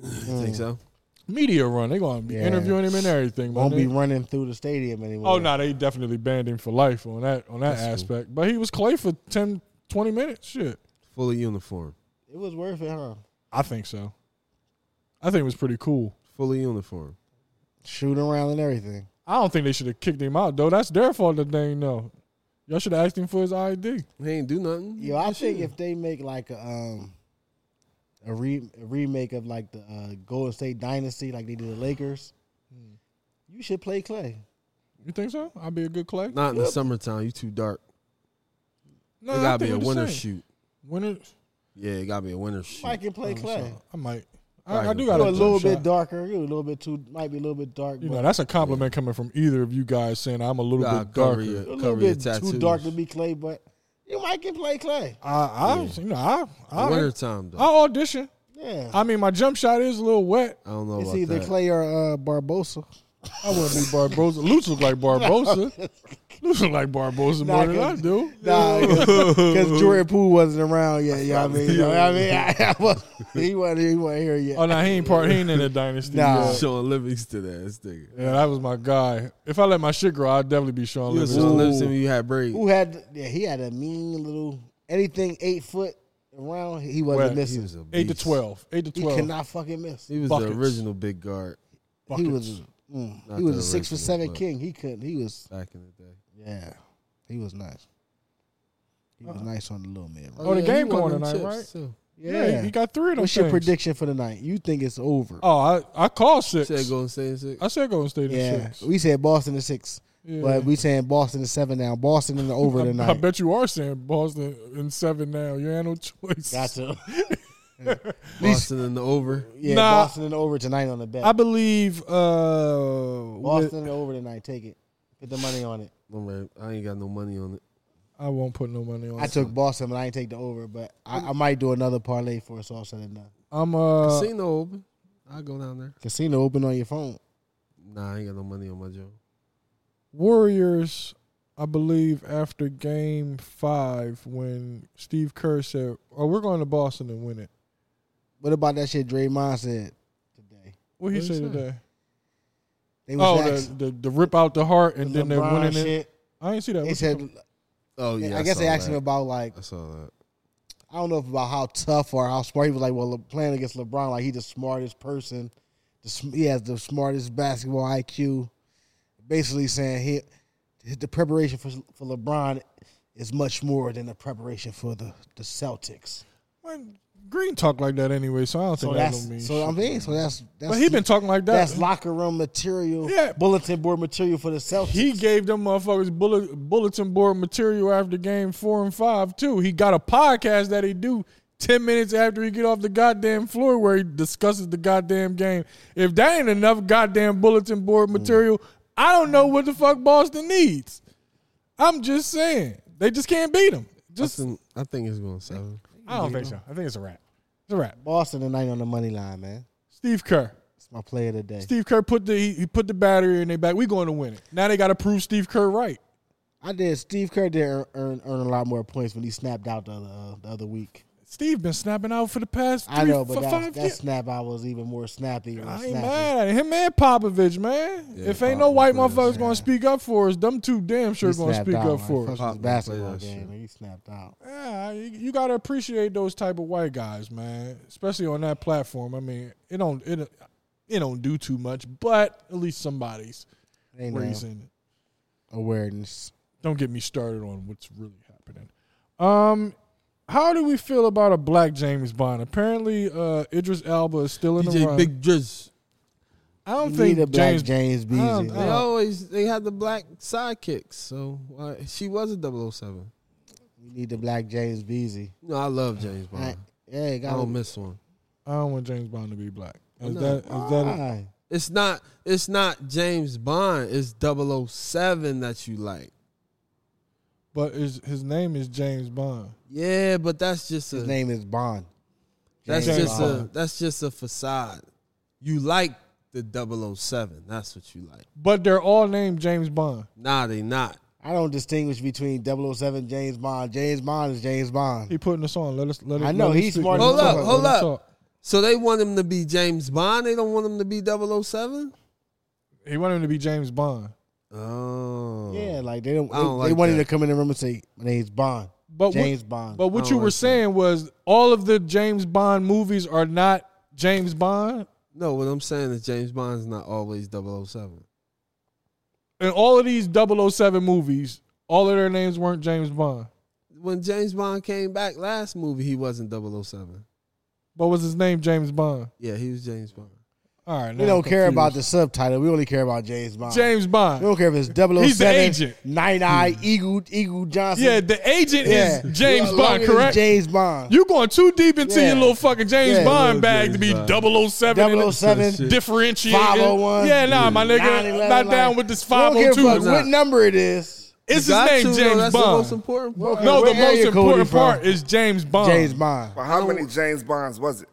[SPEAKER 5] You think so?
[SPEAKER 2] media run. They gonna be
[SPEAKER 4] Yeah.
[SPEAKER 2] interviewing him and everything. my
[SPEAKER 4] Won't be
[SPEAKER 2] nigga.
[SPEAKER 4] running through the stadium anymore.
[SPEAKER 2] oh no, they definitely banned him for life on that on that aspect. But he was clay for 10, 20 minutes. Shit,
[SPEAKER 1] Fully uniform.
[SPEAKER 4] It was worth it, huh?
[SPEAKER 2] I think so. I think it was pretty cool.
[SPEAKER 1] Fully uniform.
[SPEAKER 4] Shooting around and everything.
[SPEAKER 2] I don't think they should have kicked him out though. That's their fault that they ain't know. Y'all should have asked him for his ID.
[SPEAKER 1] He ain't do nothing.
[SPEAKER 4] Yo, I think
[SPEAKER 1] Shit.
[SPEAKER 4] if they make like a um a, re- a remake of like the uh, Golden State Dynasty, like they did the Lakers, Hmm. you should play Clay.
[SPEAKER 2] You think so? I'd be a good clay.
[SPEAKER 1] not in the summertime. You too dark.
[SPEAKER 2] No,
[SPEAKER 1] it
[SPEAKER 2] I
[SPEAKER 1] gotta
[SPEAKER 2] think
[SPEAKER 1] be a
[SPEAKER 2] we're the
[SPEAKER 1] winter
[SPEAKER 2] same.
[SPEAKER 1] shoot.
[SPEAKER 2] Winter.
[SPEAKER 1] Yeah, it gotta be a winter shoot.
[SPEAKER 4] I can play Clay.
[SPEAKER 2] I might.
[SPEAKER 1] All
[SPEAKER 2] I,
[SPEAKER 1] right,
[SPEAKER 2] I do
[SPEAKER 1] go
[SPEAKER 2] got
[SPEAKER 4] You're
[SPEAKER 2] a
[SPEAKER 4] a little
[SPEAKER 2] jump
[SPEAKER 4] bit
[SPEAKER 2] shot.
[SPEAKER 4] darker. You're a little bit too. Might be a little bit dark.
[SPEAKER 2] You
[SPEAKER 4] but
[SPEAKER 2] know, that's a compliment coming from either of you guys saying I'm a little
[SPEAKER 1] Nah,
[SPEAKER 2] bit
[SPEAKER 1] cover
[SPEAKER 2] darker.
[SPEAKER 1] your,
[SPEAKER 4] a little
[SPEAKER 1] cover your
[SPEAKER 4] bit
[SPEAKER 1] tattoos.
[SPEAKER 4] too dark to be Clay, but you might can play Clay.
[SPEAKER 2] I, I you know, I, I,
[SPEAKER 1] winter time though.
[SPEAKER 2] I audition.
[SPEAKER 4] Yeah,
[SPEAKER 2] I mean, my jump shot is a little wet.
[SPEAKER 1] I don't know
[SPEAKER 4] it's
[SPEAKER 1] about
[SPEAKER 4] either
[SPEAKER 1] that.
[SPEAKER 4] Clay or uh, Barbosa.
[SPEAKER 2] I wouldn't be Barbosa. Luce look like Barbosa. Luce look like Barbosa
[SPEAKER 4] Nah,
[SPEAKER 2] more than I
[SPEAKER 4] cause-
[SPEAKER 2] do.
[SPEAKER 4] Nah, because Jordan Poole wasn't around yet. You know what I mean? You know what I mean? he wasn't. He wasn't here yet.
[SPEAKER 2] Oh no, he ain't part. He ain't in the dynasty.
[SPEAKER 4] Nah.
[SPEAKER 2] yet.
[SPEAKER 1] Sean Livingston ass nigga.
[SPEAKER 2] Yeah, that was my guy. If I let my shit grow, I'd definitely be Sean
[SPEAKER 1] You was
[SPEAKER 2] Livingston.
[SPEAKER 1] Sean Livingston when you had braids.
[SPEAKER 4] Who had? Yeah, he had a mean little anything eight foot around. He wasn't
[SPEAKER 1] He
[SPEAKER 2] Well,
[SPEAKER 4] missing.
[SPEAKER 1] was a
[SPEAKER 2] Eight to
[SPEAKER 1] beast.
[SPEAKER 2] twelve. Eight to
[SPEAKER 4] he
[SPEAKER 2] twelve.
[SPEAKER 4] cannot fucking miss.
[SPEAKER 1] He was
[SPEAKER 2] buckets.
[SPEAKER 1] the original big guard
[SPEAKER 4] He
[SPEAKER 2] Buckets.
[SPEAKER 4] was. mm,
[SPEAKER 1] Not
[SPEAKER 4] he was
[SPEAKER 1] the
[SPEAKER 4] a six for
[SPEAKER 1] original,
[SPEAKER 4] seven
[SPEAKER 1] but-
[SPEAKER 4] king. He couldn't. He was.
[SPEAKER 1] back in the day.
[SPEAKER 4] Yeah, he was nice. He was nice on the little man.
[SPEAKER 2] Oh, the game going tonight, right? yeah, he- he got three of them.
[SPEAKER 4] What's your
[SPEAKER 2] things.
[SPEAKER 4] prediction for the night? You think it's over?
[SPEAKER 2] Oh, I, I called six.
[SPEAKER 1] Said Golden State in six.
[SPEAKER 2] I said Golden State in
[SPEAKER 4] yeah,
[SPEAKER 2] six.
[SPEAKER 4] we said Boston is six,
[SPEAKER 2] Yeah.
[SPEAKER 4] but we saying Boston is seven now. Boston in the over
[SPEAKER 2] I, I
[SPEAKER 4] tonight.
[SPEAKER 2] bet you are saying Boston in seven now. You ain't no choice.
[SPEAKER 4] Gotcha.
[SPEAKER 1] Boston in the over.
[SPEAKER 4] Yeah,
[SPEAKER 2] Nah.
[SPEAKER 4] Boston in the over tonight on the bet.
[SPEAKER 2] I believe uh, with-
[SPEAKER 4] Boston in the over tonight. Take it. Put the money on it.
[SPEAKER 1] No man, I ain't got no money on it.
[SPEAKER 2] I won't put no money on.
[SPEAKER 4] I took Boston, but I didn't take the over. But I, I might do another parlay for us all said and done.
[SPEAKER 2] I'm uh.
[SPEAKER 1] Casino open. I go down there.
[SPEAKER 4] Casino open on your phone.
[SPEAKER 1] Nah, I ain't got no money on my job.
[SPEAKER 2] Warriors, I believe, after game five, when Steve Kerr said, Oh, we're going to Boston and win it.
[SPEAKER 4] What about that shit Draymond said today?
[SPEAKER 2] What he
[SPEAKER 1] What'd
[SPEAKER 2] say
[SPEAKER 1] he say?
[SPEAKER 2] today?
[SPEAKER 4] They was
[SPEAKER 2] Oh,
[SPEAKER 4] asked-
[SPEAKER 2] the, the, the rip out the heart and
[SPEAKER 4] the
[SPEAKER 2] then they're
[SPEAKER 4] LeBron
[SPEAKER 2] winning it.
[SPEAKER 4] shit.
[SPEAKER 2] I ain't see that.
[SPEAKER 4] They
[SPEAKER 2] What
[SPEAKER 4] said,
[SPEAKER 2] the-
[SPEAKER 1] Oh yeah,
[SPEAKER 4] I guess
[SPEAKER 1] saw
[SPEAKER 4] they asked
[SPEAKER 1] that.
[SPEAKER 4] him about like
[SPEAKER 1] I saw that.
[SPEAKER 4] I don't know if about how tough or how smart he was. Like, well, Le- playing against LeBron, like he's the smartest person. The, sm- he has the smartest basketball IQ. Basically saying he, his- the preparation for for LeBron is much more than the preparation for the the Celtics.
[SPEAKER 2] Man, Green talk like that anyway, so I don't
[SPEAKER 4] So
[SPEAKER 2] think that
[SPEAKER 4] that's
[SPEAKER 2] don't mean
[SPEAKER 4] so I
[SPEAKER 2] shit.
[SPEAKER 4] mean so that's that's
[SPEAKER 2] But he been talking like that.
[SPEAKER 4] that's locker room material,
[SPEAKER 2] Yeah.
[SPEAKER 4] bulletin board material for the Celtics.
[SPEAKER 2] He gave them motherfuckers bullet, bulletin board material after game four and five too. He got a podcast that he do ten minutes after he get off the goddamn floor where he discusses the goddamn game. If that ain't enough goddamn bulletin board material, I don't know what the fuck Boston needs. I'm just saying they just can't beat them.
[SPEAKER 1] Just,
[SPEAKER 2] Just
[SPEAKER 1] I think it's going seven.
[SPEAKER 2] I don't think so. I think it's a wrap. It's a wrap.
[SPEAKER 4] Boston tonight on the money line, man.
[SPEAKER 2] Steve Kerr.
[SPEAKER 4] It's my play of the day.
[SPEAKER 2] Steve Kerr put the he, he put the battery in their back. We going to win it. Now they got to prove Steve Kerr right.
[SPEAKER 4] I did. Steve Kerr did earn, earn earn a lot more points when he snapped out the other, uh, the other week.
[SPEAKER 2] Steve been snapping out for the past three,
[SPEAKER 4] I know, but
[SPEAKER 2] for
[SPEAKER 4] that,
[SPEAKER 2] five
[SPEAKER 4] that
[SPEAKER 2] years.
[SPEAKER 4] snap I was even more snappy. Or
[SPEAKER 2] I
[SPEAKER 4] snappy.
[SPEAKER 2] ain't mad at him and Popovich, man. if ain't no white
[SPEAKER 1] Popovich,
[SPEAKER 2] motherfuckers gonna speak up for us, them two damn
[SPEAKER 4] He
[SPEAKER 2] sure gonna
[SPEAKER 4] snapped
[SPEAKER 2] speak
[SPEAKER 4] out,
[SPEAKER 2] up
[SPEAKER 4] man.
[SPEAKER 2] for
[SPEAKER 4] Fuck
[SPEAKER 2] us.
[SPEAKER 4] this
[SPEAKER 1] Pop-
[SPEAKER 4] basketball
[SPEAKER 1] play that
[SPEAKER 4] game. He snapped out.
[SPEAKER 2] Yeah, you, you gotta appreciate those type of white guys, man. Especially on that platform. I mean, it don't it, it don't do too much, but at least somebody's
[SPEAKER 4] Ain't no
[SPEAKER 2] raising.
[SPEAKER 4] awareness.
[SPEAKER 2] Don't get me started on what's really happening. Um, how do we feel about a black James Bond? Apparently, uh, Idris Elba is still in the
[SPEAKER 1] DJ
[SPEAKER 2] run.
[SPEAKER 1] Big Drizz.
[SPEAKER 2] I don't
[SPEAKER 4] You
[SPEAKER 2] think
[SPEAKER 4] need a black
[SPEAKER 2] James.
[SPEAKER 4] James, Beasley.
[SPEAKER 2] I don't-
[SPEAKER 1] They
[SPEAKER 2] Uh.
[SPEAKER 1] always they had the black sidekicks, so uh, she was a 007.
[SPEAKER 4] you need the black James Beasley.
[SPEAKER 1] No, I love James Bond.
[SPEAKER 4] Right. Yeah, you
[SPEAKER 1] I
[SPEAKER 4] got
[SPEAKER 1] don't miss one.
[SPEAKER 2] I don't want James Bond to be black. Is
[SPEAKER 1] No.
[SPEAKER 2] that is that?
[SPEAKER 4] Ah.
[SPEAKER 2] a-
[SPEAKER 1] It's not it's not James Bond. It's 007 that you like.
[SPEAKER 2] But his his name is James Bond.
[SPEAKER 1] Yeah, but that's just
[SPEAKER 4] His
[SPEAKER 1] a
[SPEAKER 4] name is Bond.
[SPEAKER 1] that's
[SPEAKER 2] James
[SPEAKER 1] just
[SPEAKER 2] Bond.
[SPEAKER 1] a that's just a facade. You like the 007. That's what you like.
[SPEAKER 2] But they're all named James Bond.
[SPEAKER 1] Nah, they not.
[SPEAKER 4] I don't distinguish between 007 James Bond. James Bond is James Bond.
[SPEAKER 2] He putting us on. Let us let us.
[SPEAKER 4] I know,
[SPEAKER 2] let us
[SPEAKER 4] he's
[SPEAKER 2] speak.
[SPEAKER 4] smart
[SPEAKER 2] Let us
[SPEAKER 1] Hold up,
[SPEAKER 2] talk.
[SPEAKER 1] hold
[SPEAKER 2] Let us
[SPEAKER 1] up.
[SPEAKER 2] talk.
[SPEAKER 1] So they want him to be James Bond. They don't want him to be 007?
[SPEAKER 2] He wanted him to be James Bond.
[SPEAKER 1] Oh.
[SPEAKER 4] Yeah, like they don't.
[SPEAKER 1] I
[SPEAKER 4] they,
[SPEAKER 1] don't
[SPEAKER 4] they
[SPEAKER 1] like
[SPEAKER 4] wanted
[SPEAKER 1] that.
[SPEAKER 4] to come in the room and say, "My name's Bond,
[SPEAKER 2] But
[SPEAKER 4] James
[SPEAKER 2] what,
[SPEAKER 4] Bond."
[SPEAKER 2] But what
[SPEAKER 1] I
[SPEAKER 2] you
[SPEAKER 1] don't
[SPEAKER 2] were
[SPEAKER 1] like that.
[SPEAKER 2] saying was all of the James Bond movies are not James Bond,
[SPEAKER 1] No, what I'm saying is James Bond's not always 007.
[SPEAKER 2] and all of these 007 movies, all of their names weren't James Bond.
[SPEAKER 1] When James Bond came back last movie, he wasn't 007.
[SPEAKER 2] But was his name James Bond?
[SPEAKER 1] Yeah, he was James Bond.
[SPEAKER 2] All right, now
[SPEAKER 4] we don't
[SPEAKER 2] I'm
[SPEAKER 4] care about the
[SPEAKER 2] confused.
[SPEAKER 4] subtitle. We only care about James Bond.
[SPEAKER 2] James
[SPEAKER 4] we
[SPEAKER 2] Bond.
[SPEAKER 4] don't care if it's
[SPEAKER 2] He's the
[SPEAKER 4] 007,
[SPEAKER 2] agent.
[SPEAKER 4] Night Eye, Eagle, Eagle Johnson.
[SPEAKER 2] Yeah, the agent
[SPEAKER 4] Yeah.
[SPEAKER 2] is James
[SPEAKER 4] As long
[SPEAKER 2] Bond,
[SPEAKER 4] as it's
[SPEAKER 2] correct?
[SPEAKER 4] James Bond.
[SPEAKER 2] You going too deep into
[SPEAKER 4] Yeah.
[SPEAKER 2] your little fucking James
[SPEAKER 4] Yeah.
[SPEAKER 2] Bond
[SPEAKER 1] Little
[SPEAKER 2] bag to be
[SPEAKER 1] James
[SPEAKER 2] double 007 and
[SPEAKER 4] 007,
[SPEAKER 2] differentiating.
[SPEAKER 4] 501.
[SPEAKER 2] Yeah, nah, my nigga,
[SPEAKER 4] 911,
[SPEAKER 2] not down
[SPEAKER 4] like,
[SPEAKER 2] with this
[SPEAKER 4] we don't give a fuck
[SPEAKER 2] 502.
[SPEAKER 4] what number it is.
[SPEAKER 2] It's his
[SPEAKER 1] Got to,
[SPEAKER 2] name
[SPEAKER 1] though.
[SPEAKER 2] James
[SPEAKER 1] That's the most
[SPEAKER 2] Bond.
[SPEAKER 1] important part.
[SPEAKER 2] No, the
[SPEAKER 4] Where area
[SPEAKER 2] most
[SPEAKER 4] code he
[SPEAKER 2] important
[SPEAKER 4] from?
[SPEAKER 2] part is James Bond.
[SPEAKER 4] James Bond.
[SPEAKER 3] But how many James Bonds was it?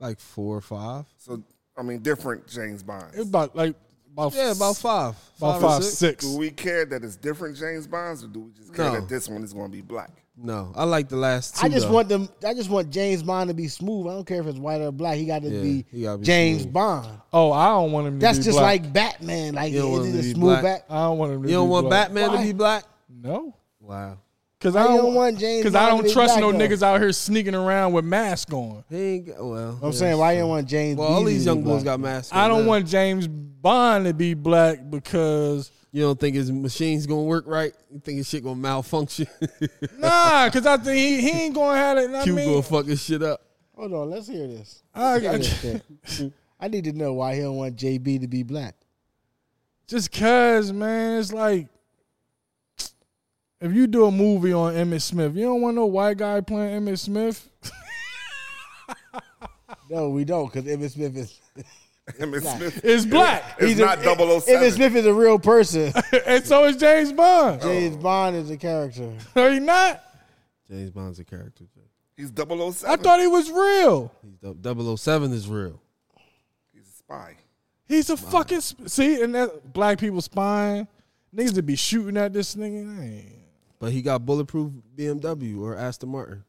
[SPEAKER 1] Like four or five.
[SPEAKER 3] So I mean, different James
[SPEAKER 2] It's
[SPEAKER 3] Bonds.
[SPEAKER 2] about like about
[SPEAKER 1] Yeah, about five.
[SPEAKER 2] about
[SPEAKER 1] or
[SPEAKER 2] five six.
[SPEAKER 3] Do we care that it's different James Bonds, or do we just care
[SPEAKER 1] No.
[SPEAKER 3] that this one is going to be black?
[SPEAKER 1] No, I like the last two.
[SPEAKER 4] I just
[SPEAKER 1] though.
[SPEAKER 4] want them. I just want James Bond to be smooth. I don't care if it's white or black. He got to
[SPEAKER 1] Yeah,
[SPEAKER 4] be,
[SPEAKER 1] he gotta be
[SPEAKER 4] James
[SPEAKER 1] smooth.
[SPEAKER 4] Bond.
[SPEAKER 2] Oh, I don't want him. To
[SPEAKER 4] That's
[SPEAKER 2] be
[SPEAKER 4] just
[SPEAKER 2] black.
[SPEAKER 4] like Batman. Like
[SPEAKER 1] You don't want
[SPEAKER 4] is
[SPEAKER 1] him
[SPEAKER 4] it a
[SPEAKER 1] to be
[SPEAKER 4] smooth
[SPEAKER 1] black.
[SPEAKER 4] back?
[SPEAKER 2] I don't want him. To
[SPEAKER 1] You don't
[SPEAKER 2] be
[SPEAKER 1] want
[SPEAKER 2] black.
[SPEAKER 1] Batman
[SPEAKER 4] Why?
[SPEAKER 1] to be black?
[SPEAKER 2] No,
[SPEAKER 1] Wow.
[SPEAKER 2] because
[SPEAKER 4] Why
[SPEAKER 2] I
[SPEAKER 4] you
[SPEAKER 2] don't
[SPEAKER 4] don't want James
[SPEAKER 2] Because I
[SPEAKER 4] Bond to
[SPEAKER 2] don't
[SPEAKER 4] be
[SPEAKER 2] trust
[SPEAKER 4] black,
[SPEAKER 2] no
[SPEAKER 4] though?
[SPEAKER 2] niggas out here sneaking around with masks on.
[SPEAKER 1] He ain't got, well.
[SPEAKER 4] I'm saying why you don't want James?
[SPEAKER 1] Well, all
[SPEAKER 4] Beasley
[SPEAKER 1] these
[SPEAKER 4] to be
[SPEAKER 1] young boys
[SPEAKER 4] black?
[SPEAKER 1] got masks.
[SPEAKER 2] I
[SPEAKER 1] on
[SPEAKER 2] don't
[SPEAKER 1] now.
[SPEAKER 2] want James Bond to be black because
[SPEAKER 1] You don't think his machine's gonna work right? You think his shit gonna malfunction?
[SPEAKER 2] nah, because I think he, he ain't gonna have it. I
[SPEAKER 1] Q
[SPEAKER 2] mean,
[SPEAKER 1] gonna fuck his shit up.
[SPEAKER 4] Hold on, let's hear this.
[SPEAKER 2] I-
[SPEAKER 4] Let's
[SPEAKER 2] I-
[SPEAKER 4] hear this shit. I need to know why he don't want JB to be black.
[SPEAKER 2] just cause man, it's like if you do a movie on Emmett Smith, you don't want no white guy playing Emmett Smith.
[SPEAKER 4] No, we don't, because Emmett Smith is
[SPEAKER 3] Emmett Smith.
[SPEAKER 2] It's black,
[SPEAKER 3] It's
[SPEAKER 4] he's a-
[SPEAKER 3] not 007.
[SPEAKER 4] Emmett Smith is a real person.
[SPEAKER 2] and so is James Bond.
[SPEAKER 4] James Bond is a character.
[SPEAKER 2] Are you not?
[SPEAKER 1] James Bond's a character. Jay.
[SPEAKER 3] He's 007.
[SPEAKER 2] I thought he was real.
[SPEAKER 1] He's dou- 007 is real.
[SPEAKER 3] He's a spy.
[SPEAKER 2] He's a fucking sp- see, and that black people spying niggas to be shooting at this nigga. I ain't-
[SPEAKER 1] But he got bulletproof BMW or Aston Martin.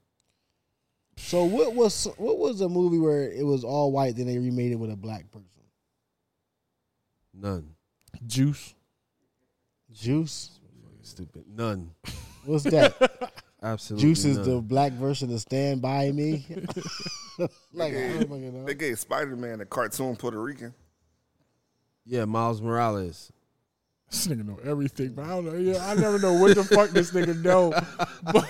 [SPEAKER 4] So what was what was a movie where it was all white, then they remade it with a black person?
[SPEAKER 1] None.
[SPEAKER 2] Juice.
[SPEAKER 4] Juice.
[SPEAKER 1] Stupid. None.
[SPEAKER 4] What's that?
[SPEAKER 1] Absolutely.
[SPEAKER 4] Juice is
[SPEAKER 1] none.
[SPEAKER 4] the black version of Stand By Me. like I don't fucking know.
[SPEAKER 3] They gave Spider Man a cartoon Puerto Rican.
[SPEAKER 1] yeah Miles Morales.
[SPEAKER 2] This nigga know everything, but I don't know. Yeah, I never know what the fuck this nigga know. But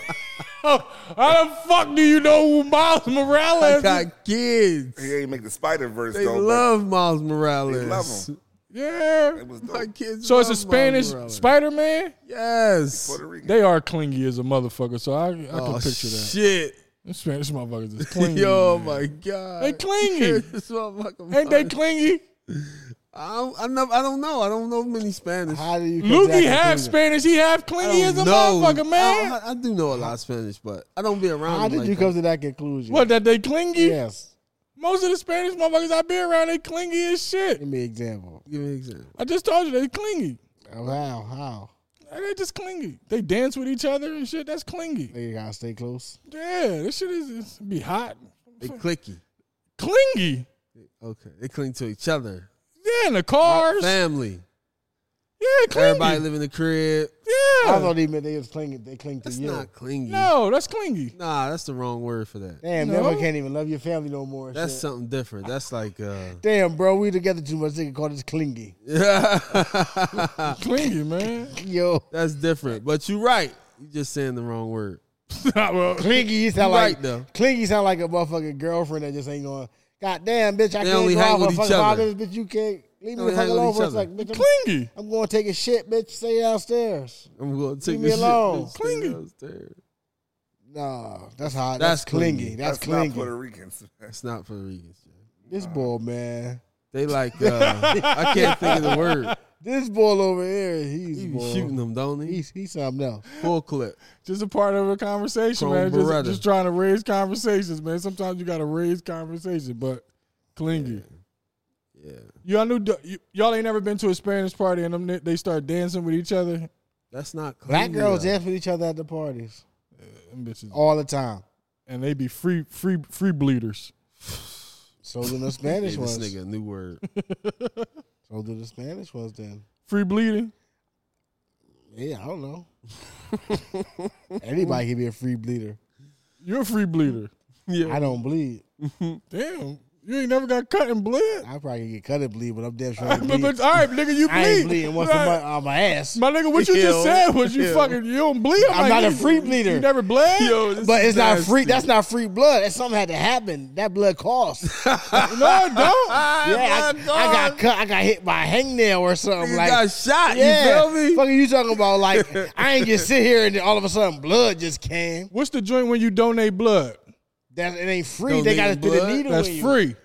[SPEAKER 2] how the fuck do you know who Miles Morales?
[SPEAKER 1] I
[SPEAKER 2] is?
[SPEAKER 1] got kids.
[SPEAKER 3] He ain't make the Spider Verse
[SPEAKER 1] They
[SPEAKER 3] though.
[SPEAKER 1] love Miles Morales.
[SPEAKER 3] They love
[SPEAKER 1] him.
[SPEAKER 2] Yeah.
[SPEAKER 3] but it was
[SPEAKER 1] My
[SPEAKER 3] dope.
[SPEAKER 1] kids.
[SPEAKER 2] So it's a
[SPEAKER 1] love Miles
[SPEAKER 2] Spanish
[SPEAKER 1] Morales.
[SPEAKER 2] Spider Man.
[SPEAKER 1] yes.
[SPEAKER 3] Puerto Rican.
[SPEAKER 2] They are clingy as a motherfucker. So I, I can
[SPEAKER 1] Oh
[SPEAKER 2] picture that.
[SPEAKER 1] shit.
[SPEAKER 2] Them Spanish motherfuckers is clingy.
[SPEAKER 1] Yo,
[SPEAKER 2] man.
[SPEAKER 1] my god.
[SPEAKER 2] They clingy.
[SPEAKER 1] This motherfucker-
[SPEAKER 2] Ain't they clingy?
[SPEAKER 1] I don't, I, know, I don't know. I don't know many Spanish.
[SPEAKER 4] How do you? come to that
[SPEAKER 2] Lukey half
[SPEAKER 4] conclusion?
[SPEAKER 2] Spanish. He half clingy as a motherfucker, man.
[SPEAKER 1] I, I do know a lot of Spanish, but I don't be around.
[SPEAKER 4] How
[SPEAKER 1] them
[SPEAKER 4] did
[SPEAKER 1] like
[SPEAKER 4] you come
[SPEAKER 1] that.
[SPEAKER 4] to that conclusion?
[SPEAKER 2] what that they clingy?
[SPEAKER 4] Yes.
[SPEAKER 2] Most of the Spanish motherfuckers I be around, they clingy as shit.
[SPEAKER 4] Give me an example.
[SPEAKER 1] Give me an example.
[SPEAKER 2] I just told you they clingy.
[SPEAKER 4] How? How?
[SPEAKER 2] They just clingy. They dance with each other and shit. That's clingy.
[SPEAKER 4] They gotta stay close.
[SPEAKER 2] Yeah, this shit is it's be hot.
[SPEAKER 1] They clicky.
[SPEAKER 2] Clingy.
[SPEAKER 1] Okay, they cling to each other.
[SPEAKER 2] Yeah, in the cars. Yeah,
[SPEAKER 1] Family.
[SPEAKER 2] clingy.
[SPEAKER 1] Everybody live in the crib.
[SPEAKER 4] I
[SPEAKER 2] yeah.
[SPEAKER 4] thought they meant they was clinging. They cling to
[SPEAKER 1] That's
[SPEAKER 4] you.
[SPEAKER 1] not clingy.
[SPEAKER 2] No, that's clingy.
[SPEAKER 1] Nah, that's the wrong word for that.
[SPEAKER 4] Damn,
[SPEAKER 2] No.
[SPEAKER 4] never can't even love your family no more. and
[SPEAKER 1] That's
[SPEAKER 4] shit.
[SPEAKER 1] something different. That's like uh
[SPEAKER 4] Damn, bro, we together too much. They can call this clingy.
[SPEAKER 2] Clingy, man.
[SPEAKER 4] Yo,
[SPEAKER 1] That's different. But you're right. You just saying the wrong word.
[SPEAKER 2] well,
[SPEAKER 4] clingy sound
[SPEAKER 1] You
[SPEAKER 4] like
[SPEAKER 1] right, though.
[SPEAKER 4] clingy sound like a motherfucking girlfriend that just ain't going. God damn, bitch, I
[SPEAKER 1] They
[SPEAKER 4] can't
[SPEAKER 1] only
[SPEAKER 4] go
[SPEAKER 1] hang
[SPEAKER 4] out for
[SPEAKER 1] with each
[SPEAKER 4] fucking five
[SPEAKER 1] other.
[SPEAKER 4] minutes, bitch. You can't leave me
[SPEAKER 1] only
[SPEAKER 4] the fuck
[SPEAKER 1] hang with
[SPEAKER 4] alone
[SPEAKER 1] each
[SPEAKER 4] for a
[SPEAKER 1] other.
[SPEAKER 4] second, bitch. I'm,
[SPEAKER 2] clingy.
[SPEAKER 4] I'm going to take a shit, bitch. Stay downstairs.
[SPEAKER 1] I'm going to take
[SPEAKER 4] me
[SPEAKER 1] this shit
[SPEAKER 4] alone.
[SPEAKER 1] and stay
[SPEAKER 2] Clingy.
[SPEAKER 1] downstairs.
[SPEAKER 4] Nah, that's hot. That's,
[SPEAKER 1] That's
[SPEAKER 4] clingy.
[SPEAKER 1] clingy.
[SPEAKER 4] That's,
[SPEAKER 3] not
[SPEAKER 4] clingy.
[SPEAKER 3] Puerto Ricans. man.
[SPEAKER 1] It's not for the Ricans. Jay.
[SPEAKER 4] This boy, man.
[SPEAKER 1] They like uh I can't think of the word.
[SPEAKER 4] This boy over here, he's
[SPEAKER 1] He be
[SPEAKER 4] boy.
[SPEAKER 1] shooting them, don't he?
[SPEAKER 4] He's he's something else.
[SPEAKER 1] Full clip.
[SPEAKER 2] Just a part of a conversation,
[SPEAKER 1] Chrome
[SPEAKER 2] man. Just,
[SPEAKER 1] Beretta.
[SPEAKER 2] just trying to raise conversations, man. Sometimes you got to raise conversation, but clingy.
[SPEAKER 1] Yeah.
[SPEAKER 2] Y'all knew y- y'all ain't never been to a Spanish party and them ni- they start dancing with each other.
[SPEAKER 1] That's not clingy.
[SPEAKER 4] Black girls
[SPEAKER 1] though.
[SPEAKER 4] dance with each other at the parties
[SPEAKER 2] Them bitches,
[SPEAKER 1] Oh.
[SPEAKER 4] all the time.
[SPEAKER 2] and they be free, free, free bleeders.
[SPEAKER 4] So do the
[SPEAKER 1] Hey,
[SPEAKER 4] Spanish
[SPEAKER 1] this
[SPEAKER 4] ones.
[SPEAKER 1] nigga a new word.
[SPEAKER 4] So do the Spanish ones then.
[SPEAKER 2] Free bleeding.
[SPEAKER 4] Yeah, I don't know. Anybody can be a free bleeder.
[SPEAKER 2] You're a free bleeder.
[SPEAKER 4] I don't bleed.
[SPEAKER 2] Damn, you ain't never got cut and bled.
[SPEAKER 4] I probably can get cut and bleed, but I'm damn sure I
[SPEAKER 2] but,
[SPEAKER 4] bleed.
[SPEAKER 2] but all right, nigga, you bleed.
[SPEAKER 4] I ain't bleeding once
[SPEAKER 2] Right.
[SPEAKER 4] I'm on- on my ass.
[SPEAKER 2] My nigga, what you
[SPEAKER 1] Ew.
[SPEAKER 2] just said was you
[SPEAKER 1] Ew.
[SPEAKER 2] fucking you don't bleed.
[SPEAKER 4] I'm
[SPEAKER 2] like,
[SPEAKER 4] not a
[SPEAKER 2] you-
[SPEAKER 4] free bleeder.
[SPEAKER 2] You never bled.
[SPEAKER 4] But it's not free. That's not free blood. That's something had to happen. That blood costs.
[SPEAKER 2] no, don't.
[SPEAKER 4] Yeah, I, I got cut. I got hit by a hangnail or something.
[SPEAKER 1] You
[SPEAKER 4] like,
[SPEAKER 1] got shot.
[SPEAKER 4] yeah,
[SPEAKER 1] You feel me?
[SPEAKER 4] fucking you talking about like I ain't just sit here and then all of a sudden blood just came.
[SPEAKER 2] What's the joint when you donate blood?
[SPEAKER 4] That it ain't free. they got to
[SPEAKER 1] Donating
[SPEAKER 4] put a
[SPEAKER 1] blood?
[SPEAKER 4] needle
[SPEAKER 2] That's
[SPEAKER 4] in you.
[SPEAKER 2] free.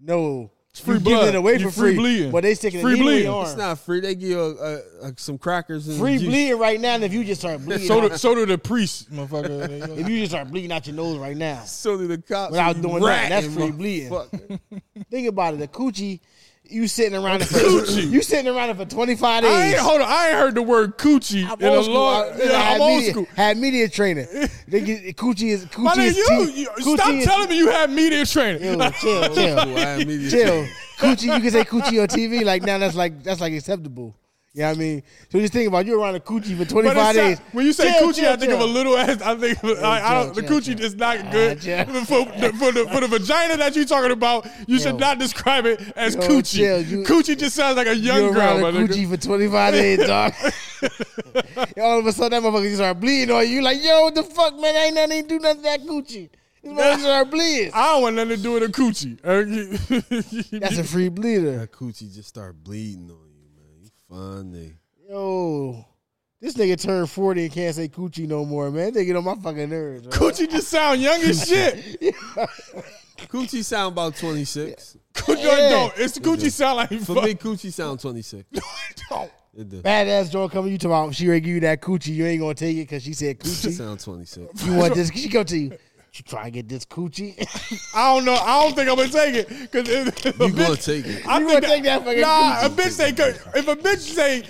[SPEAKER 4] No, it's
[SPEAKER 2] free
[SPEAKER 4] you
[SPEAKER 2] blood.
[SPEAKER 4] giving it away
[SPEAKER 2] You
[SPEAKER 4] for
[SPEAKER 2] free
[SPEAKER 4] free.
[SPEAKER 2] bleeding.
[SPEAKER 4] But they sticking
[SPEAKER 2] Free
[SPEAKER 4] a needle in
[SPEAKER 2] bleeding.
[SPEAKER 4] your arm.
[SPEAKER 1] It's not free. They give you a, a, a, some crackers and
[SPEAKER 4] free
[SPEAKER 1] juice.
[SPEAKER 4] bleeding right now. And if you just start bleeding,
[SPEAKER 2] So
[SPEAKER 4] out-
[SPEAKER 2] do, so do the priests, motherfucker.
[SPEAKER 4] if you just start bleeding out your nose right now,
[SPEAKER 1] So do the cops.
[SPEAKER 4] Without
[SPEAKER 1] You
[SPEAKER 4] doing nothing, that's
[SPEAKER 1] ratting,
[SPEAKER 4] free bleeding.
[SPEAKER 1] motherfucker.
[SPEAKER 4] think about it. The coochie, you sitting around it for you sitting around it for twenty five days.
[SPEAKER 2] I ain't, hold on, I ain't heard the word coochie
[SPEAKER 4] I'm
[SPEAKER 2] in a
[SPEAKER 4] old school.
[SPEAKER 2] long.
[SPEAKER 4] I-
[SPEAKER 2] yeah,
[SPEAKER 4] I had
[SPEAKER 2] I'm old
[SPEAKER 4] media,
[SPEAKER 2] school.
[SPEAKER 4] Had media training. They get, coochie is coochie
[SPEAKER 2] My nigga,
[SPEAKER 4] is
[SPEAKER 2] you,
[SPEAKER 4] teeth.
[SPEAKER 2] you
[SPEAKER 4] Coochie
[SPEAKER 2] stop
[SPEAKER 4] is-
[SPEAKER 2] telling me you have media training.
[SPEAKER 4] Yo, chill,
[SPEAKER 1] Cool,
[SPEAKER 4] chill,
[SPEAKER 1] I immediately-
[SPEAKER 4] chill. Coochie, you can say coochie on TV. Like now, that's like that's like acceptable. Yeah, I mean, so just think about it. you're around a coochie for
[SPEAKER 2] But
[SPEAKER 4] 25
[SPEAKER 2] it's not-
[SPEAKER 4] days.
[SPEAKER 2] when you say
[SPEAKER 4] Chill,
[SPEAKER 2] coochie,
[SPEAKER 4] chill,
[SPEAKER 2] I think of a
[SPEAKER 4] chill.
[SPEAKER 2] little ass. I think of, I, I don't.
[SPEAKER 4] chill,
[SPEAKER 2] the
[SPEAKER 4] chill,
[SPEAKER 2] coochie
[SPEAKER 4] chill.
[SPEAKER 2] is not
[SPEAKER 4] Ah,
[SPEAKER 2] good
[SPEAKER 4] chill.
[SPEAKER 2] for, the, for the for the vagina that you talking about. You
[SPEAKER 4] Yo.
[SPEAKER 2] should not describe it as
[SPEAKER 4] Yo,
[SPEAKER 2] coochie.
[SPEAKER 4] chill, you-
[SPEAKER 2] coochie just sounds like a young
[SPEAKER 4] You're
[SPEAKER 2] girl,
[SPEAKER 4] around
[SPEAKER 2] my
[SPEAKER 4] a
[SPEAKER 2] nigga.
[SPEAKER 4] coochie for 25 days, dog. all of a sudden, that motherfucker just start bleeding on you. Like, yo, what the fuck, man? I ain't nothing. Ain't do nothing to that coochie. This motherfucker start bleeding.
[SPEAKER 2] I don't want nothing to do with a coochie. Uh,
[SPEAKER 4] That's a free bleeder.
[SPEAKER 1] That coochie just start bleeding on you, man. You funny.
[SPEAKER 4] Yo, this nigga turned 40 and can't say coochie no more, man. They get on my fucking nerves. bro.
[SPEAKER 2] coochie just sound young as shit.
[SPEAKER 1] Coochie sound about 26.
[SPEAKER 2] Coochie
[SPEAKER 4] Yeah.
[SPEAKER 2] don't. It's coochie sound like
[SPEAKER 1] For
[SPEAKER 2] fuck.
[SPEAKER 1] me, coochie sound 26.
[SPEAKER 2] Don't.
[SPEAKER 1] It does.
[SPEAKER 4] Badass joint coming you tomorrow. She already give you that coochie. You ain't gonna take it because she said coochie.
[SPEAKER 1] sound 26.
[SPEAKER 4] you want this? She come to you. You try and get this coochie.
[SPEAKER 2] I don't know. I don't think I'm gonna take it because
[SPEAKER 1] You gonna take it.
[SPEAKER 2] I
[SPEAKER 4] You
[SPEAKER 2] think
[SPEAKER 4] gonna take that fucking
[SPEAKER 2] nah,
[SPEAKER 4] coochie.
[SPEAKER 2] a bitch say coo- if a bitch say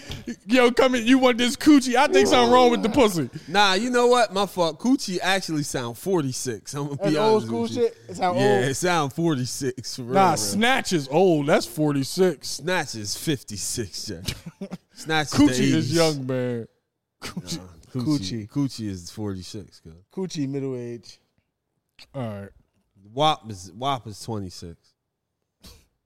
[SPEAKER 2] yo come in, you want this coochie? I think something wrong with the pussy.
[SPEAKER 1] Nah, you know what? My fault. Coochie actually sound 46. I'm gonna be
[SPEAKER 4] That's
[SPEAKER 1] honest
[SPEAKER 4] old
[SPEAKER 1] with
[SPEAKER 4] school
[SPEAKER 1] you.
[SPEAKER 4] shit. It's how
[SPEAKER 1] Yeah,
[SPEAKER 4] old.
[SPEAKER 1] it sound 46. For real,
[SPEAKER 2] Nah,
[SPEAKER 1] bro.
[SPEAKER 2] snatch is old. That's forty six.
[SPEAKER 1] Snatch is 56, Jack. Snatch the
[SPEAKER 2] Coochie is
[SPEAKER 1] 80s.
[SPEAKER 2] young man.
[SPEAKER 1] Nah,
[SPEAKER 4] Coochie.
[SPEAKER 1] coochie. Coochie is 46. Cause
[SPEAKER 4] Coochie middle age.
[SPEAKER 2] All right,
[SPEAKER 1] WAP is WAP is 26.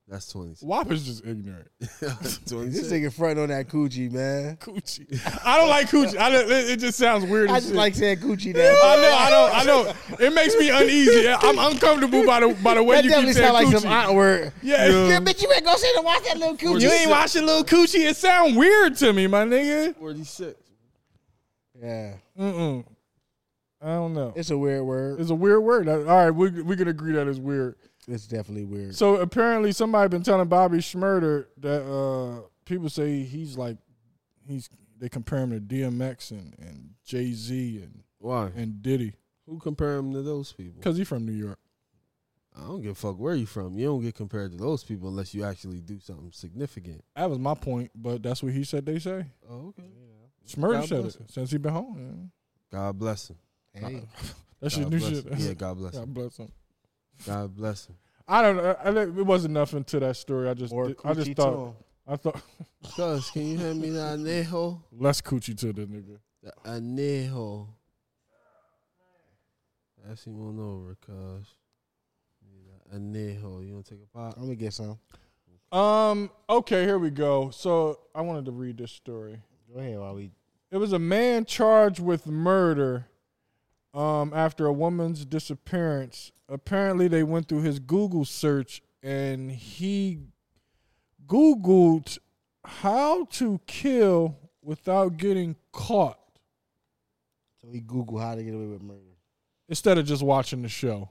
[SPEAKER 1] That's 26.
[SPEAKER 2] WAP is just ignorant.
[SPEAKER 1] 26.
[SPEAKER 4] This nigga front on that coochie, man.
[SPEAKER 2] Coochie. I don't like coochie. I don't, it, it just sounds weird.
[SPEAKER 4] I
[SPEAKER 2] as
[SPEAKER 4] just
[SPEAKER 2] shit.
[SPEAKER 4] like saying coochie
[SPEAKER 2] I
[SPEAKER 4] now.
[SPEAKER 2] know, I know, I know. It makes me uneasy. I'm uncomfortable by the by the way
[SPEAKER 4] That
[SPEAKER 2] you keep
[SPEAKER 4] definitely sound
[SPEAKER 2] saying
[SPEAKER 4] like
[SPEAKER 2] coochie.
[SPEAKER 4] some aunt word.
[SPEAKER 2] Yeah.
[SPEAKER 4] yeah, bitch, you ain't go sit and watch that little coochie.
[SPEAKER 2] you ain't watching little coochie. It sound weird to me, my nigga.
[SPEAKER 1] 46.
[SPEAKER 4] Yeah,
[SPEAKER 2] Mm-mm. I don't know.
[SPEAKER 4] it's a weird word.
[SPEAKER 2] It's a weird word. All right, we we can agree that it's weird.
[SPEAKER 4] It's definitely weird.
[SPEAKER 2] So apparently, somebody been telling Bobby Schmurder that uh, people say he's like he's they compare him to DMX and, and Jay Z and
[SPEAKER 1] Why?
[SPEAKER 2] and Diddy
[SPEAKER 1] Who compare him to those people?
[SPEAKER 2] because he's from New York.
[SPEAKER 1] I don't give a fuck where you from. You don't get compared to those people unless you actually do something significant.
[SPEAKER 2] That was my point, but that's what he said. They say.
[SPEAKER 1] Oh, okay.
[SPEAKER 2] Smurf
[SPEAKER 1] God
[SPEAKER 2] said
[SPEAKER 1] bless
[SPEAKER 2] it since he been home. yeah.
[SPEAKER 1] God bless him.
[SPEAKER 4] Hey,
[SPEAKER 2] That's your
[SPEAKER 1] God
[SPEAKER 2] new
[SPEAKER 1] bless
[SPEAKER 2] shit.
[SPEAKER 1] him. Yeah, God bless him.
[SPEAKER 2] God bless him.
[SPEAKER 1] God bless him.
[SPEAKER 2] I don't know. I, I, think it wasn't nothing to that story. I just,
[SPEAKER 4] or
[SPEAKER 2] I just thought, I thought
[SPEAKER 1] Cuz, can you hand me the anejo?
[SPEAKER 2] less coochie to the nigga.
[SPEAKER 1] The anejo. That's him on over, cuz. Yeah, Anejo. You want to take a pop?
[SPEAKER 4] I'm gonna get some.
[SPEAKER 2] Um. Okay. Here we go. So I wanted to read this story.
[SPEAKER 4] Go ahead while we.
[SPEAKER 2] It was a man charged with murder um, after a woman's disappearance. Apparently, they went through his Google search and he Googled how to kill without getting caught
[SPEAKER 4] So we Google how to get away with murder.
[SPEAKER 2] instead of just watching the show.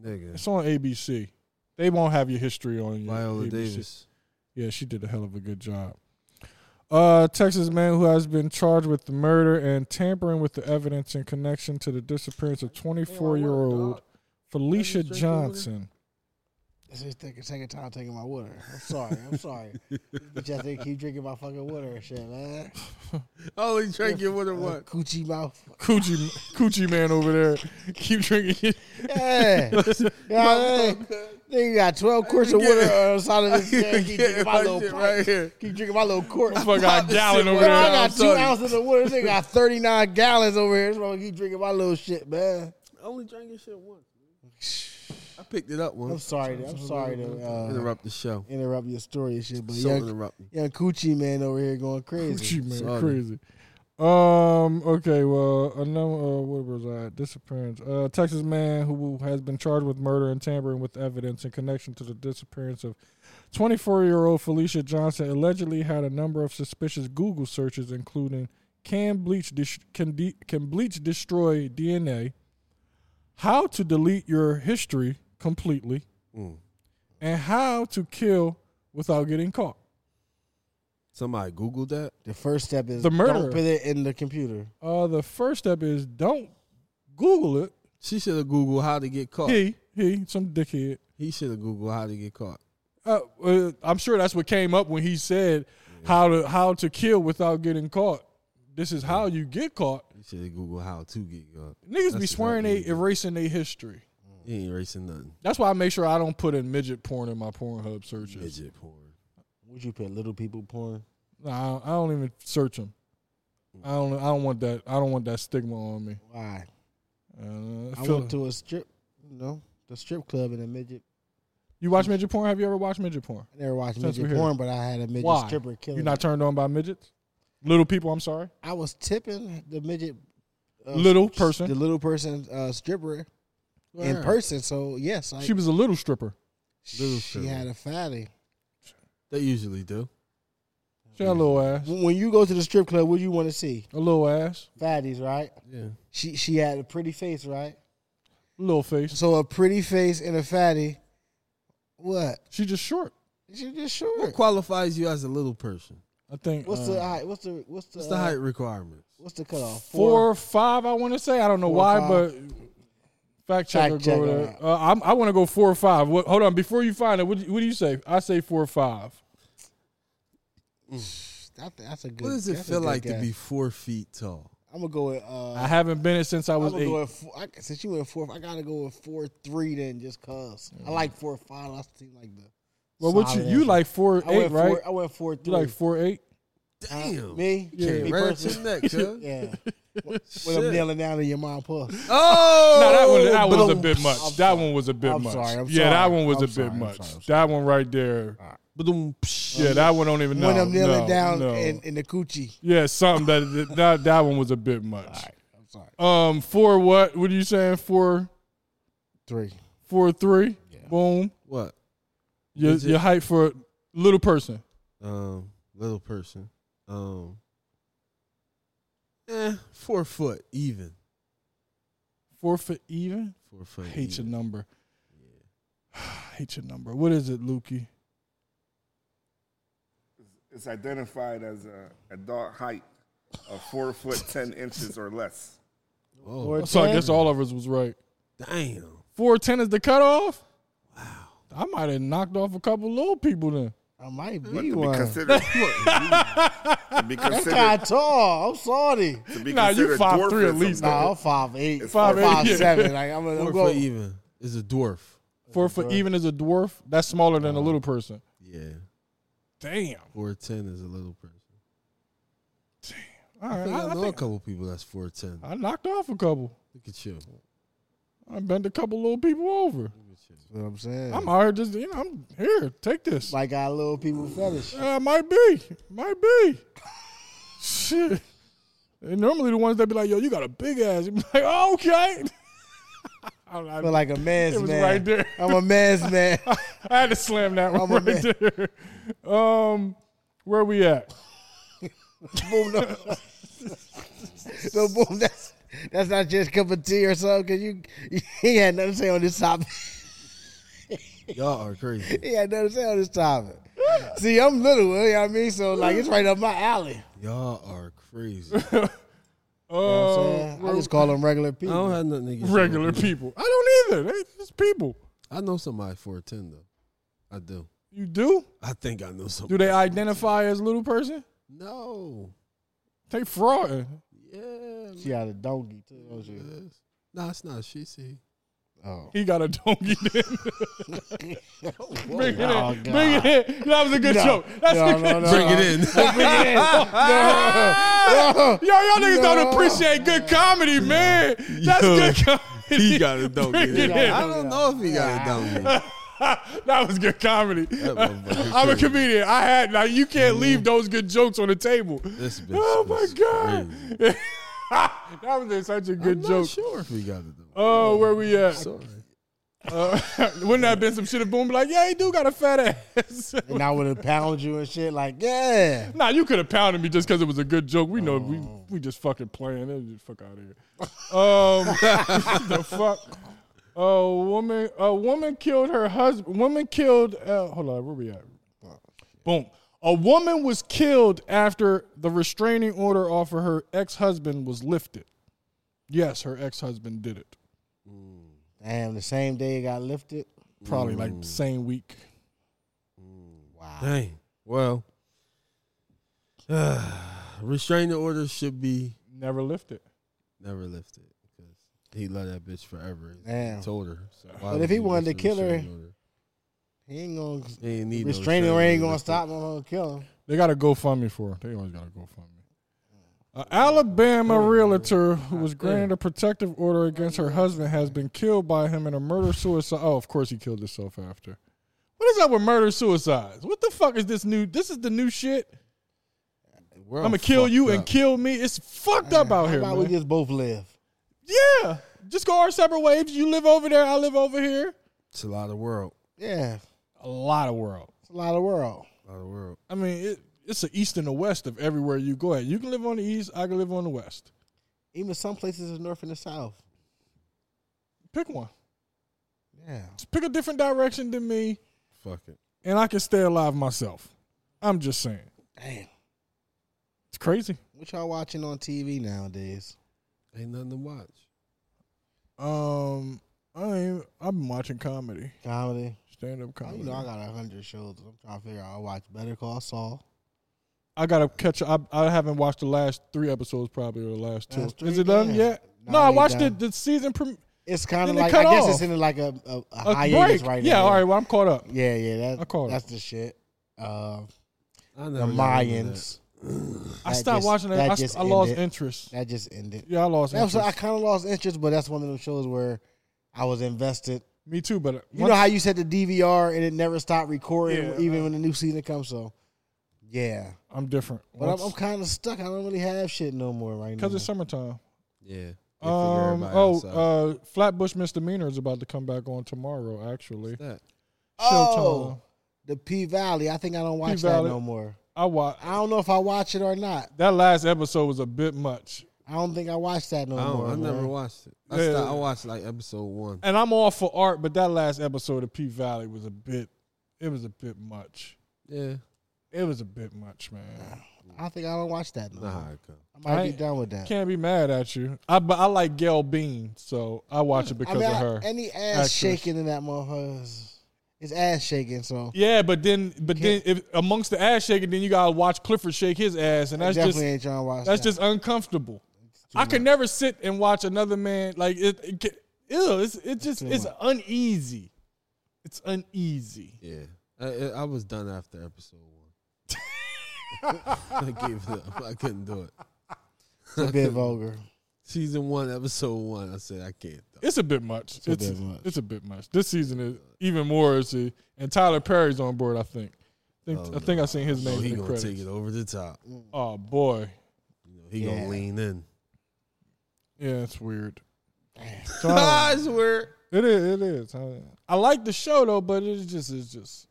[SPEAKER 1] Nigga.
[SPEAKER 2] It's on ABC. They won't have your history on you.
[SPEAKER 1] Viola
[SPEAKER 2] ABC.
[SPEAKER 1] Davis.
[SPEAKER 2] Yeah, she did a hell of a good job. Uh, Texas man who has been charged with murder and tampering with the evidence in connection to the disappearance of 24 year old Felicia
[SPEAKER 1] Let me drink over
[SPEAKER 2] Johnson.
[SPEAKER 4] This is the second time taking my water. I'm sorry. I'm sorry. Bitch, I think keep drinking my fucking water and shit, man.
[SPEAKER 1] Only drinking with a
[SPEAKER 4] Uh, Coochie mouth.
[SPEAKER 2] Coochie, coochie man over there. Keep drinking.
[SPEAKER 4] Yeah. yeah Nigga got 12 quarts of water on the side of his head. Keep drinking my little
[SPEAKER 1] shit
[SPEAKER 4] pipe.
[SPEAKER 1] right here.
[SPEAKER 4] Keep drinking my little quart.
[SPEAKER 2] Fuck, got a gallon over
[SPEAKER 4] Bro, I
[SPEAKER 2] there.
[SPEAKER 4] got two ounces of water. This nigga got 39 gallons over here. That's why I keep drinking my little shit, man.
[SPEAKER 1] Only drinking shit once. I picked it up
[SPEAKER 4] I'm
[SPEAKER 1] once.
[SPEAKER 4] sorry. To, I'm sorry to uh,
[SPEAKER 1] Interrupt the show.
[SPEAKER 4] interrupt your story and shit, but
[SPEAKER 1] So
[SPEAKER 4] young,
[SPEAKER 1] interrupt me.
[SPEAKER 4] young Coochie man over here going crazy.
[SPEAKER 2] Coochie man,
[SPEAKER 1] Sorry.
[SPEAKER 2] crazy. Um. Okay. Well, another uh, what was that? Disappearance. Uh, Texas man who has been charged with murder and tampering with evidence in connection to the disappearance of 24-year-old Felicia Johnson allegedly had a number of suspicious Google searches, including "Can bleach dis- can de- can bleach destroy DNA?" How to delete your history completely,
[SPEAKER 1] Mm.
[SPEAKER 2] and how to kill without getting caught.
[SPEAKER 1] Somebody Googled that.
[SPEAKER 4] The first step is
[SPEAKER 2] The murderer.
[SPEAKER 4] Don't put it in the computer.
[SPEAKER 2] Uh, the first step is don't Google it.
[SPEAKER 1] She should have Googled how to get caught.
[SPEAKER 2] He, he, some dickhead.
[SPEAKER 1] He should have Googled how to get caught.
[SPEAKER 2] Uh, uh, I'm sure that's what came up when he said how to how to kill without getting caught. This is how you get caught.
[SPEAKER 1] He should have Googled how to get caught.
[SPEAKER 2] Niggas
[SPEAKER 1] That's
[SPEAKER 2] be swearing
[SPEAKER 1] exactly
[SPEAKER 2] they
[SPEAKER 1] what it is.
[SPEAKER 2] erasing their history.
[SPEAKER 1] He ain't racing nothing.
[SPEAKER 2] That's why I make sure I don't put in midget porn in my Pornhub searches.
[SPEAKER 1] Midget porn.
[SPEAKER 4] Would you put little people porn?
[SPEAKER 2] Nah, I don't even search them. I don't. I don't want that. I don't want that stigma on me.
[SPEAKER 4] Why?
[SPEAKER 2] Uh,
[SPEAKER 4] I
[SPEAKER 2] Phil-
[SPEAKER 4] went to a strip, you know, the strip club in a midget.
[SPEAKER 2] you watch midget porn? Have you ever watched midget porn?
[SPEAKER 4] I never watched
[SPEAKER 2] Since we're
[SPEAKER 4] midget
[SPEAKER 2] here.
[SPEAKER 4] porn, but I had a midget
[SPEAKER 2] Why?
[SPEAKER 4] stripper killing.
[SPEAKER 2] You're not turned on by midgets? Little people. I'm sorry.
[SPEAKER 4] I was tipping the midget. uh,
[SPEAKER 2] Little
[SPEAKER 4] s-
[SPEAKER 2] person.
[SPEAKER 4] The little person uh, stripper in
[SPEAKER 1] Word.
[SPEAKER 4] person. So yes, I,
[SPEAKER 2] She was a little stripper.
[SPEAKER 1] little
[SPEAKER 4] she,
[SPEAKER 1] stripper.
[SPEAKER 4] had a fatty.
[SPEAKER 1] They usually do.
[SPEAKER 2] She had a little ass.
[SPEAKER 4] When when you go to the strip club, what do you want to see?
[SPEAKER 2] A little ass.
[SPEAKER 4] Fatties, right?
[SPEAKER 1] Yeah.
[SPEAKER 4] She she had a pretty face, right?
[SPEAKER 2] A little face.
[SPEAKER 4] So a pretty face and a fatty. What?
[SPEAKER 2] She just short.
[SPEAKER 4] She just short.
[SPEAKER 1] What qualifies you as a little person?
[SPEAKER 2] I think.
[SPEAKER 4] What's
[SPEAKER 2] uh,
[SPEAKER 4] the height? What's the what's the
[SPEAKER 1] What's the
[SPEAKER 4] uh,
[SPEAKER 1] height requirements?
[SPEAKER 4] What's the cutoff?
[SPEAKER 2] Four or five, I want to say. I don't know
[SPEAKER 4] Four
[SPEAKER 2] why,
[SPEAKER 4] or five.
[SPEAKER 2] but fact checker
[SPEAKER 4] Fact
[SPEAKER 2] go
[SPEAKER 4] checker.
[SPEAKER 2] there. Uh, I'm, I want to go four or five. What, hold on, before you find it, what, do you- what do you say? I say four or five.
[SPEAKER 4] That- that's a good.
[SPEAKER 1] What does it
[SPEAKER 4] that's a
[SPEAKER 1] feel
[SPEAKER 4] good
[SPEAKER 1] like to
[SPEAKER 4] guess.
[SPEAKER 1] be four feet tall?
[SPEAKER 4] I'm gonna go with. Uh,
[SPEAKER 2] I haven't been it since I
[SPEAKER 4] I'm
[SPEAKER 2] was
[SPEAKER 4] gonna go
[SPEAKER 2] eight.
[SPEAKER 4] with four, I, since you went four, I gotta go with four three then, just cause
[SPEAKER 2] Mm.
[SPEAKER 4] I like four five. I seem like the.
[SPEAKER 2] Well, what you
[SPEAKER 4] solid
[SPEAKER 2] you
[SPEAKER 4] answer.
[SPEAKER 2] like four
[SPEAKER 4] I
[SPEAKER 2] eight,
[SPEAKER 4] went
[SPEAKER 2] right?
[SPEAKER 4] Four, I went four three.
[SPEAKER 2] you like four eight?
[SPEAKER 1] Damn.
[SPEAKER 4] Uh, me?
[SPEAKER 2] Yeah.
[SPEAKER 4] me
[SPEAKER 1] Can't right up your
[SPEAKER 4] personally?
[SPEAKER 1] neck, cuz.
[SPEAKER 4] Yeah. when I'm kneeling down in your mom puss.
[SPEAKER 1] Oh,
[SPEAKER 2] No, that one that was a
[SPEAKER 1] Bloom.
[SPEAKER 2] bit much.
[SPEAKER 4] I'm
[SPEAKER 2] that
[SPEAKER 4] sorry.
[SPEAKER 2] one was a bit
[SPEAKER 4] I'm
[SPEAKER 2] much.
[SPEAKER 4] sorry, I'm
[SPEAKER 2] yeah, that
[SPEAKER 4] sorry.
[SPEAKER 2] one was
[SPEAKER 4] I'm
[SPEAKER 2] a bit
[SPEAKER 4] sorry, I'm
[SPEAKER 2] much.
[SPEAKER 4] sorry, I'm
[SPEAKER 2] That one right there.
[SPEAKER 1] Bloom. Psh.
[SPEAKER 2] Yeah, that one don't even know.
[SPEAKER 4] when I'm kneeling
[SPEAKER 2] No,
[SPEAKER 4] down
[SPEAKER 2] no.
[SPEAKER 4] in, in the coochie.
[SPEAKER 2] Yeah, something that that that one was a bit much.
[SPEAKER 4] All right, I'm sorry.
[SPEAKER 2] Um, four what? What are you saying? Four,
[SPEAKER 4] Three.
[SPEAKER 2] four, three.
[SPEAKER 4] Yeah.
[SPEAKER 2] Boom.
[SPEAKER 1] What?
[SPEAKER 2] Your
[SPEAKER 1] Is it-
[SPEAKER 2] your height for a little person.
[SPEAKER 1] Um, little person. Um, eh, four foot even.
[SPEAKER 2] Four foot even.
[SPEAKER 1] Four foot.
[SPEAKER 2] I hate your
[SPEAKER 1] even.
[SPEAKER 2] number. I hate your number. What is it, Lukey?
[SPEAKER 3] It's identified as a adult height of four foot ten inches or less.
[SPEAKER 1] Oh,
[SPEAKER 2] So I guess all of us was right.
[SPEAKER 1] damn.
[SPEAKER 2] Four ten is the cutoff. Wow. I might have knocked off a couple little people then.
[SPEAKER 4] I might
[SPEAKER 3] But
[SPEAKER 4] be
[SPEAKER 3] to be
[SPEAKER 4] one.
[SPEAKER 3] considered, to be
[SPEAKER 4] That's kind
[SPEAKER 3] considered,
[SPEAKER 4] of tall. I'm sorry.
[SPEAKER 3] to be
[SPEAKER 2] Nah, you
[SPEAKER 3] considered
[SPEAKER 2] five
[SPEAKER 3] dwarf
[SPEAKER 2] three
[SPEAKER 3] or
[SPEAKER 2] at least,
[SPEAKER 3] something.
[SPEAKER 4] Nah, I'm five eight,
[SPEAKER 3] Five
[SPEAKER 4] five,
[SPEAKER 2] eight,
[SPEAKER 4] five
[SPEAKER 2] yeah.
[SPEAKER 4] seven. Like I'm gonna
[SPEAKER 1] Four for
[SPEAKER 4] I'm going.
[SPEAKER 1] even is a dwarf.
[SPEAKER 2] Four foot even as a dwarf. That's smaller than a little person.
[SPEAKER 1] Yeah,
[SPEAKER 2] Damn.
[SPEAKER 1] four ten is a little person.
[SPEAKER 2] All
[SPEAKER 1] I,
[SPEAKER 2] right,
[SPEAKER 1] think I,
[SPEAKER 2] I, I
[SPEAKER 1] know a
[SPEAKER 2] think
[SPEAKER 1] couple people that's four ten.
[SPEAKER 2] I knocked off a couple.
[SPEAKER 1] Look at you.
[SPEAKER 2] I bent a couple little people over.
[SPEAKER 4] You know what I'm saying.
[SPEAKER 2] I'm out here just you know I'm here. Take this.
[SPEAKER 4] like got a little people fetish.
[SPEAKER 2] Uh, might be, might be. Shit. And normally the ones that be like, "Yo, you got a big ass." You be like, oh, "Okay." I'm like,
[SPEAKER 4] But like a man's
[SPEAKER 2] it was
[SPEAKER 4] man.
[SPEAKER 2] right there.
[SPEAKER 4] I'm a man's man.
[SPEAKER 2] I had to slam that one
[SPEAKER 4] I'm a
[SPEAKER 2] right there. Um, where we at?
[SPEAKER 4] boom. No. so boom. That's that's not just a cup of tea or something. Cause you, you he had nothing to say on this topic.
[SPEAKER 1] Y'all are crazy.
[SPEAKER 4] He had nothing to say on this topic. See, I'm little. You know what I mean? So like it's right up my alley.
[SPEAKER 1] Y'all are crazy.
[SPEAKER 4] You know what I'm
[SPEAKER 2] Uh,
[SPEAKER 4] saying? I just call them regular
[SPEAKER 1] I
[SPEAKER 4] people.
[SPEAKER 1] don't have nothing against
[SPEAKER 2] regular
[SPEAKER 1] people.
[SPEAKER 2] people. I don't either. They just people.
[SPEAKER 1] I know somebody four ten though. I do.
[SPEAKER 2] You do?
[SPEAKER 1] I think I know
[SPEAKER 2] Do
[SPEAKER 1] somebody.
[SPEAKER 2] they identify as little person?
[SPEAKER 1] No.
[SPEAKER 2] They fraud.
[SPEAKER 1] Yeah. man.
[SPEAKER 4] She had a donkey too. don't she?
[SPEAKER 1] Nah, it's not. She see.
[SPEAKER 4] Oh.
[SPEAKER 2] He got a donkey. Then. bring it in.
[SPEAKER 4] Oh,
[SPEAKER 2] Bring it in. That was a good joke. That's a
[SPEAKER 4] no,
[SPEAKER 2] good
[SPEAKER 4] no, no.
[SPEAKER 1] Bring it in.
[SPEAKER 4] Bring it in. No,
[SPEAKER 2] Yo, y'all niggas don't
[SPEAKER 4] No.
[SPEAKER 2] appreciate good comedy, man. That's
[SPEAKER 1] Yo,
[SPEAKER 2] good comedy.
[SPEAKER 1] he got a donkey.
[SPEAKER 2] Bring it
[SPEAKER 1] I
[SPEAKER 2] in.
[SPEAKER 1] don't know if he got it down. there.
[SPEAKER 2] that was good comedy.
[SPEAKER 1] motherfucker
[SPEAKER 2] I'm a
[SPEAKER 1] crazy.
[SPEAKER 2] comedian. I had now. You can't leave those good jokes on the table.
[SPEAKER 1] This bitch.
[SPEAKER 2] Oh my
[SPEAKER 1] is
[SPEAKER 2] god,
[SPEAKER 1] crazy.
[SPEAKER 2] that was just such a
[SPEAKER 1] I'm
[SPEAKER 2] good
[SPEAKER 1] not
[SPEAKER 2] joke.
[SPEAKER 1] sure if he got it though.
[SPEAKER 2] Oh, where we at?
[SPEAKER 1] Sorry.
[SPEAKER 2] Uh, wouldn't that have been some shit if Boom be like, yeah, he do got a fat ass.
[SPEAKER 4] And I would have pounded you and shit. Like, yeah.
[SPEAKER 2] Nah, you could have pounded me just because it was a good joke. We know we we just fucking playing. It just fuck out of here. Um, the fuck. A woman, a woman killed her husband. Woman killed. Uh, hold on, where we at? Boom. A woman was killed after the restraining order off of her ex-husband was lifted. Yes, her ex-husband did it.
[SPEAKER 4] Damn, the same day it got lifted.
[SPEAKER 2] Probably like the same week.
[SPEAKER 4] Wow.
[SPEAKER 1] Dang. Well, restraining orders should be
[SPEAKER 2] Never lifted.
[SPEAKER 1] never lifted because he loved that bitch forever.
[SPEAKER 4] Damn.
[SPEAKER 1] He told her. So why
[SPEAKER 4] But
[SPEAKER 1] would
[SPEAKER 4] if he wanted
[SPEAKER 1] lift
[SPEAKER 4] to
[SPEAKER 1] the
[SPEAKER 4] kill her,
[SPEAKER 1] restraining order?
[SPEAKER 4] He ain't gonna
[SPEAKER 1] he ain't need no
[SPEAKER 4] restraining order
[SPEAKER 1] order
[SPEAKER 4] ain't gonna
[SPEAKER 1] lifted.
[SPEAKER 4] stop him. I'm gonna kill him.
[SPEAKER 2] They got a GoFundMe for her. They always got a GoFundMe. An Alabama realtor who was granted a protective order against her husband has been killed by him in a murder suicide. Oh, of course he killed himself after. What is up with murder suicides? What the fuck is this new? This is the new shit.
[SPEAKER 1] We're
[SPEAKER 2] I'm gonna
[SPEAKER 1] all
[SPEAKER 2] kill you
[SPEAKER 1] fucked
[SPEAKER 2] and
[SPEAKER 1] up.
[SPEAKER 2] kill me. It's fucked up out
[SPEAKER 4] How
[SPEAKER 2] here,
[SPEAKER 4] about
[SPEAKER 2] man.
[SPEAKER 4] we just both live?
[SPEAKER 2] yeah, just go our separate ways. You live over there. I live over here.
[SPEAKER 1] It's a lot of world.
[SPEAKER 4] Yeah.
[SPEAKER 2] A lot of world.
[SPEAKER 4] It's a lot of world.
[SPEAKER 1] A lot of world.
[SPEAKER 2] I mean, it, it's the east and the west of everywhere you go at. You can live on the east. I can live on the west.
[SPEAKER 4] Even some places in north and the south.
[SPEAKER 2] Pick one.
[SPEAKER 4] Yeah.
[SPEAKER 2] Just pick a different direction than me,
[SPEAKER 1] Fuck it.
[SPEAKER 2] and I can stay alive myself. I'm just saying,
[SPEAKER 4] Damn.
[SPEAKER 2] it's crazy.
[SPEAKER 4] What y'all watching on TV nowadays?
[SPEAKER 1] Ain't nothing to watch.
[SPEAKER 2] Um, I ain't, I've been watching comedy,
[SPEAKER 4] Comedy.
[SPEAKER 2] stand up
[SPEAKER 4] Oh,
[SPEAKER 2] comedy.
[SPEAKER 4] you know I got a hundred shows. I'm trying to figure out. I watch Better Call Saul.
[SPEAKER 2] I gotta catch. I I haven't watched the last three episodes, probably or the last two.
[SPEAKER 4] Last
[SPEAKER 2] Is
[SPEAKER 4] three?
[SPEAKER 2] it done
[SPEAKER 4] Yeah.
[SPEAKER 2] yet?
[SPEAKER 4] Nah,
[SPEAKER 2] no, I
[SPEAKER 4] they
[SPEAKER 2] watched
[SPEAKER 4] done.
[SPEAKER 2] it the season prem
[SPEAKER 4] It's kind
[SPEAKER 2] Then
[SPEAKER 4] of
[SPEAKER 2] they
[SPEAKER 4] like
[SPEAKER 2] cut
[SPEAKER 4] I guess
[SPEAKER 2] off.
[SPEAKER 4] it's in like a, a, a
[SPEAKER 2] a
[SPEAKER 4] hiatus
[SPEAKER 2] break.
[SPEAKER 4] right
[SPEAKER 2] yeah,
[SPEAKER 4] now.
[SPEAKER 2] all right. Well, I'm caught up.
[SPEAKER 4] Yeah, yeah. That,
[SPEAKER 2] I call it.
[SPEAKER 4] that's the shit. Uh,
[SPEAKER 1] I
[SPEAKER 4] the
[SPEAKER 1] never got into that.
[SPEAKER 4] Mayans.
[SPEAKER 2] I
[SPEAKER 4] That
[SPEAKER 2] stopped
[SPEAKER 4] just-
[SPEAKER 2] watching it.
[SPEAKER 4] that
[SPEAKER 2] I,
[SPEAKER 4] just
[SPEAKER 2] st- I lost
[SPEAKER 4] ended.
[SPEAKER 2] interest.
[SPEAKER 4] That just ended.
[SPEAKER 2] Yeah, I lost
[SPEAKER 4] That was,
[SPEAKER 2] interest.
[SPEAKER 4] I kind of lost interest, but that's one of those shows where I was invested.
[SPEAKER 2] Me too. But
[SPEAKER 4] You know how you said the DVR and it never stopped recording,
[SPEAKER 2] Yeah,
[SPEAKER 4] even
[SPEAKER 2] uh,
[SPEAKER 4] when the new season comes. So, yeah.
[SPEAKER 2] I'm different.
[SPEAKER 4] But I'm, I'm kind of stuck. I don't really have shit no more right now.
[SPEAKER 2] because it's summertime.
[SPEAKER 1] Yeah. They figure
[SPEAKER 2] Um,
[SPEAKER 1] everybody
[SPEAKER 2] oh,
[SPEAKER 1] outside.
[SPEAKER 2] uh, Flatbush Misdemeanor is about to come back on tomorrow. Actually,
[SPEAKER 1] that.
[SPEAKER 4] oh, the P Valley. I think I don't watch
[SPEAKER 2] P-Valley.
[SPEAKER 4] that no more.
[SPEAKER 2] I watch
[SPEAKER 4] I don't know if I watch it or not.
[SPEAKER 2] that last episode was a bit much,
[SPEAKER 4] I don't think I watch that no
[SPEAKER 1] I, don't,
[SPEAKER 4] more.
[SPEAKER 1] I never
[SPEAKER 4] man.
[SPEAKER 1] watched it. I,
[SPEAKER 2] Yeah.
[SPEAKER 1] stopped, I watched like episode one.
[SPEAKER 2] and I'm all for art, but that last episode of P Valley was a bit, it was a bit much.
[SPEAKER 1] Yeah.
[SPEAKER 2] It was a bit much, man.
[SPEAKER 4] I think I don't watch that no
[SPEAKER 1] Nah,
[SPEAKER 4] more.
[SPEAKER 1] I come.
[SPEAKER 4] I might
[SPEAKER 2] I-
[SPEAKER 4] be done with that.
[SPEAKER 2] Can't be mad at you. I but I like Gail Bean, so I watch it
[SPEAKER 4] I
[SPEAKER 2] because
[SPEAKER 4] mean,
[SPEAKER 2] of
[SPEAKER 4] I-
[SPEAKER 2] her.
[SPEAKER 4] any ass
[SPEAKER 2] actress.
[SPEAKER 4] shaking in that motherfucker. is- It's ass shaking, so
[SPEAKER 2] Yeah, but then, but then,
[SPEAKER 4] Can't-
[SPEAKER 2] if amongst the ass shaking, then you gotta watch Clifford shake his ass, and that's
[SPEAKER 4] definitely
[SPEAKER 2] just
[SPEAKER 4] ain't trying to watch.
[SPEAKER 2] that's
[SPEAKER 4] that.
[SPEAKER 2] just uncomfortable. I could never sit and watch another man like it. it get- ew, it's it just
[SPEAKER 4] too
[SPEAKER 2] it's
[SPEAKER 4] much.
[SPEAKER 2] uneasy. It's uneasy.
[SPEAKER 1] Yeah, I, I- I was done after episode one. I gave it up. I couldn't do it.
[SPEAKER 4] a bit vulgar.
[SPEAKER 1] Season one, episode one. I said I can't. Though.
[SPEAKER 2] It's a bit much. It's,
[SPEAKER 4] a
[SPEAKER 2] it's a
[SPEAKER 4] bit
[SPEAKER 2] bit
[SPEAKER 4] much.
[SPEAKER 2] much. This season is even more. Is and Tyler Perry's on board. I think. I think, I, think I seen his name
[SPEAKER 1] Oh, he
[SPEAKER 2] in the
[SPEAKER 1] gonna take
[SPEAKER 2] credits.
[SPEAKER 1] it over the top.
[SPEAKER 2] Oh boy,
[SPEAKER 1] You know, he
[SPEAKER 4] Yeah.
[SPEAKER 1] gonna lean in.
[SPEAKER 2] yeah, it's weird. So I
[SPEAKER 1] I swear.
[SPEAKER 2] don't- it is. It is. I, I like the show though, but it's just it's just.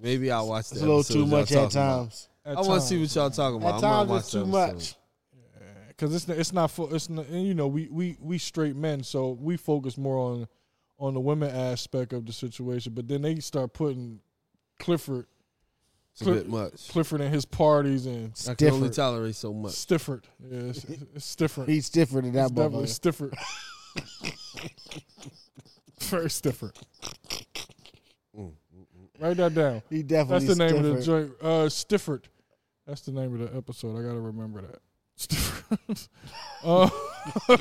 [SPEAKER 1] Maybe I watched.
[SPEAKER 4] It's a little too much at times.
[SPEAKER 1] I want to see what y'all talking about.
[SPEAKER 4] At
[SPEAKER 1] I might
[SPEAKER 4] times
[SPEAKER 1] watch
[SPEAKER 4] it's
[SPEAKER 1] the
[SPEAKER 4] too
[SPEAKER 1] episode.
[SPEAKER 4] much.
[SPEAKER 2] because it's not, it's not for it's not, and, you know we we we straight men so we focus more on on the women aspect of the situation but then they start putting clifford
[SPEAKER 1] It's a bit much.
[SPEAKER 2] clifford and his parties and
[SPEAKER 1] I can only
[SPEAKER 4] Different.
[SPEAKER 1] tolerate so much.
[SPEAKER 2] stifford yeah it's, it's different
[SPEAKER 4] He's stiffer than that
[SPEAKER 2] it's definitely
[SPEAKER 4] motherfucker.
[SPEAKER 2] stifford very stiffer write that down
[SPEAKER 4] He definitely
[SPEAKER 2] that's the name of the
[SPEAKER 4] stiffer.
[SPEAKER 2] joint uh stifford that's the name of the episode i gotta remember that stifford uh,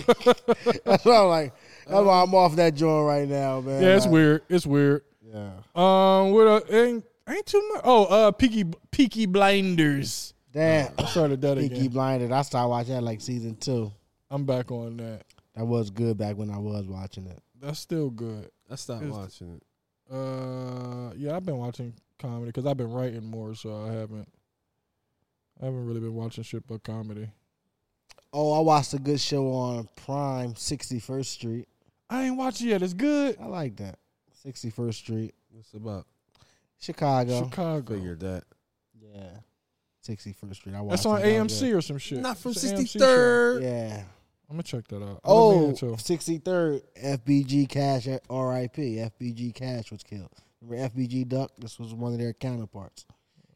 [SPEAKER 4] That's why I'm like, that's why I'm off that joint right now, man.
[SPEAKER 2] yeah it's
[SPEAKER 4] Like,
[SPEAKER 2] weird it's weird
[SPEAKER 4] Yeah,
[SPEAKER 2] Um, what uh, ain't ain't too much. Oh, uh, Peaky Peaky Blinders.
[SPEAKER 4] damn.
[SPEAKER 2] I started that
[SPEAKER 4] Peaky
[SPEAKER 2] again.
[SPEAKER 4] Blinded. I started watching that like season two.
[SPEAKER 2] I'm back on that.
[SPEAKER 4] That was good back when I was watching it.
[SPEAKER 2] That's still good.
[SPEAKER 1] I stopped
[SPEAKER 2] It's-
[SPEAKER 1] watching it.
[SPEAKER 2] Uh, yeah, I've been watching comedy because I've been writing more, so I haven't. I haven't really been watching shit but comedy.
[SPEAKER 4] Oh, I watched a good show on Prime, Sixty First Street.
[SPEAKER 2] I ain't watched it yet. It's good.
[SPEAKER 4] I like that. Sixty First Street,
[SPEAKER 1] What's about?
[SPEAKER 4] Chicago.
[SPEAKER 2] Chicago.
[SPEAKER 1] Figured that.
[SPEAKER 4] Yeah, Sixty First Street. I watched.
[SPEAKER 2] That's on
[SPEAKER 4] it. That was
[SPEAKER 2] AMC or some shit.
[SPEAKER 1] Not from
[SPEAKER 2] It's an
[SPEAKER 1] sixty
[SPEAKER 2] AMC show.
[SPEAKER 4] good.
[SPEAKER 1] third.
[SPEAKER 4] Yeah.
[SPEAKER 2] I'm gonna check that out. I didn't
[SPEAKER 4] Oh,
[SPEAKER 2] mean to.
[SPEAKER 4] 63rd FBG Cash at RIP. FBG Cash was killed. Remember FBG Duck? This was one of their counterparts.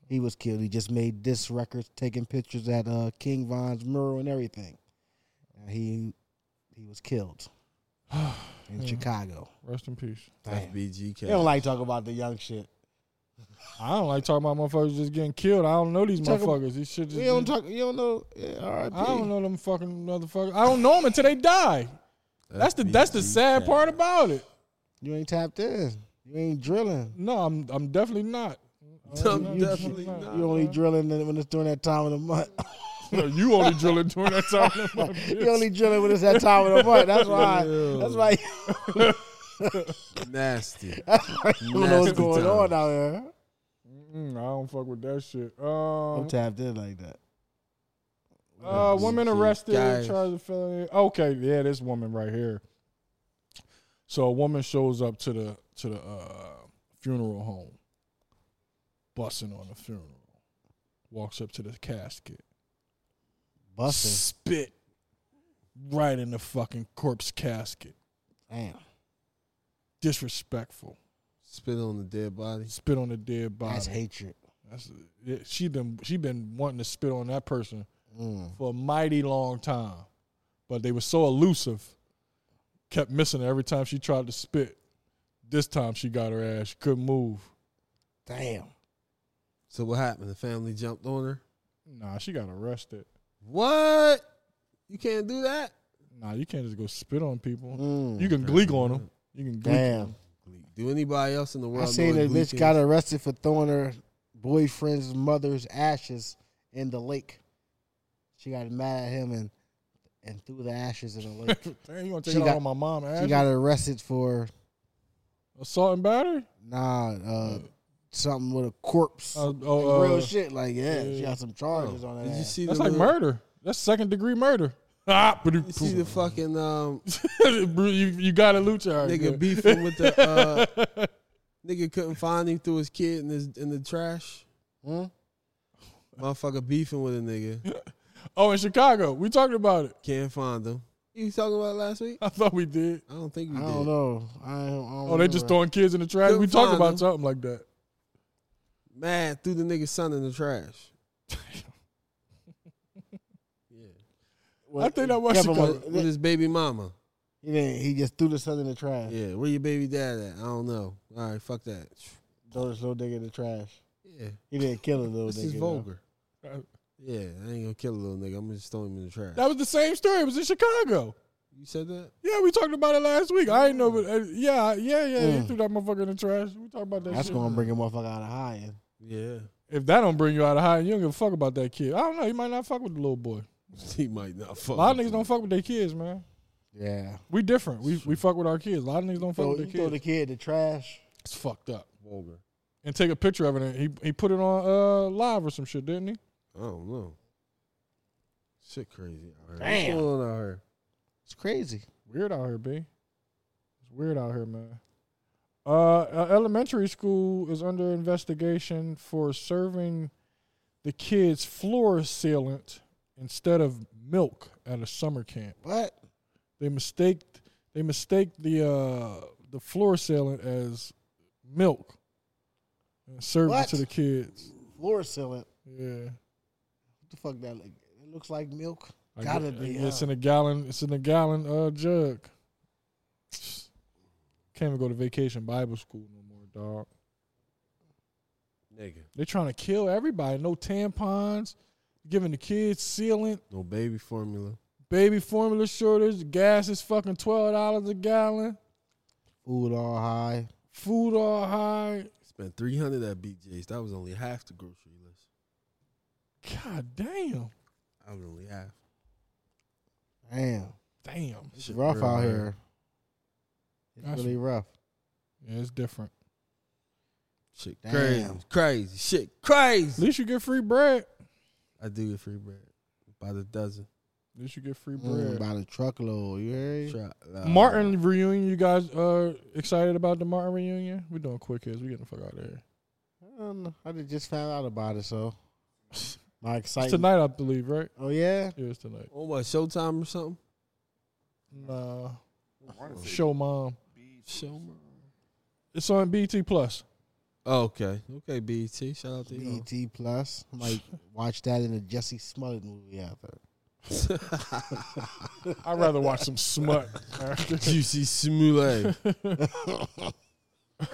[SPEAKER 4] He was killed. He just made disc records, taking pictures at uh, King Von's mural and everything. And he he was killed in Chicago.
[SPEAKER 2] Rest in peace.
[SPEAKER 4] Damn.
[SPEAKER 1] FBG.
[SPEAKER 4] They don't like talking about the young shit.
[SPEAKER 2] I don't like talking about motherfuckers just getting killed. I don't know these
[SPEAKER 4] Talk ab-
[SPEAKER 2] motherfuckers. These shit just
[SPEAKER 4] We don't talk. You don't know. Yeah, RIP.
[SPEAKER 2] I don't know them fucking motherfuckers. I don't know them until they die. That's the that's the
[SPEAKER 1] FBG
[SPEAKER 2] sad part
[SPEAKER 1] cat.
[SPEAKER 2] about it.
[SPEAKER 4] You ain't tapped in. You ain't drilling.
[SPEAKER 2] No, I'm I'm definitely not.
[SPEAKER 1] I'm definitely
[SPEAKER 2] You-
[SPEAKER 1] not.
[SPEAKER 4] You only drilling when it's during that time of the month.
[SPEAKER 2] No, you only drilling during that time.
[SPEAKER 4] You only drilling when it's that time of the month. That's why. That's why.
[SPEAKER 1] nasty.
[SPEAKER 4] You don't know what's
[SPEAKER 1] Nasty
[SPEAKER 4] going
[SPEAKER 1] times.
[SPEAKER 4] on out there.
[SPEAKER 2] Mm, I don't fuck with that shit.
[SPEAKER 4] I'm
[SPEAKER 2] Um,
[SPEAKER 4] tapped in like that.
[SPEAKER 2] uh, women
[SPEAKER 1] These
[SPEAKER 2] arrested,
[SPEAKER 1] guys.
[SPEAKER 2] charged with felony. Okay, yeah, this woman right here. So a woman shows up to the to the uh, funeral home, bussing on the funeral. Walks up to the casket.
[SPEAKER 4] Busting.
[SPEAKER 2] spit right in the fucking corpse casket.
[SPEAKER 4] Damn.
[SPEAKER 2] Disrespectful.
[SPEAKER 1] Spit on the dead body.
[SPEAKER 2] Spit on the dead body.
[SPEAKER 4] That's hatred.
[SPEAKER 2] That's- yeah, she been she been wanting to spit on that person
[SPEAKER 4] Mm.
[SPEAKER 2] for a mighty long time, but they were so elusive. Kept missing her every time she tried to spit. This time she got her ass. She couldn't move.
[SPEAKER 4] Damn.
[SPEAKER 1] So what happened? The family jumped on her.
[SPEAKER 2] Nah, she got arrested.
[SPEAKER 1] What? You can't do that.
[SPEAKER 2] Nah, you can't just go spit on people.
[SPEAKER 4] Mm.
[SPEAKER 2] You can gleek on them. You can gleek.
[SPEAKER 4] Damn.
[SPEAKER 1] Do anybody else in the
[SPEAKER 4] I
[SPEAKER 1] world?
[SPEAKER 4] seen
[SPEAKER 1] know what
[SPEAKER 4] that bitch
[SPEAKER 1] Gleek
[SPEAKER 4] got
[SPEAKER 1] is?
[SPEAKER 4] arrested for throwing her boyfriend's mother's ashes in the lake. She got mad at him and and threw the ashes in the lake.
[SPEAKER 2] Damn, you gonna take
[SPEAKER 4] She
[SPEAKER 2] it out
[SPEAKER 4] got-
[SPEAKER 2] on my mom?
[SPEAKER 4] she
[SPEAKER 2] Ashley?
[SPEAKER 4] got arrested for
[SPEAKER 2] assault and battery.
[SPEAKER 4] nah uh, something with a corpse.
[SPEAKER 2] Uh,
[SPEAKER 4] Like,
[SPEAKER 2] oh,
[SPEAKER 4] real
[SPEAKER 2] uh,
[SPEAKER 4] shit. Like yeah,
[SPEAKER 2] yeah.
[SPEAKER 4] she got some charges on that.
[SPEAKER 1] Did you
[SPEAKER 4] ass.
[SPEAKER 1] see
[SPEAKER 2] That's
[SPEAKER 1] the
[SPEAKER 2] like
[SPEAKER 1] little-
[SPEAKER 2] murder. That's second degree murder. Ah,
[SPEAKER 1] You see the fucking um
[SPEAKER 2] Bro, you, you got a lucha. All right,
[SPEAKER 1] nigga
[SPEAKER 2] good.
[SPEAKER 1] beefing with the uh, nigga couldn't find him through his kid in his in the trash.
[SPEAKER 4] Hmm?
[SPEAKER 1] Motherfucker beefing with a nigga
[SPEAKER 2] Oh, in Chicago, we talked about it.
[SPEAKER 1] can't find him. You talking about last week?
[SPEAKER 2] I thought we did.
[SPEAKER 1] I don't think we
[SPEAKER 4] I
[SPEAKER 1] did.
[SPEAKER 4] don't know. I don't, I don't
[SPEAKER 2] Oh, they just
[SPEAKER 4] remember.
[SPEAKER 2] throwing kids in the trash. We
[SPEAKER 1] Couldn't
[SPEAKER 2] talked
[SPEAKER 1] find
[SPEAKER 2] about
[SPEAKER 1] him.
[SPEAKER 2] something like that.
[SPEAKER 1] Mad threw the nigga's son in the trash. Yeah,
[SPEAKER 4] Well,
[SPEAKER 2] I think that was
[SPEAKER 4] yeah, but
[SPEAKER 2] Chicago.
[SPEAKER 1] with his baby mama.
[SPEAKER 4] He didn't. He just threw the son in the trash.
[SPEAKER 1] Yeah, where your baby dad at? I don't know. All right, fuck that.
[SPEAKER 4] Throw this little nigga in the trash.
[SPEAKER 1] Yeah,
[SPEAKER 4] He didn't kill a little
[SPEAKER 1] this
[SPEAKER 4] nigga.
[SPEAKER 1] is
[SPEAKER 4] though.
[SPEAKER 1] vulgar. Yeah, I ain't gonna kill a little nigga. I'm gonna just throw him in the trash.
[SPEAKER 2] That was the same story. It was in Chicago.
[SPEAKER 1] You said that?
[SPEAKER 2] Yeah, we talked about it last week. I didn't know, but uh, yeah, yeah, yeah.
[SPEAKER 1] Mm.
[SPEAKER 2] He threw that motherfucker in the trash. We talked about that.
[SPEAKER 4] That's
[SPEAKER 2] shit.
[SPEAKER 4] gonna bring a motherfucker out of high end.
[SPEAKER 1] Yeah,
[SPEAKER 2] If that don't bring you out of high, you don't give a fuck about that kid. I don't know. You might not fuck with the little boy.
[SPEAKER 1] he might not fuck.
[SPEAKER 2] A lot of
[SPEAKER 1] with
[SPEAKER 2] niggas
[SPEAKER 1] you.
[SPEAKER 2] don't fuck with their kids, man.
[SPEAKER 4] Yeah.
[SPEAKER 2] We different. We we fuck with our kids. A lot of niggas don't fuck
[SPEAKER 4] Throw,
[SPEAKER 2] with
[SPEAKER 4] you
[SPEAKER 2] their
[SPEAKER 4] throw
[SPEAKER 2] kids.
[SPEAKER 4] the kid in the trash.
[SPEAKER 2] it's fucked up.
[SPEAKER 1] vulgar.
[SPEAKER 2] And take a picture of it. And he he put it on uh live or some shit, didn't he?
[SPEAKER 1] I don't know. Shit, crazy. out here.
[SPEAKER 4] Damn.
[SPEAKER 1] What's going on out here?
[SPEAKER 4] It's crazy.
[SPEAKER 2] Weird out here, b. It's weird out here, man. Uh, a elementary school is under investigation for serving the kids floor sealant instead of milk at a summer camp.
[SPEAKER 4] What?
[SPEAKER 2] They mistake they mistake the uh, the floor sealant as milk and served
[SPEAKER 4] What?
[SPEAKER 2] it to the kids.
[SPEAKER 4] Floor sealant.
[SPEAKER 2] Yeah,
[SPEAKER 4] What the fuck that look? It looks like milk.
[SPEAKER 2] I
[SPEAKER 4] Gotta
[SPEAKER 2] gue-
[SPEAKER 4] be.
[SPEAKER 2] I- It's
[SPEAKER 4] huh?
[SPEAKER 2] in a gallon. It's in a gallon uh, jug. Can't even go to vacation Bible school no more, dog.
[SPEAKER 1] Nigga,
[SPEAKER 2] They're trying to kill everybody. No tampons, giving the kids sealant,
[SPEAKER 1] no baby formula.
[SPEAKER 2] baby formula shortage. Gas is fucking twelve dollars a gallon.
[SPEAKER 4] Food all high.
[SPEAKER 2] Food all high.
[SPEAKER 1] Spent three hundred at BJ's. That was only half the grocery list.
[SPEAKER 2] God damn,
[SPEAKER 1] I was only half.
[SPEAKER 4] Damn.
[SPEAKER 2] damn.
[SPEAKER 4] It's
[SPEAKER 1] Shit
[SPEAKER 4] rough
[SPEAKER 1] real
[SPEAKER 4] out
[SPEAKER 1] hard.
[SPEAKER 4] here. It's
[SPEAKER 2] That's-
[SPEAKER 4] really rough.
[SPEAKER 2] Yeah, it's different.
[SPEAKER 1] Shit
[SPEAKER 4] Damn.
[SPEAKER 1] crazy, crazy shit
[SPEAKER 2] At
[SPEAKER 1] crazy.
[SPEAKER 2] least you get free bread.
[SPEAKER 1] I do get free bread by the dozen.
[SPEAKER 2] At least you get free
[SPEAKER 4] Mm,
[SPEAKER 2] bread.
[SPEAKER 4] about a truckload. You heard?
[SPEAKER 1] Try- uh,
[SPEAKER 2] Martin reunion. You guys uh excited about the Martin reunion? We're doing quick hits. We getting the fuck out of here.
[SPEAKER 4] I don't know. I did- just found out about it, so my excitement.
[SPEAKER 2] Tonight, I believe, right?
[SPEAKER 4] Oh yeah,
[SPEAKER 2] Yeah, it's tonight.
[SPEAKER 1] on what Showtime or something?
[SPEAKER 2] Nah,
[SPEAKER 1] Oh,
[SPEAKER 3] Wanna say
[SPEAKER 2] show mom.
[SPEAKER 1] Showtime.
[SPEAKER 2] It's on BT Plus.
[SPEAKER 1] Oh, okay, okay. BT, shout out to you.
[SPEAKER 4] BT Plus. I might watch that in a Jesse Smollett movie after.
[SPEAKER 2] I'd rather watch some smut.
[SPEAKER 1] Juicy Smule.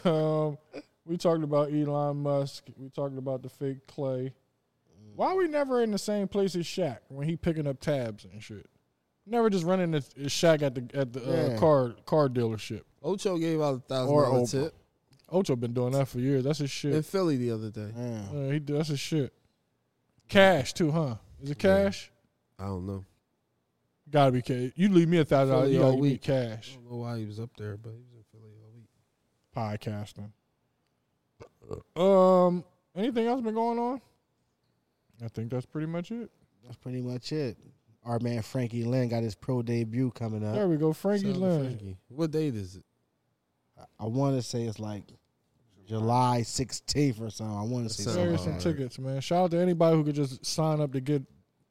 [SPEAKER 2] um, we talked about Elon Musk. We talked about the fake Clay. Why we never in the same place as Shaq when he picking up tabs and shit? Never just running the Shaq at the at the uh,
[SPEAKER 4] Yeah.
[SPEAKER 2] car car dealership.
[SPEAKER 1] Ocho gave out a thousand
[SPEAKER 4] Or
[SPEAKER 1] dollar
[SPEAKER 4] Oprah.
[SPEAKER 1] tip
[SPEAKER 2] Ocho been doing that for years. That's his
[SPEAKER 1] in
[SPEAKER 2] shit.
[SPEAKER 1] Philly the other day.
[SPEAKER 4] Damn.
[SPEAKER 2] Uh, he do- that's his shit. Cash too, huh? Is it cash?
[SPEAKER 1] I don't know.
[SPEAKER 2] Gotta be cash. You leave me a thousand dollars.
[SPEAKER 1] Fully
[SPEAKER 2] You
[SPEAKER 1] all
[SPEAKER 2] gotta give me
[SPEAKER 1] week. I
[SPEAKER 2] cash.
[SPEAKER 1] don't know why he was up there, but he was in Philly all week.
[SPEAKER 2] podcasting. Um, anything else been going on? I think that's pretty much it.
[SPEAKER 4] That's pretty much it. Our man Frankie Lynn got his pro debut coming up.
[SPEAKER 2] There we go, Frankie
[SPEAKER 1] Shout out to
[SPEAKER 2] Lynn.
[SPEAKER 1] Frankie. What date is it?
[SPEAKER 4] I want to say it's like July 16th or something. I want to say
[SPEAKER 1] sounds
[SPEAKER 2] There are
[SPEAKER 4] something.
[SPEAKER 1] Alright.
[SPEAKER 2] some tickets, man. Shout out to anybody who could just sign up to get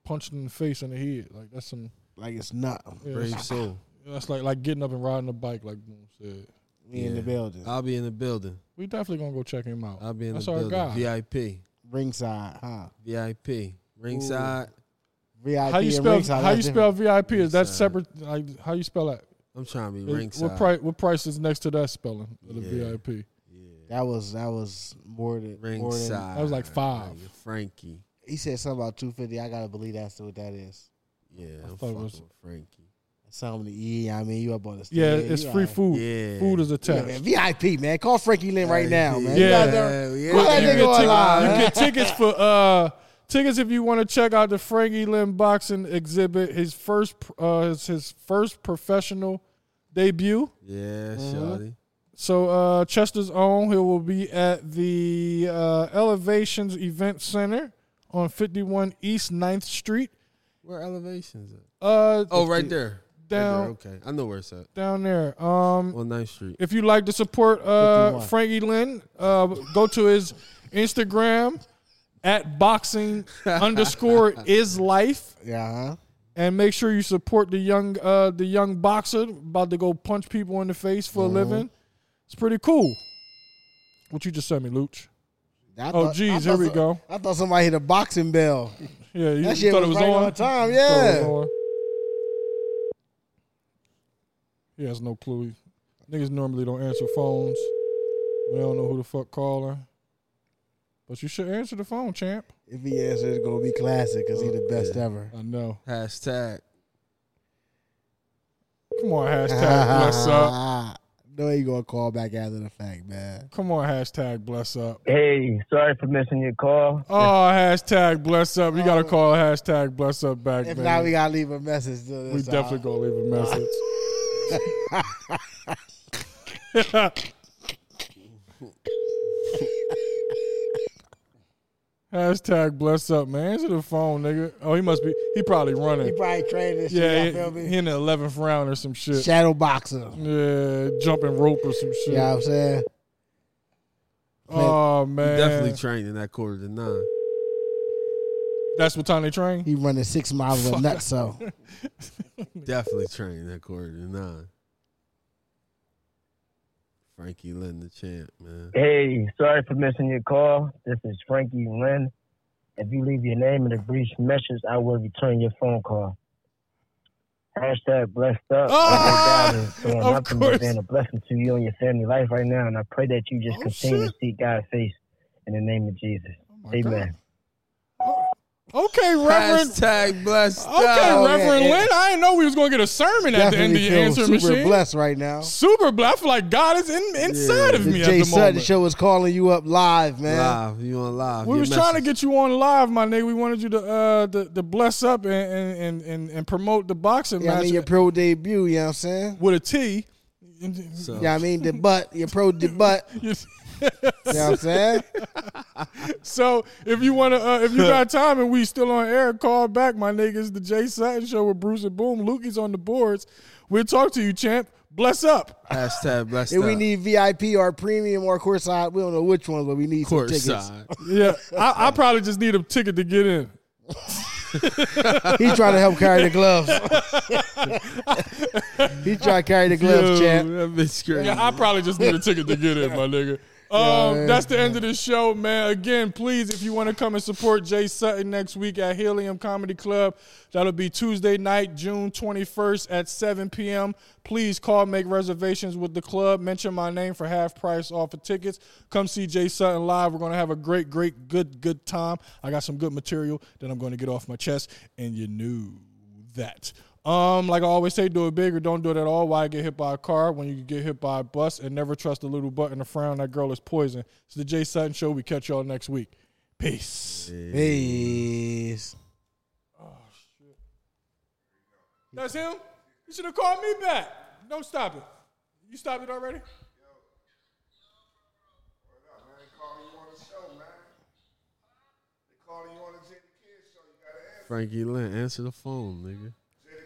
[SPEAKER 2] punched in the face in the head. Like that's some.
[SPEAKER 4] Like it's not
[SPEAKER 2] yeah,
[SPEAKER 1] Brave
[SPEAKER 2] that's-
[SPEAKER 1] soul.
[SPEAKER 2] that's like like getting up and riding a bike, like Boom said.
[SPEAKER 4] me in the
[SPEAKER 1] Yeah.
[SPEAKER 4] building.
[SPEAKER 1] I'll be in the building.
[SPEAKER 2] We definitely gonna go check him out.
[SPEAKER 1] I'll be in
[SPEAKER 2] That's
[SPEAKER 1] the
[SPEAKER 2] our
[SPEAKER 1] building.
[SPEAKER 2] guy.
[SPEAKER 1] VIP.
[SPEAKER 4] Ringside, huh?
[SPEAKER 1] VIP. Ringside.
[SPEAKER 4] VIP
[SPEAKER 2] how you
[SPEAKER 4] and
[SPEAKER 2] spell
[SPEAKER 4] ringside,
[SPEAKER 2] how you
[SPEAKER 4] that's
[SPEAKER 2] spell
[SPEAKER 4] different.
[SPEAKER 2] VIP? Is that
[SPEAKER 1] Ringside.
[SPEAKER 2] separate? Like how you spell that?
[SPEAKER 1] I'm trying to be
[SPEAKER 2] Is-
[SPEAKER 1] ringside.
[SPEAKER 2] What price? What price is next to that spelling of the
[SPEAKER 1] Yeah.
[SPEAKER 2] VIP?
[SPEAKER 1] Yeah.
[SPEAKER 4] That was that was more than More
[SPEAKER 1] Ringside.
[SPEAKER 4] than,
[SPEAKER 2] That was like five.
[SPEAKER 1] Nigga, Frankie.
[SPEAKER 4] he said something about 250. I gotta believe that's what that is.
[SPEAKER 1] Yeah,
[SPEAKER 2] I
[SPEAKER 1] I'm
[SPEAKER 2] thought it
[SPEAKER 1] fucking
[SPEAKER 2] was-
[SPEAKER 1] with Frankie.
[SPEAKER 4] Something to eat. I mean, you up on the
[SPEAKER 2] Yeah,
[SPEAKER 4] stage,
[SPEAKER 2] it's
[SPEAKER 4] you
[SPEAKER 2] free
[SPEAKER 4] all-
[SPEAKER 2] food.
[SPEAKER 1] Yeah.
[SPEAKER 2] Food is
[SPEAKER 4] Yeah,
[SPEAKER 2] attached.
[SPEAKER 4] man, VIP man, call Frankie Lynn right now, man.
[SPEAKER 2] Yeah.
[SPEAKER 4] You out there-
[SPEAKER 1] Yeah, yeah.
[SPEAKER 4] Who that
[SPEAKER 2] you,
[SPEAKER 4] nigga
[SPEAKER 2] get tick-
[SPEAKER 4] alive,
[SPEAKER 2] you
[SPEAKER 4] huh?
[SPEAKER 2] get tickets for uh tickets if you want to check out the Frankie Lynn boxing exhibit. His first uh his, his first professional debut.
[SPEAKER 1] Yeah,
[SPEAKER 2] Uh-huh.
[SPEAKER 1] shawty.
[SPEAKER 2] So uh Chester's own he will be at the uh Elevations Event Center on 51 East 9th Street.
[SPEAKER 1] Where elevations at?
[SPEAKER 2] Uh
[SPEAKER 1] Oh, right there.
[SPEAKER 2] Down-
[SPEAKER 1] Right there, Okay. I know where it's at.
[SPEAKER 2] down there. Um
[SPEAKER 1] On 9th Street.
[SPEAKER 2] If you'd like to support uh,
[SPEAKER 4] 51.
[SPEAKER 2] Frankie Lynn, uh, go to his Instagram at boxing underscore is life
[SPEAKER 4] Yeah, huh?
[SPEAKER 2] and make sure you support the young uh, the young boxer about to go punch people in the face for
[SPEAKER 4] Mm-hmm.
[SPEAKER 2] a living. It's pretty cool. What you just sent me, Luch?
[SPEAKER 4] I
[SPEAKER 2] Oh,
[SPEAKER 4] thought- I
[SPEAKER 2] geez,
[SPEAKER 4] thought
[SPEAKER 2] here we
[SPEAKER 4] some-
[SPEAKER 2] go.
[SPEAKER 4] I thought somebody hit a boxing bell.
[SPEAKER 2] Yeah, you,
[SPEAKER 4] That
[SPEAKER 2] you
[SPEAKER 4] shit
[SPEAKER 2] thought
[SPEAKER 4] was,
[SPEAKER 2] it was
[SPEAKER 4] right on,
[SPEAKER 2] on. Thought
[SPEAKER 4] time.
[SPEAKER 2] it was
[SPEAKER 4] Yeah,
[SPEAKER 2] on. He has no clue. Niggas normally don't answer phones. We don't know who the fuck calling. But you should answer the phone, champ.
[SPEAKER 4] If he answers, it's gonna be classic because he the best ever.
[SPEAKER 2] I know.
[SPEAKER 1] Hashtag.
[SPEAKER 2] Come on, hashtag bless up.
[SPEAKER 4] No, he gonna call back after the fact, man.
[SPEAKER 2] Come on, hashtag bless up.
[SPEAKER 6] Hey, sorry for missing your call.
[SPEAKER 2] Oh, hashtag bless up. You gotta call hashtag bless up back,
[SPEAKER 4] If
[SPEAKER 2] man.
[SPEAKER 4] not, we gotta leave a message. To this
[SPEAKER 2] We
[SPEAKER 4] uh,
[SPEAKER 2] definitely gonna leave a message. Hashtag bless up, man. Answer the phone, nigga. Oh, he must be. He probably
[SPEAKER 4] He
[SPEAKER 2] running.
[SPEAKER 4] probably trained this
[SPEAKER 2] Yeah,
[SPEAKER 4] shit. I feel
[SPEAKER 2] he, Mm,
[SPEAKER 4] me.
[SPEAKER 2] he in the eleventh round or some shit.
[SPEAKER 4] Shadow boxer.
[SPEAKER 2] Yeah, jumping rope or some
[SPEAKER 4] You
[SPEAKER 2] shit.
[SPEAKER 4] know what I'm saying?
[SPEAKER 2] Oh
[SPEAKER 1] He
[SPEAKER 2] man,
[SPEAKER 1] definitely trained in that quarter to nine.
[SPEAKER 2] That's what time they train.
[SPEAKER 4] He running six miles a nut, so
[SPEAKER 1] Definitely trained in that quarter to nine. Frankie Lynn, the champ, man.
[SPEAKER 6] Hey, sorry for missing your call. This is Frankie Lynn. If you leave your name and a brief message, I will return your phone call. Hashtag blessed up.
[SPEAKER 2] Ah,
[SPEAKER 6] I know God is doing
[SPEAKER 2] of
[SPEAKER 6] nothing
[SPEAKER 2] course.
[SPEAKER 6] but being a blessing to you and your family life right now, and I pray that you just
[SPEAKER 2] Oh,
[SPEAKER 6] continue
[SPEAKER 2] shit. Oh,
[SPEAKER 6] to seek God's face in the name of Jesus.
[SPEAKER 2] my
[SPEAKER 6] Amen.
[SPEAKER 2] Okay, Reverend.
[SPEAKER 1] Hashtag blessed
[SPEAKER 2] Okay,
[SPEAKER 1] up.
[SPEAKER 2] Reverend
[SPEAKER 4] Oh, yeah, yeah.
[SPEAKER 2] Lynn. I didn't know we was gonna get a sermon at the end of
[SPEAKER 4] definitely
[SPEAKER 2] your
[SPEAKER 4] feel
[SPEAKER 2] answering
[SPEAKER 4] super
[SPEAKER 2] machine.
[SPEAKER 4] blessed right now.
[SPEAKER 2] Super blessed. I feel like God is in, inside of
[SPEAKER 4] The
[SPEAKER 2] me
[SPEAKER 4] Jay
[SPEAKER 2] at the
[SPEAKER 4] Sutton
[SPEAKER 2] moment.
[SPEAKER 4] show is calling you up live, man.
[SPEAKER 1] Live. You on live.
[SPEAKER 2] We
[SPEAKER 1] Your
[SPEAKER 2] was trying to
[SPEAKER 1] message.
[SPEAKER 2] get you on live, my nigga. We wanted you to uh to, to bless up and and, and, and and promote the boxing
[SPEAKER 4] You know what I
[SPEAKER 2] match
[SPEAKER 4] mean your pro debut. You know what I'm saying?
[SPEAKER 2] with a T.
[SPEAKER 4] You know what I mean the butt, your pro de butt. You know what I'm saying?
[SPEAKER 2] so if you wanna uh, if you got time and we still on air, call back, my niggas. The Jay Sutton show with Bruce and Boom. Lukey's on the boards. We'll talk to you, champ. Bless up.
[SPEAKER 1] Hashtag blessed
[SPEAKER 4] If we
[SPEAKER 1] up.
[SPEAKER 4] need VIP or premium or courtside, we don't know which ones, but we need some tickets.
[SPEAKER 1] courtside.
[SPEAKER 2] Yeah, I, I probably just need a ticket to get in.
[SPEAKER 4] He trying to help carry the gloves. he trying to carry the
[SPEAKER 1] Yo,
[SPEAKER 4] gloves, champ.
[SPEAKER 1] That bitch crazy.
[SPEAKER 2] Yeah, I probably just need a ticket to get in, my nigga. Um, that's the end of the show, man. Again, please, if you want to come and support Jay Sutton next week at Helium Comedy Club, that'll be Tuesday night, June 21st at 7 p.m. Please call, make reservations with the club, mention my name for half price off of tickets. Come see Jay Sutton live. We're going to have a great, great, good, good time. I got some good material that I'm going to get off my chest, and you knew that. Um, like I always say, do it big or don't do it at all. Why get hit by a car when you can get hit by a bus and never trust a little button to frown? That girl is poison. It's the Jay Sutton Show. We catch y'all next week. Peace.
[SPEAKER 4] Peace.
[SPEAKER 2] That's him? You should have called me back. Don't stop it. You stopped it already?
[SPEAKER 3] They calling you on the show, man. They calling you on the Jada Kid show. You gotta answer.
[SPEAKER 1] Frankie Lynn, answer the phone, nigga.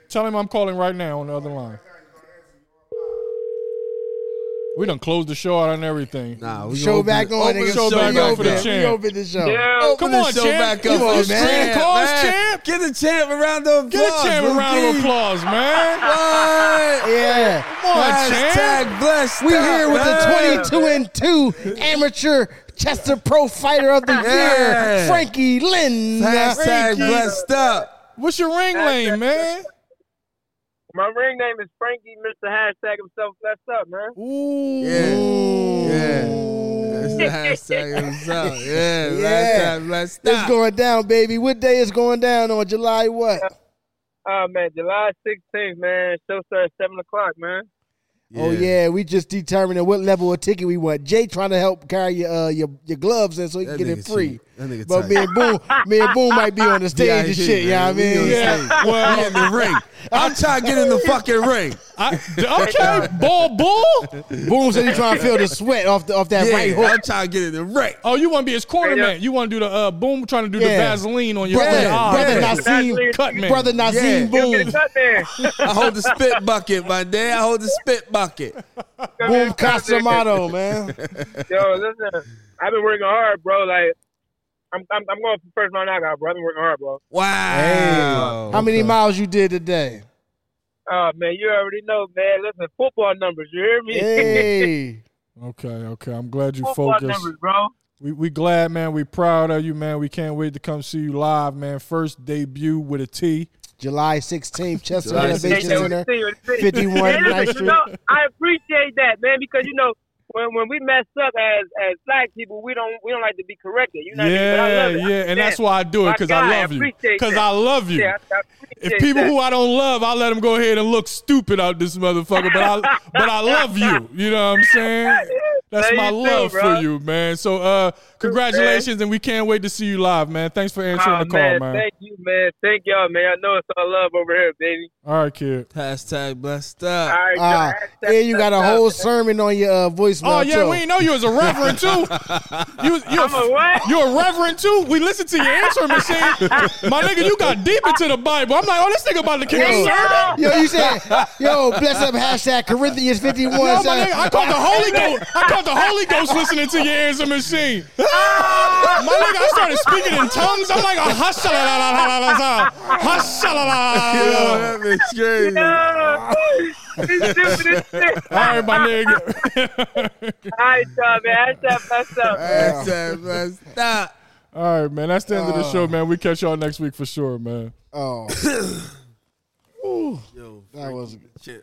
[SPEAKER 2] Tell him I'm calling right now on the other line.
[SPEAKER 3] Now you gonna answer. You on live.
[SPEAKER 2] We done closed the show out and everything.
[SPEAKER 1] Nah, we
[SPEAKER 4] Show
[SPEAKER 1] open
[SPEAKER 4] back
[SPEAKER 1] it-
[SPEAKER 4] on.
[SPEAKER 1] open
[SPEAKER 4] nigga.
[SPEAKER 1] the show back
[SPEAKER 4] We
[SPEAKER 1] up
[SPEAKER 2] on
[SPEAKER 1] for
[SPEAKER 4] open
[SPEAKER 1] the
[SPEAKER 4] it.
[SPEAKER 1] champ.
[SPEAKER 4] We open the show.
[SPEAKER 1] Open
[SPEAKER 2] Come
[SPEAKER 1] the
[SPEAKER 2] on,
[SPEAKER 1] show
[SPEAKER 2] champ.
[SPEAKER 1] back
[SPEAKER 2] You
[SPEAKER 1] up.
[SPEAKER 2] want
[SPEAKER 1] man.
[SPEAKER 2] screen calls,
[SPEAKER 1] man.
[SPEAKER 2] champ?
[SPEAKER 1] Get the champ a round of applause.
[SPEAKER 2] Give the champ a round of applause, man.
[SPEAKER 1] What?
[SPEAKER 4] Yeah.
[SPEAKER 2] Come on, champ.
[SPEAKER 1] Hashtag blessed.
[SPEAKER 4] We
[SPEAKER 1] up,
[SPEAKER 4] here with
[SPEAKER 1] man.
[SPEAKER 4] the 22 and 2 amateur Chester Pro Fighter of the Year,
[SPEAKER 1] Yeah.
[SPEAKER 4] Frankie Lynn.
[SPEAKER 1] Hashtag blessed up.
[SPEAKER 2] What's your ring lane, man?
[SPEAKER 6] My ring name is Frankie, Mr. Hashtag himself. Blessed up, man.
[SPEAKER 2] Ooh.
[SPEAKER 1] Yeah. Yeah. That's the hashtag is up. Yeah.
[SPEAKER 4] Yeah.
[SPEAKER 1] Hashtag blessed
[SPEAKER 4] It's
[SPEAKER 1] up.
[SPEAKER 4] going down, baby. What day is going down on July what?
[SPEAKER 6] Oh man, July 16th, man. Show starts seven o'clock, man.
[SPEAKER 4] Oh yeah, we just determining what level of ticket we want. Jay trying to help carry your uh, your, your gloves in so he can
[SPEAKER 1] That
[SPEAKER 4] get it
[SPEAKER 1] nigga
[SPEAKER 4] free.
[SPEAKER 1] cheap. That nigga
[SPEAKER 4] But
[SPEAKER 1] tight.
[SPEAKER 4] me and Boom, me and Boom might be on the stage and
[SPEAKER 1] VIP,
[SPEAKER 4] shit. Yeah,
[SPEAKER 1] man.
[SPEAKER 4] you know what I
[SPEAKER 1] We on
[SPEAKER 4] mean,
[SPEAKER 2] Yeah. Well,
[SPEAKER 1] We in the ring. I'm trying to get in the fucking ring.
[SPEAKER 2] I, okay, ball, bull.
[SPEAKER 4] Boom said he trying to feel the sweat off the off that
[SPEAKER 1] Yeah,
[SPEAKER 4] right hook.
[SPEAKER 1] I'm trying to get in the ring.
[SPEAKER 2] Oh, you want to be his corner
[SPEAKER 6] Straight up.
[SPEAKER 2] man? You want to do the uh, boom, trying to do the
[SPEAKER 4] Yeah.
[SPEAKER 2] Vaseline on your
[SPEAKER 4] Brother,
[SPEAKER 2] on your eye.
[SPEAKER 4] brother,
[SPEAKER 2] Yeah.
[SPEAKER 6] That's
[SPEAKER 4] Nassim,
[SPEAKER 6] weird.
[SPEAKER 2] cut man.
[SPEAKER 4] brother Nassim
[SPEAKER 1] Yeah.
[SPEAKER 6] Get
[SPEAKER 4] Boom,
[SPEAKER 6] it up there.
[SPEAKER 1] I hold the spit bucket, my day. I hold the spit bucket.
[SPEAKER 4] Boom Casamado, man.
[SPEAKER 6] Yo, listen, I've been working hard, bro. Like, I'm I'm, I'm going for first round knockout, bro. I've been working hard, bro.
[SPEAKER 1] Wow.
[SPEAKER 4] How many miles you did today?
[SPEAKER 6] Oh man, you already know, man. Listen, football numbers. You hear me?
[SPEAKER 4] Hey,
[SPEAKER 2] Okay, okay. I'm glad
[SPEAKER 7] Oh,
[SPEAKER 2] you
[SPEAKER 6] football
[SPEAKER 2] focused.
[SPEAKER 6] numbers, bro.
[SPEAKER 2] We we glad, man. We proud of you, man. We can't wait to come see you live, man. First debut with a T.
[SPEAKER 4] July 16th, Chester
[SPEAKER 1] July
[SPEAKER 4] Innovation
[SPEAKER 1] 16th.
[SPEAKER 4] Center.
[SPEAKER 7] See you in the city.
[SPEAKER 4] 51
[SPEAKER 7] And listen,
[SPEAKER 4] Ninth
[SPEAKER 7] you
[SPEAKER 4] Street.
[SPEAKER 7] know, I appreciate that, man, because you know when when we mess up as as black people, we don't we don't like to be corrected. You know what
[SPEAKER 2] yeah,
[SPEAKER 7] I mean? But I love it. I
[SPEAKER 2] yeah, and that's
[SPEAKER 7] understand.
[SPEAKER 2] why I do it
[SPEAKER 7] My
[SPEAKER 2] because
[SPEAKER 7] God,
[SPEAKER 2] I
[SPEAKER 7] I
[SPEAKER 2] love you.
[SPEAKER 7] appreciate
[SPEAKER 2] Because
[SPEAKER 7] that.
[SPEAKER 2] I love you.
[SPEAKER 7] Yeah, I, I
[SPEAKER 2] If
[SPEAKER 7] appreciate
[SPEAKER 2] people
[SPEAKER 7] that.
[SPEAKER 2] who I don't love, I let them go ahead and look stupid out this motherfucker. But I, but I love you. You know what I'm saying? That's
[SPEAKER 7] Love
[SPEAKER 2] my
[SPEAKER 7] you too,
[SPEAKER 2] love
[SPEAKER 7] bro.
[SPEAKER 2] for you, man. So, uh, congratulations, and we can't wait to see you live, man. Thanks for answering
[SPEAKER 7] Oh,
[SPEAKER 2] the call, man.
[SPEAKER 7] Thank you, man. Thank y'all, man. I know it's all love over here, baby.
[SPEAKER 2] All right, kid.
[SPEAKER 1] Hashtag blessed up.
[SPEAKER 7] All right,
[SPEAKER 4] Ah,
[SPEAKER 7] y'all.
[SPEAKER 4] and you got a whole sermon on your uh, voicemail.
[SPEAKER 2] Oh yeah,
[SPEAKER 4] too.
[SPEAKER 2] we didn't know you was a reverend too. You you
[SPEAKER 7] I'm a what?
[SPEAKER 2] You a reverend too? We listened to your answering machine. My nigga, you got deep into the Bible. I'm like, oh, this nigga about to kick a
[SPEAKER 4] Yo.
[SPEAKER 2] sermon.
[SPEAKER 4] Yo, you said, yo, bless up hashtag Corinthians 51.
[SPEAKER 2] No, my
[SPEAKER 4] son.
[SPEAKER 2] nigga, I caught the Holy Ghost. I caught the Holy Ghost listening to your answer machine. my nigga, I started speaking in tongues. I'm like, oh, hashalalalalalalala, hashalalalala.
[SPEAKER 1] Yo, that bitch crazy.
[SPEAKER 7] Yo, you stupid as shit.
[SPEAKER 2] All right, my nigga.
[SPEAKER 7] All right, y'all, man. That's up, that's up.
[SPEAKER 1] Hashtag blessed up.
[SPEAKER 2] All right, man. That's the end of the show, man. We catch y'all next week for sure, man.
[SPEAKER 4] Oh,
[SPEAKER 1] Yo,
[SPEAKER 4] that was
[SPEAKER 1] shit.